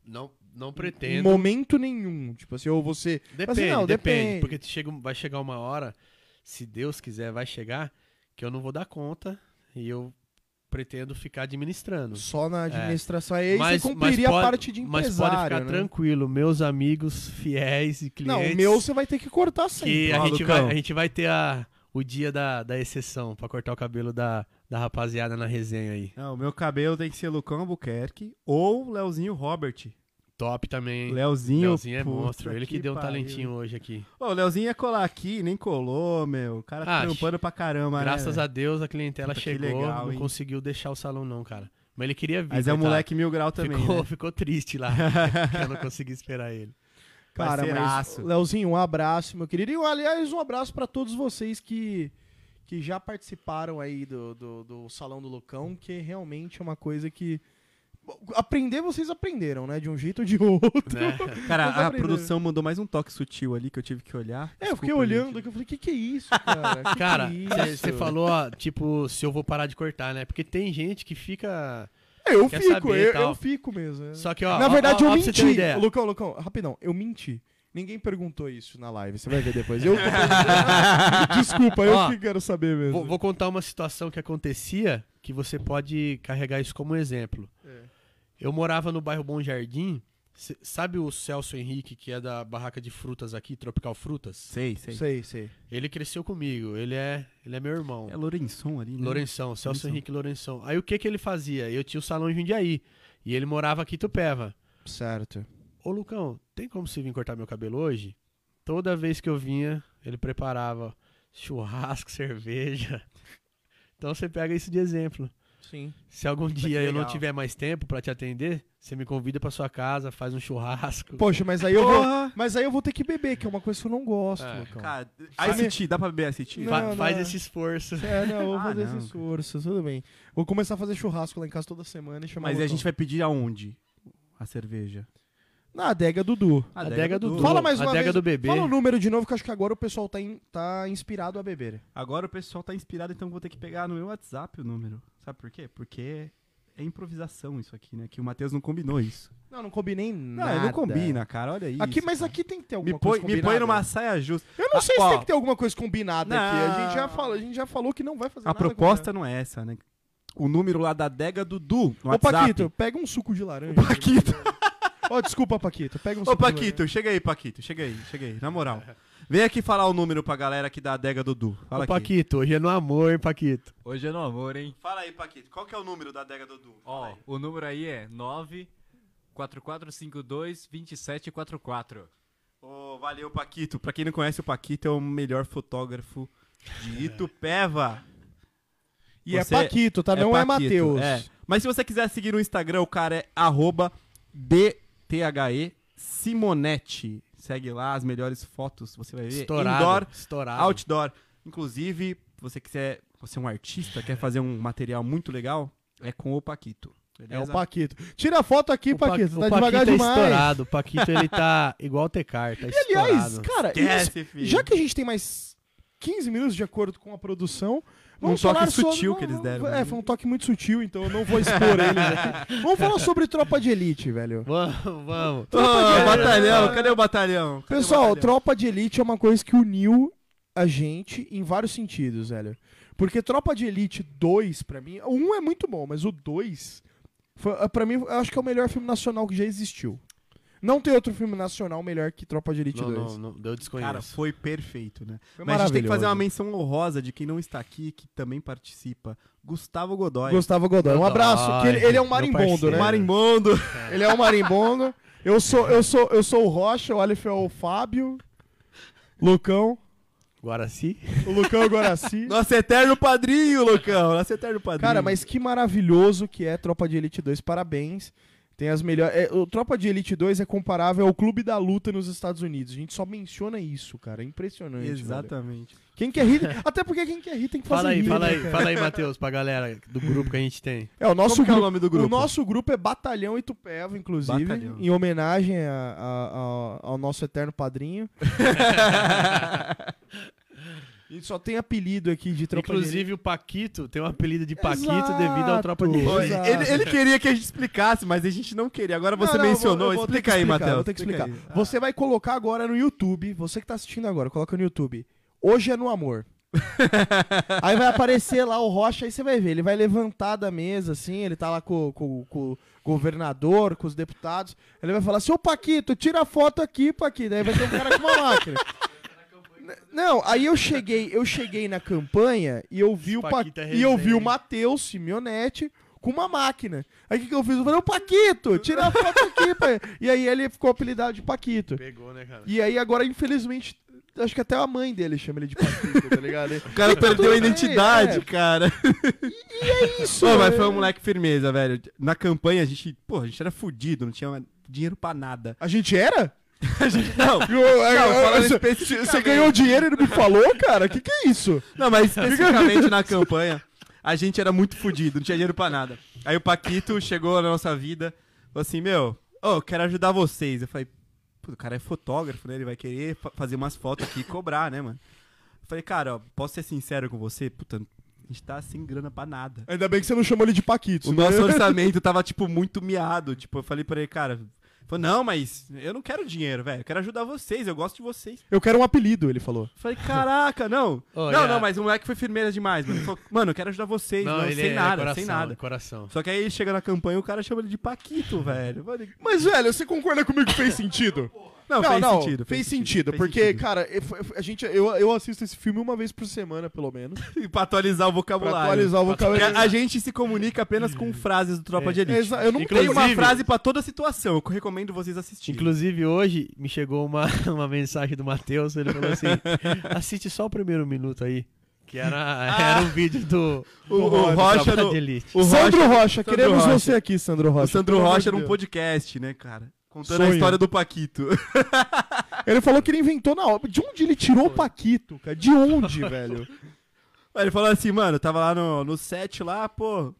não não Hum, Em pretendo. momento nenhum. Tipo assim, ou você. Depende, não, depende, depende. porque chega, um, vai chegar uma hora, se Deus quiser, vai chegar, que eu não vou dar conta e eu pretendo ficar administrando. Só na administração. Aí você cumpriria É. pode- a parte de Mas pode empresário. ficar né? tranquilo, meus amigos fiéis e Não, clientes. o meu você vai ter que cortar sempre. que a Ó, gente, Lucão. vai, a gente vai ter a, o dia da, da exceção pra cortar o cabelo da, da rapaziada na resenha aí. Não, o meu cabelo tem que ser Lucão Albuquerque ou Leozinho Robert. Top também. hein? Leozinho, Leozinho é puta monstro. Ele que, deu um pariu. talentinho hoje aqui. Ô, o Leozinho ia colar aqui, nem colou, meu. O cara tá Ah, trampando pra caramba, Graças né? a Deus a clientela Puta, que chegou, legal, não hein? conseguiu deixar o salão não, cara. Mas ele queria vir. Mas é um coitado. moleque mil grau também, ficou, né? ficou triste lá. eu não consegui esperar ele. Cara, mas, Parceiraço. Leozinho, um abraço, meu querido. E, um- aliás, um abraço pra todos vocês que, que já participaram aí do, do, do Salão do Lucão, que realmente é uma coisa que... Bom, Aprender, vocês aprenderam, né? De um jeito ou de outro. Né? Cara, Mas tá a aprendendo. produção mandou mais um toque sutil ali que eu tive que olhar. É, eu fiquei Desculpa, olhando gente. aqui, eu falei, que que é isso, cara? Que que Cara, é isso? você falou, ó, tipo, se eu vou parar de cortar, né? Porque tem gente que fica. É, eu quer fico, saber e eu, tal. eu fico mesmo. é. Só que, ó. Na ó, verdade, ó, ó, eu pra Você ter uma menti. ideia. Lucão, Lucão, rapidão, eu menti. Ninguém perguntou isso na live, você vai ver depois. Eu tô perguntando. Desculpa, eu Ó, que quero saber mesmo. Vou, vou contar uma situação que acontecia que você pode carregar isso como exemplo. É. Eu morava no bairro Bom Jardim. cê- sabe o Celso Henrique, que é da barraca de frutas aqui, Tropical Frutas? Sei, sei. Sei, sei. Ele cresceu comigo, ele é, ele é meu irmão. É Lourençon ali, né? Lourenção, Celso Lourenção. Henrique Lourenção. Aí o que que ele fazia? Eu tinha o salão em Jundiaí e ele morava aqui em Tupéva. Certo. Ô Lucão, tem como você vir cortar meu cabelo hoje? Toda vez que eu vinha, ele preparava churrasco, cerveja. Então você pega isso de exemplo. Sim. Se algum que dia eu não legal. tiver mais tempo pra te atender, você me convida pra sua casa, faz um churrasco. Poxa, mas aí eu vou. Mas aí eu vou ter que beber, que é uma coisa que eu não gosto, Ah, Lucão. Cara, ICT, dá pra beber ICT? Não, Fa- não, faz é. esse esforço. É, não, eu vou Ah, fazer não, esse cara. esforço, tudo bem. Vou começar a fazer churrasco lá em casa toda semana e chamar Mas o aí a Lucão. gente vai pedir aonde? A cerveja. Na adega Dudu. A é Adega Dudu. Fala mais uma Adega vez. do bebê. Fala o número de novo, que eu acho que agora o pessoal tá, in- tá inspirado a beber. Agora o pessoal tá inspirado, então eu vou ter que pegar no meu WhatsApp o número. Sabe por quê? Porque é improvisação isso aqui, né? Que o Matheus não combinou isso. Não, não combinei Não, nada. ele não combina, cara. Olha isso. Aqui, mas cara. aqui tem que ter alguma Me põe, coisa me combinada. põe numa saia justa. Eu não Ah, sei ó. se tem que ter alguma coisa combinada aqui. A gente, já Não. fala, a gente já falou que não vai fazer A nada. proposta não é essa, né? O número lá da adega Dudu no combinado. Ô, WhatsApp. Paquito, pega um suco de laranja. Ô, Paquito. Ó, desculpa, Paquito. Pega um Ô, suco de laranja. Paquito, chega aí, Paquito. Chega aí, chega aí. Na moral. Vem aqui falar o número pra galera aqui da adega Dudu. Fala Ô, aqui. Paquito, hoje é no amor, hein, Paquito? Hoje é no amor, hein? Fala aí, Paquito. Qual que é o número da adega Dudu? Fala Ó, aí. o número aí é 944522744. Ô, valeu, Paquito. Pra quem não conhece, o Paquito é o melhor fotógrafo de Itupeva. É. E é Você- Paquito, tá? não é Paquito, Matheus. é. Mas se você quiser seguir no Instagram, o cara é arroba DTHE Simonetti. Segue lá as melhores fotos, você é vai ver. Estourado. Indoor, estourado. outdoor. Inclusive, se você quiser, você é um artista, quer fazer um material muito legal, é com o Paquito. É o beleza? Paquito. Tira a foto aqui, O Pa- Paquito. o Tá devagar Paquito é demais. estourado. O Paquito, ele tá igual o Tecar, tá E, aliás, estourado. cara, isso- Esquece, filho. já que a gente tem mais 15 minutos de acordo com a produção, vamos toque falar sobre- sutil vamos- que eles deram, É, né? foi um toque muito sutil, então eu não vou expor eles aqui. Vamos falar sobre Tropa de Elite, velho. Vamos, vamos. Ô, batalhão, cadê o batalhão? Cadê o Pessoal, batalhão? Tropa de Elite é uma coisa que uniu a gente em vários sentidos, velho. Porque Tropa de Elite 2, pra mim, o 1 é muito bom, mas o 2, foi, pra mim, eu acho que é o melhor filme nacional que já existiu. Não tem outro filme nacional melhor que Tropa de Elite Não, 2. não, não, eu desconheço. Cara, foi perfeito, né? Foi Mas a gente tem que fazer uma maravilhoso. menção honrosa de quem não está aqui, que também participa. Gustavo Godoy. Gustavo Godoy. Um Godoy, abraço, que ele, ele é um meu marimbondo, né? parceiro. Marimbondo. Ele é um marimbondo. Eu sou, eu sou, eu sou o Rocha, o Aleph é o Fábio, Lucão, Guaraci? o Lucão é o Guaraci. Nosso eterno padrinho, Lucão. Nosso eterno padrinho. Cara, mas que maravilhoso que é Tropa de Elite 2, parabéns. Tem as melhores. é, o Tropa de Elite 2 é comparável ao Clube da Luta nos Estados Unidos. A gente só menciona isso, cara. É impressionante. velho. Exatamente. Quem quer rir. Até porque quem quer rir tem que fazer Fala aí, rir, fala né, aí, cara? fala aí, Matheus, pra galera do grupo que a gente tem. É, o nosso Como que é o grupo. nome do grupo? O nosso grupo é Batalhão Itupeva, inclusive, Batalhão. em homenagem a- a- a- ao nosso eterno padrinho. E só tem apelido aqui de tropa Inclusive, o Paquito tem um apelido de Paquito Exato. devido ao Tropa de Ô, Elite. Exato. ele, ele queria que a gente explicasse, mas a gente não queria. Agora Não, você não, eu vou- mencionou. eu vou ter que Explica aí, explicar, Matheus. Vou ter que Explica explicar. aí. Você vai colocar agora no YouTube, você que tá assistindo agora, coloca no YouTube. Hoje é no amor. aí vai aparecer lá o Rocha, aí você vai ver. Ele vai levantar da mesa, assim, ele tá lá com, com- com o governador, com os deputados. Ele vai falar, seu Paquito, tira a foto aqui, Paquito. Aí vai ter um cara com uma máquina. N- Não, aí eu cheguei, eu cheguei na campanha e eu vi o Paquito é Pa- e eu vi o resenha. Matheus Simeonetti com uma máquina. Aí o que, que eu fiz? Eu falei, ô Paquito, tira a foto aqui, pai. E aí ele ficou apelidado de Paquito. Pegou, né, cara? E aí agora, infelizmente, acho que até a mãe dele chama ele de Paquito, tá ligado? O cara perdeu a bem, identidade, é. cara. Isso, Pô, mas é- foi um moleque firmeza, velho. Na campanha a gente, pô, a gente era fudido, não tinha dinheiro pra nada. A gente era? A gente, não, Eu- eu- eu- falando você- especificamente. Você ganhou dinheiro e não me falou, cara? Que que é isso? Não, mas especificamente na campanha, a gente era muito fudido, não tinha dinheiro pra nada. Aí o Paquito chegou na nossa vida, falou assim, meu, ô, eu quero ajudar vocês. Eu falei, pô, o cara é fotógrafo, né? Ele vai querer fa- fazer umas fotos aqui e cobrar, né, mano? Eu falei, cara, ó, posso ser sincero com você? Puta, a gente tá sem grana pra nada. Ainda bem que você não chamou ele de Paquito. O né? nosso orçamento tava, tipo, muito miado. Tipo, eu falei pra ele, cara... ele Falou, não, mas eu não quero dinheiro, velho. Eu quero ajudar vocês, eu gosto de vocês. Eu quero um apelido, ele falou. Falei, caraca, não. Olha. Não, não, mas o moleque foi firmeira demais, mano. Ele falou, mano, eu quero ajudar vocês, não, sem nada, sem nada. é coração. Só que aí ele chega na campanha e o cara chama ele de Paquito, velho. Mano, Mas, velho, você concorda comigo que fez sentido? Não, fez sentido, Fez, fez sentido, sentido, fez porque, sentido. cara, eu- eu- a gente, eu, eu assisto esse filme uma vez por semana, pelo menos. e pra atualizar o Pra vocabulário. atualizar o Porque vocabulário. a, a gente se comunica apenas com frases do Tropa de Elite. Exa- Eu não Tem tenho uma Inclusive- frase pra toda situação, eu recomendo vocês assistirem. Inclusive, hoje me chegou uma, uma mensagem do Matheus. Ele falou assim: assiste só o primeiro minuto aí. Que era, era um vídeo do. O- o Rocha do... no- de Elite. O Sandro Rocha, queremos Rocha. você aqui, Sandro Rocha. O Sandro pelo amor de Rocha era um Deus. podcast, né, cara? Contando a Sonho. história do Paquito. Ele falou que ele inventou na obra. De onde ele tirou o Paquito, cara? De onde, velho? Aí ele falou assim, mano, eu tava lá no, no set lá, pô.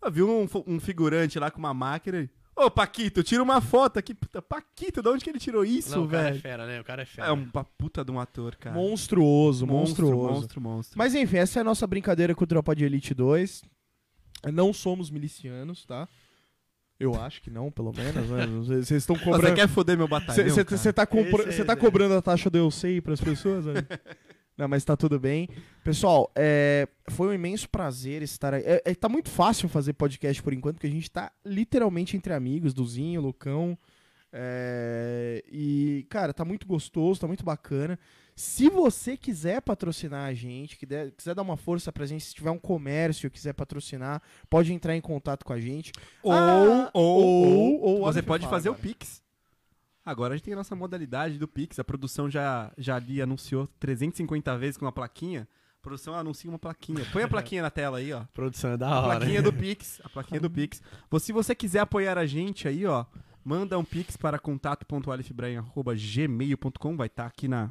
Eu vi um, fu- um figurante lá com uma máquina. ele, Ô, Paquito, tira uma foto aqui. Puta, Paquito, de onde que ele tirou isso, Não, o cara é velho? fera, né? O cara é fera. É uma puta de um ator, cara. Monstruoso, monstruoso. monstro, monstro. Mas enfim, essa é a nossa brincadeira com o Tropa de Elite 2. Não somos milicianos, tá? Eu acho que não, pelo menos. né? Vocês estão Ah, Você cobrando. quer foder meu batalhão, cara? Você tá, compro- Esse é cê tá esse. cobrando a taxa do eu sei pras pessoas? né? Não, mas tá tudo bem. Pessoal, é, foi um imenso prazer estar aí. É, é, tá muito fácil fazer podcast por enquanto, porque a gente tá literalmente entre amigos, Duzinho, Lucão. é, e, cara, tá muito gostoso, tá muito bacana. Se você quiser patrocinar a gente, que der- quiser dar uma força pra gente, se tiver um comércio e quiser patrocinar, pode entrar em contato com a gente. Ou, Ah, ou, ou- ou, ou- olha o que Você eu pode falo fazer agora. o Pix. Agora a gente tem a nossa modalidade do Pix. A produção já, já ali anunciou 350 vezes com uma plaquinha. A produção anuncia uma plaquinha. Põe a plaquinha na tela aí, ó. Produção é A da hora. plaquinha hein? do Pix. A plaquinha do Pix. Vo- Se você quiser apoiar a gente aí, ó, manda um Pix para contato.alifbrain.gmail.com. Vai estar aqui na.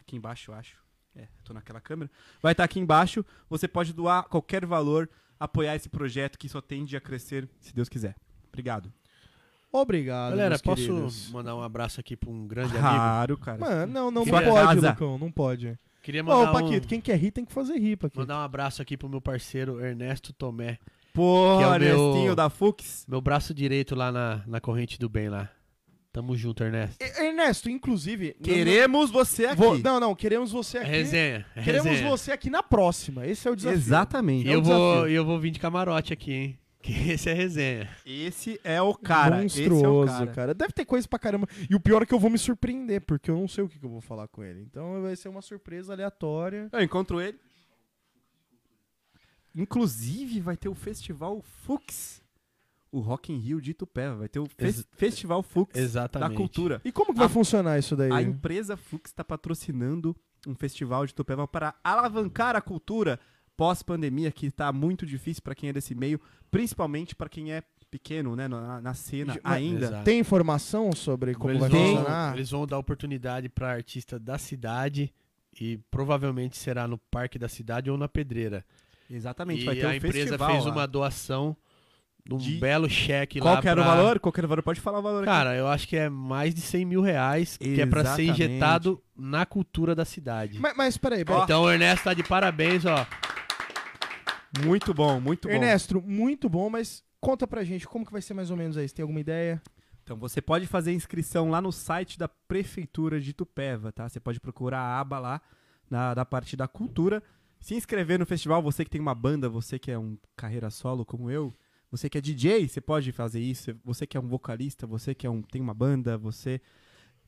Aqui embaixo, eu acho. É, tô naquela câmera. Vai estar aqui embaixo. Você pode doar qualquer valor, apoiar esse projeto que só tende a crescer, se Deus quiser. Obrigado. Obrigado, Galera, meus posso queridos. mandar um abraço aqui pra um grande amigo? Raro, cara. Mano, não, não, não Queria- pode, Vaza. Lucão, não pode. Queria Ô, mandar, Paquito, um, quem quer rir tem que fazer rir, Paquito. mandar um abraço aqui pro meu parceiro Ernesto Tomé. Pô, Que é o meu- Ernestinho da Fux. Meu braço direito lá na, na corrente do bem lá. Tamo junto, Ernesto. E- Ernesto, inclusive... não- Queremos você não- aqui. vou- Não, não, queremos você É aqui. resenha. é Queremos resenha. você aqui na próxima. Esse é o desafio. Exatamente. E É um eu, vou, desafio. e eu vou vir de camarote aqui, hein? Que esse é resenha. Esse é o cara. esse é o Monstruoso, cara. Deve ter coisa pra caramba. E o pior é que eu vou me surpreender, porque eu não sei o que, que eu vou falar com ele. Então vai ser uma surpresa aleatória. Eu encontro ele. Inclusive, vai ter o Festival Fux. O Rock in Rio de Itupeva. Vai ter o fes- Ex- Festival Fux da Exatamente. Cultura. E como que vai A- funcionar isso daí? A empresa Fux está patrocinando um festival de Itupeva para alavancar a cultura pós-pandemia, que está muito difícil para quem é desse meio, principalmente para quem é pequeno, né, na, na cena Mas- ainda. Exato. Tem informação sobre como eles, vai vão, funcionar? eles vão dar oportunidade pra artista da cidade e provavelmente será no Parque da Cidade ou na Pedreira. Exatamente, e vai ter a um empresa festival fez lá. uma doação de um De- belo cheque lá Qual que era pra- o valor? Qual que era o valor? Pode falar o valor aqui. Cara, eu acho que é mais de 100 mil reais que é pra ser Exatamente. injetado na cultura da cidade. Mas, mas peraí, peraí. Ó, Então o Ernesto tá de parabéns, ó. Muito bom, muito bom. Ernesto, muito bom, mas conta pra gente como que vai ser mais ou menos aí. Você tem alguma ideia? Então você pode fazer a inscrição lá no site da Prefeitura de Itupeva, tá? Você pode procurar a aba lá na, da parte da cultura, se inscrever no festival, você que tem uma banda, você que é um carreira solo como eu, você que é DJ, você pode fazer isso, você que é um vocalista, você que é um, tem uma banda, você.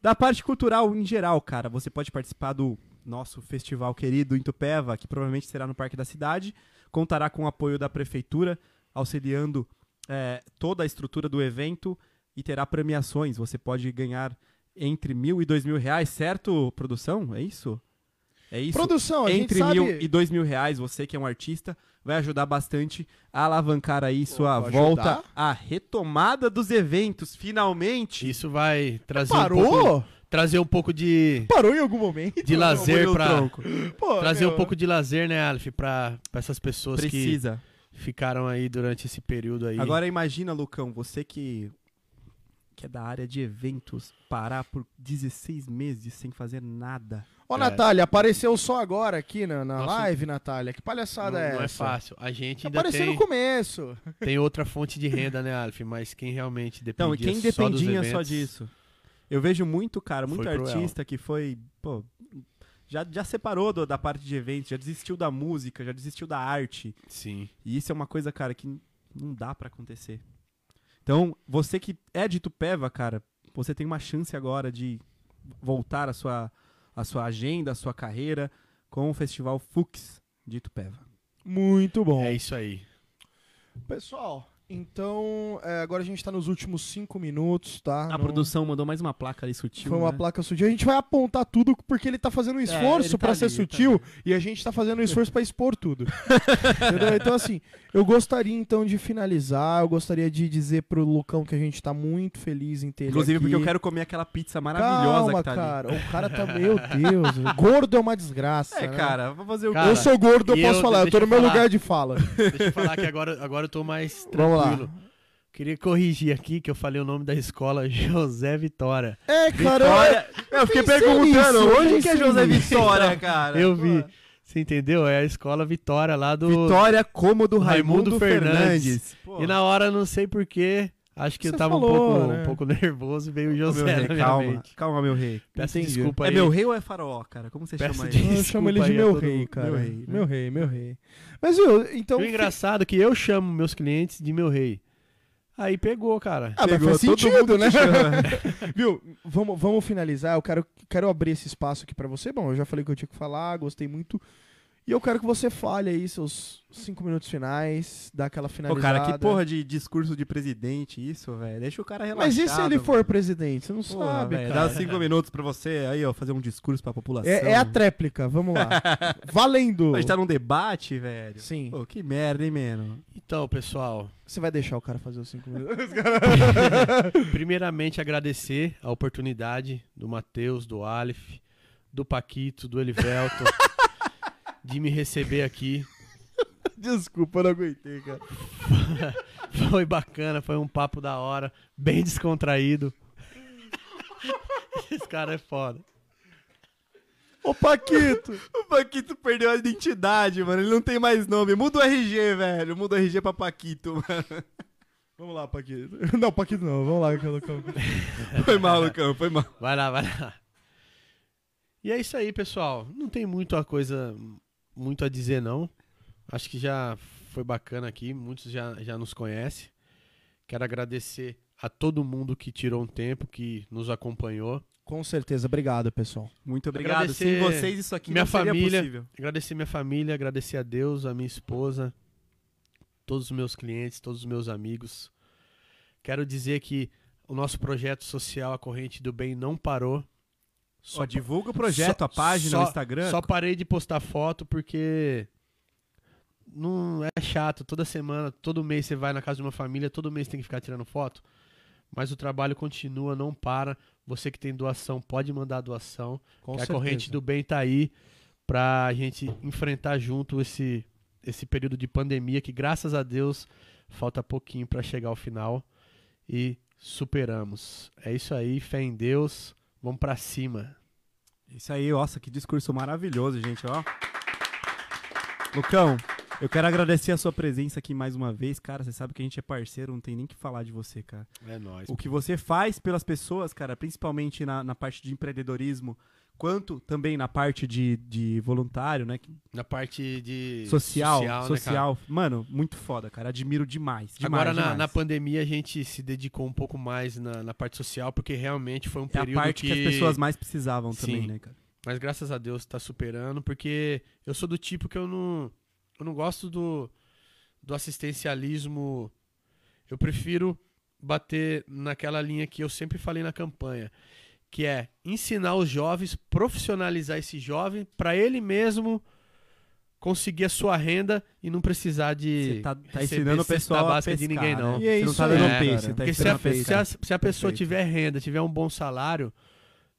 Da parte cultural em geral, cara, você pode participar do nosso festival querido Itupeva, que provavelmente será no Parque da Cidade, contará com o apoio da Prefeitura, auxiliando eh, toda a estrutura do evento e terá premiações. Você pode ganhar entre mil e dois mil reais, certo, produção? É isso? É isso? Produção, a entre gente sabe... mil e dois mil reais, você que é um artista, vai ajudar bastante a alavancar aí sua vou volta ajudar. à retomada dos eventos, finalmente. Isso vai trazer um pouco, Parou? trazer um pouco de, Parou em algum momento? de Olhou lazer o para tronco. Pô, trazer meu, um pouco de lazer, né, Aleph, para essas pessoas Precisa. que ficaram aí durante esse período aí. Agora imagina, Lucão, você que que é da área de eventos, parar por 16 meses sem fazer nada. Ô, É. Natália, apareceu só agora aqui na, na Nossa. live, Natália. Que não, palhaçada é essa? não é fácil. A gente ainda Apareceu tem, no começo. tem outra fonte de renda, né, Aleph, mas quem realmente Então, dependia e quem só dos dependia só eventos- disso? Eu vejo muito, cara, muito Foi cruel. artista que foi, pô, já, já separou do- da parte de eventos, já desistiu da música, já desistiu da arte. Sim. E isso é uma coisa, cara, que n- não dá pra acontecer. Então, você que é de Tupéva, cara, você tem uma chance agora de voltar a sua, a sua agenda, a sua carreira com o Festival Fux de Tupéva. Muito bom. É isso é aí. Pessoal, Então, é, agora a gente tá nos últimos cinco minutos, tá? A Não- produção mandou mais uma placa ali sutil. Foi uma né? placa sutil. A gente vai apontar tudo porque ele tá fazendo um esforço ele tá pra ser ali, ele tá sutil e a gente tá fazendo um esforço pra expor tudo. Entendeu? Então, assim, eu gostaria então de finalizar. Eu gostaria de dizer pro Lucão que a gente tá muito feliz em ter ele Inclusive porque aqui. eu quero comer aquela pizza maravilhosa Calma, que tá cara. O cara tá. Meu Deus. gordo é uma desgraça. ali. É, né? cara, vou fazer o Cara, eu sou gordo, eu e posso eu- falar. Eu tô deixa no eu meu falar. lugar de fala. Deixa eu falar que agora, agora eu tô mais Vamos lá. tranquilo. Queria corrigir aqui que eu falei o nome da escola José Vitória. É, cara. Vitória. Eu fiquei pensei perguntando, nisso, eu onde que é pensei José nisso. Vitória, cara? eu vi. Você entendeu? É a escola Vitória lá do. Vitória como do Raimundo, Raimundo Fernandes. Fernandes. Pô, E na hora, não sei porquê, acho que Você eu tava um, falou, pouco, né? um pouco nervoso e veio o meu José rei, na minha calma, mente. calma, meu rei. Peço Entendi. desculpa É aí. meu rei ou é faraó, cara? Como você Peço chama de- ele? Eu chamo ele de Desculpa aí a meu todo rei, mundo. cara. Meu rei, né? meu rei, meu rei. Mas eu, então. E o engraçado é que eu chamo meus clientes de meu rei. Aí pegou, cara. Ah, mas Pegou, faz todo sentido, mundo né? te chama. Viu? Vamos, vamos finalizar. Eu quero, quero abrir esse espaço aqui pra você. Bom, eu já falei o que eu tinha que falar, gostei muito. E eu quero que você fale aí seus cinco minutos finais, dá aquela Pô, finalizada. cara, que porra de discurso de presidente isso, velho. Deixa o cara relaxado. Mas e se ele for mano. presidente? Você não Pô, sabe, velho, cara. Dá cinco minutos pra você aí, ó, fazer um discurso pra população. É, é a tréplica, vamos lá. Valendo! A gente tá num debate, velho. Sim. Pô, que merda, hein, mano? Então, pessoal, Você vai deixar o cara fazer os cinco minutos? Primeiramente, agradecer a oportunidade do Matheus, do Aleph, do Paquito, do Elivelto, de me receber aqui. Desculpa, eu não aguentei, cara. Foi bacana, foi um papo da hora, bem descontraído. Esse cara é foda. Ô, Paquito! O Paquito perdeu a identidade, mano. Ele não tem mais nome. Muda o RG, velho. Muda o RG pra Paquito, mano. Vamos lá, Paquito. Não, Paquito não. Vamos lá, Lucão. Foi mal, Lucão, foi mal. Vai lá, vai lá. E é isso aí, pessoal. Não tem muito a coisa, muito a dizer, não. Acho que já foi bacana aqui, muitos já, já nos conhecem. Quero agradecer a todo mundo que tirou um tempo, que nos acompanhou. Com certeza. Obrigado, pessoal. Muito obrigado. Agradecer Sem vocês, isso aqui minha não seria família. possível. Agradecer minha família, agradecer a Deus, a minha esposa, todos os meus clientes, todos os meus amigos. Quero dizer que o nosso projeto social A Corrente do Bem não parou. Ó, Só divulga o projeto, só- a página, só- o Instagram. Só parei de postar foto porque não é chato. Toda semana, todo mês você vai na casa de uma família, todo mês tem que ficar tirando foto. Mas o trabalho continua, não para. Você que tem doação, pode mandar a doação. Com que a certeza. corrente do bem tá aí pra gente enfrentar junto esse esse período de pandemia que graças a Deus falta pouquinho pra chegar ao final e superamos. É isso aí, fé em Deus. Vamos pra cima. Isso aí, nossa, que discurso maravilhoso, gente, ó. Lucão, eu quero agradecer a sua presença aqui mais uma vez, cara. Você sabe que a gente é parceiro, não tem nem que falar de você, cara. É nóis. O que você faz pelas pessoas, cara, principalmente na, na parte de empreendedorismo, quanto também na parte de, de voluntário, né? que- Na parte de Social, social. né, cara? Mano, muito foda, cara. Admiro demais. demais Agora na, demais. na pandemia a gente se dedicou um pouco mais na, na parte social porque realmente foi um É a período parte que... as pessoas mais precisavam também, Sim. né, cara? Mas graças a Deus tá superando, porque eu sou do tipo que eu não, eu não gosto do, do assistencialismo. Eu prefiro bater naquela linha que eu sempre falei na campanha, que é ensinar os jovens, profissionalizar esse jovem para ele mesmo conseguir a sua renda e não precisar Você de tá, tá receber ensinando o cesta pessoal a básica pescar, de ninguém, não. né? E é Você não isso tá aí, dando cara. peixe, você tá Porque se ensinando a, a pescar. se a- se a pessoa Perfeito. tiver renda, tiver um bom salário,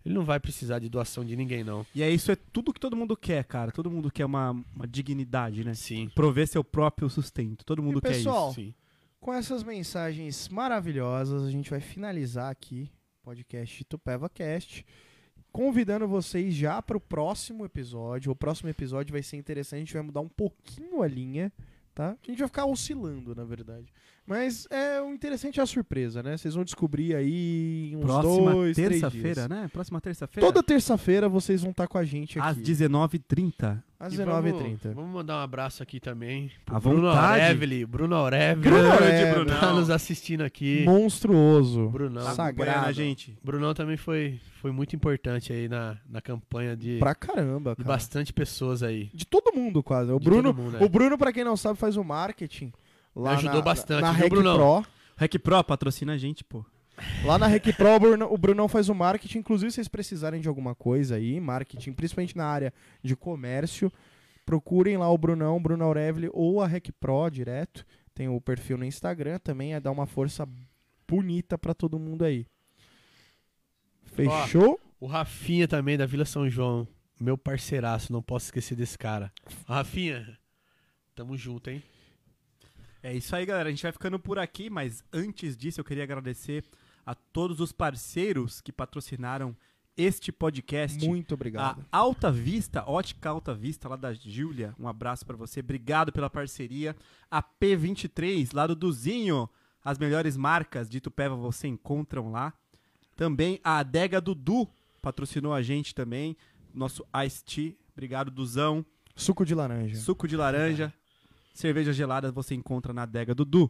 ele não vai precisar de doação de ninguém, não. E é isso, é tudo que todo mundo quer, cara. Todo mundo quer uma, uma dignidade, né? Sim. Prover seu próprio sustento. Todo mundo quer pessoal, isso. Bom, Sim. Com essas mensagens maravilhosas, a gente vai finalizar aqui o podcast Tupeva Cast, convidando vocês já para o próximo episódio. O próximo episódio vai ser interessante, a gente vai mudar um pouquinho a linha, tá? A gente vai ficar oscilando, na verdade. Mas é o interessante é a surpresa, né? Vocês vão descobrir aí em uns Próxima dois, três terça-feira, dias. né? Próxima terça-feira. Toda terça-feira vocês vão estar com a gente às aqui 19h30. às E 19h30. Vamos, vamos mandar um abraço aqui também. À pro Bruno vontade. Aurevli. Bruno Aurevli. Bruno Grande, Aurélio, Brunão. Tá nos assistindo aqui. Monstruoso. Brunão. Tá Sa- acompanhando Sagrado. a gente. Brunão também foi, foi muito importante aí na, na campanha de, Pra caramba, de cara. bastante pessoas aí. De todo mundo, quase. O De Bruno, todo mundo, né? o Bruno, pra quem não sabe, faz o marketing Lá ajudou na, bastante, na viu, Rec Brunão? Pro. Rec Pro patrocina a gente, pô. Lá na Rec Pro, o Brunão, o Brunão faz o marketing. Inclusive, se vocês precisarem de alguma coisa aí, marketing, principalmente na área de comércio, procurem lá o Brunão, Bruno Aurevli ou a Rec Pro direto. Tem o perfil no Instagram também, é dar uma força bonita pra todo mundo aí. Fechou? O Rafinha também, da Vila São João. Meu parceiraço, não posso esquecer desse cara. Rafinha, tamo junto, hein? É isso aí, galera. A gente vai ficando por aqui, mas antes disso eu queria agradecer a todos os parceiros que patrocinaram este podcast. Muito Ah. obrigado. A Alta Vista, Ótica Alta Vista, lá da Júlia. Um abraço pra você. Obrigado pela parceria. A P23, lá do Duzinho. As melhores marcas de Itupeva você encontram lá. Também a Adega Dudu patrocinou a gente também. Nosso Ice Tea. Obrigado, Duzão. Suco de laranja. Suco de laranja, cerveja gelada você encontra na adega Dudu.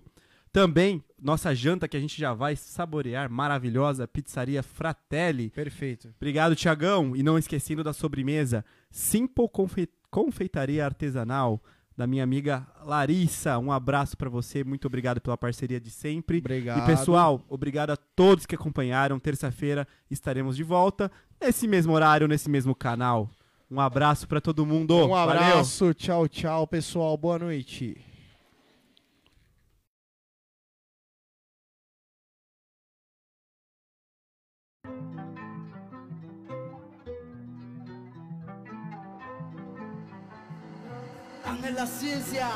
Também, nossa janta que a gente já vai saborear, maravilhosa, pizzaria Fratelli. Perfeito. Obrigado, Tiagão. E não esquecendo da sobremesa, Simple Confe- Confeitaria Artesanal, da minha amiga Larissa. Um abraço pra você, muito obrigado pela parceria de sempre. Obrigado. E pessoal, obrigado a todos que acompanharam. Terça-feira estaremos de volta, nesse mesmo horário, nesse mesmo canal. Um abraço pra todo mundo. um Valeu. abraço. Tchau, tchau, pessoal. Boa noite. Ángel la ciencia,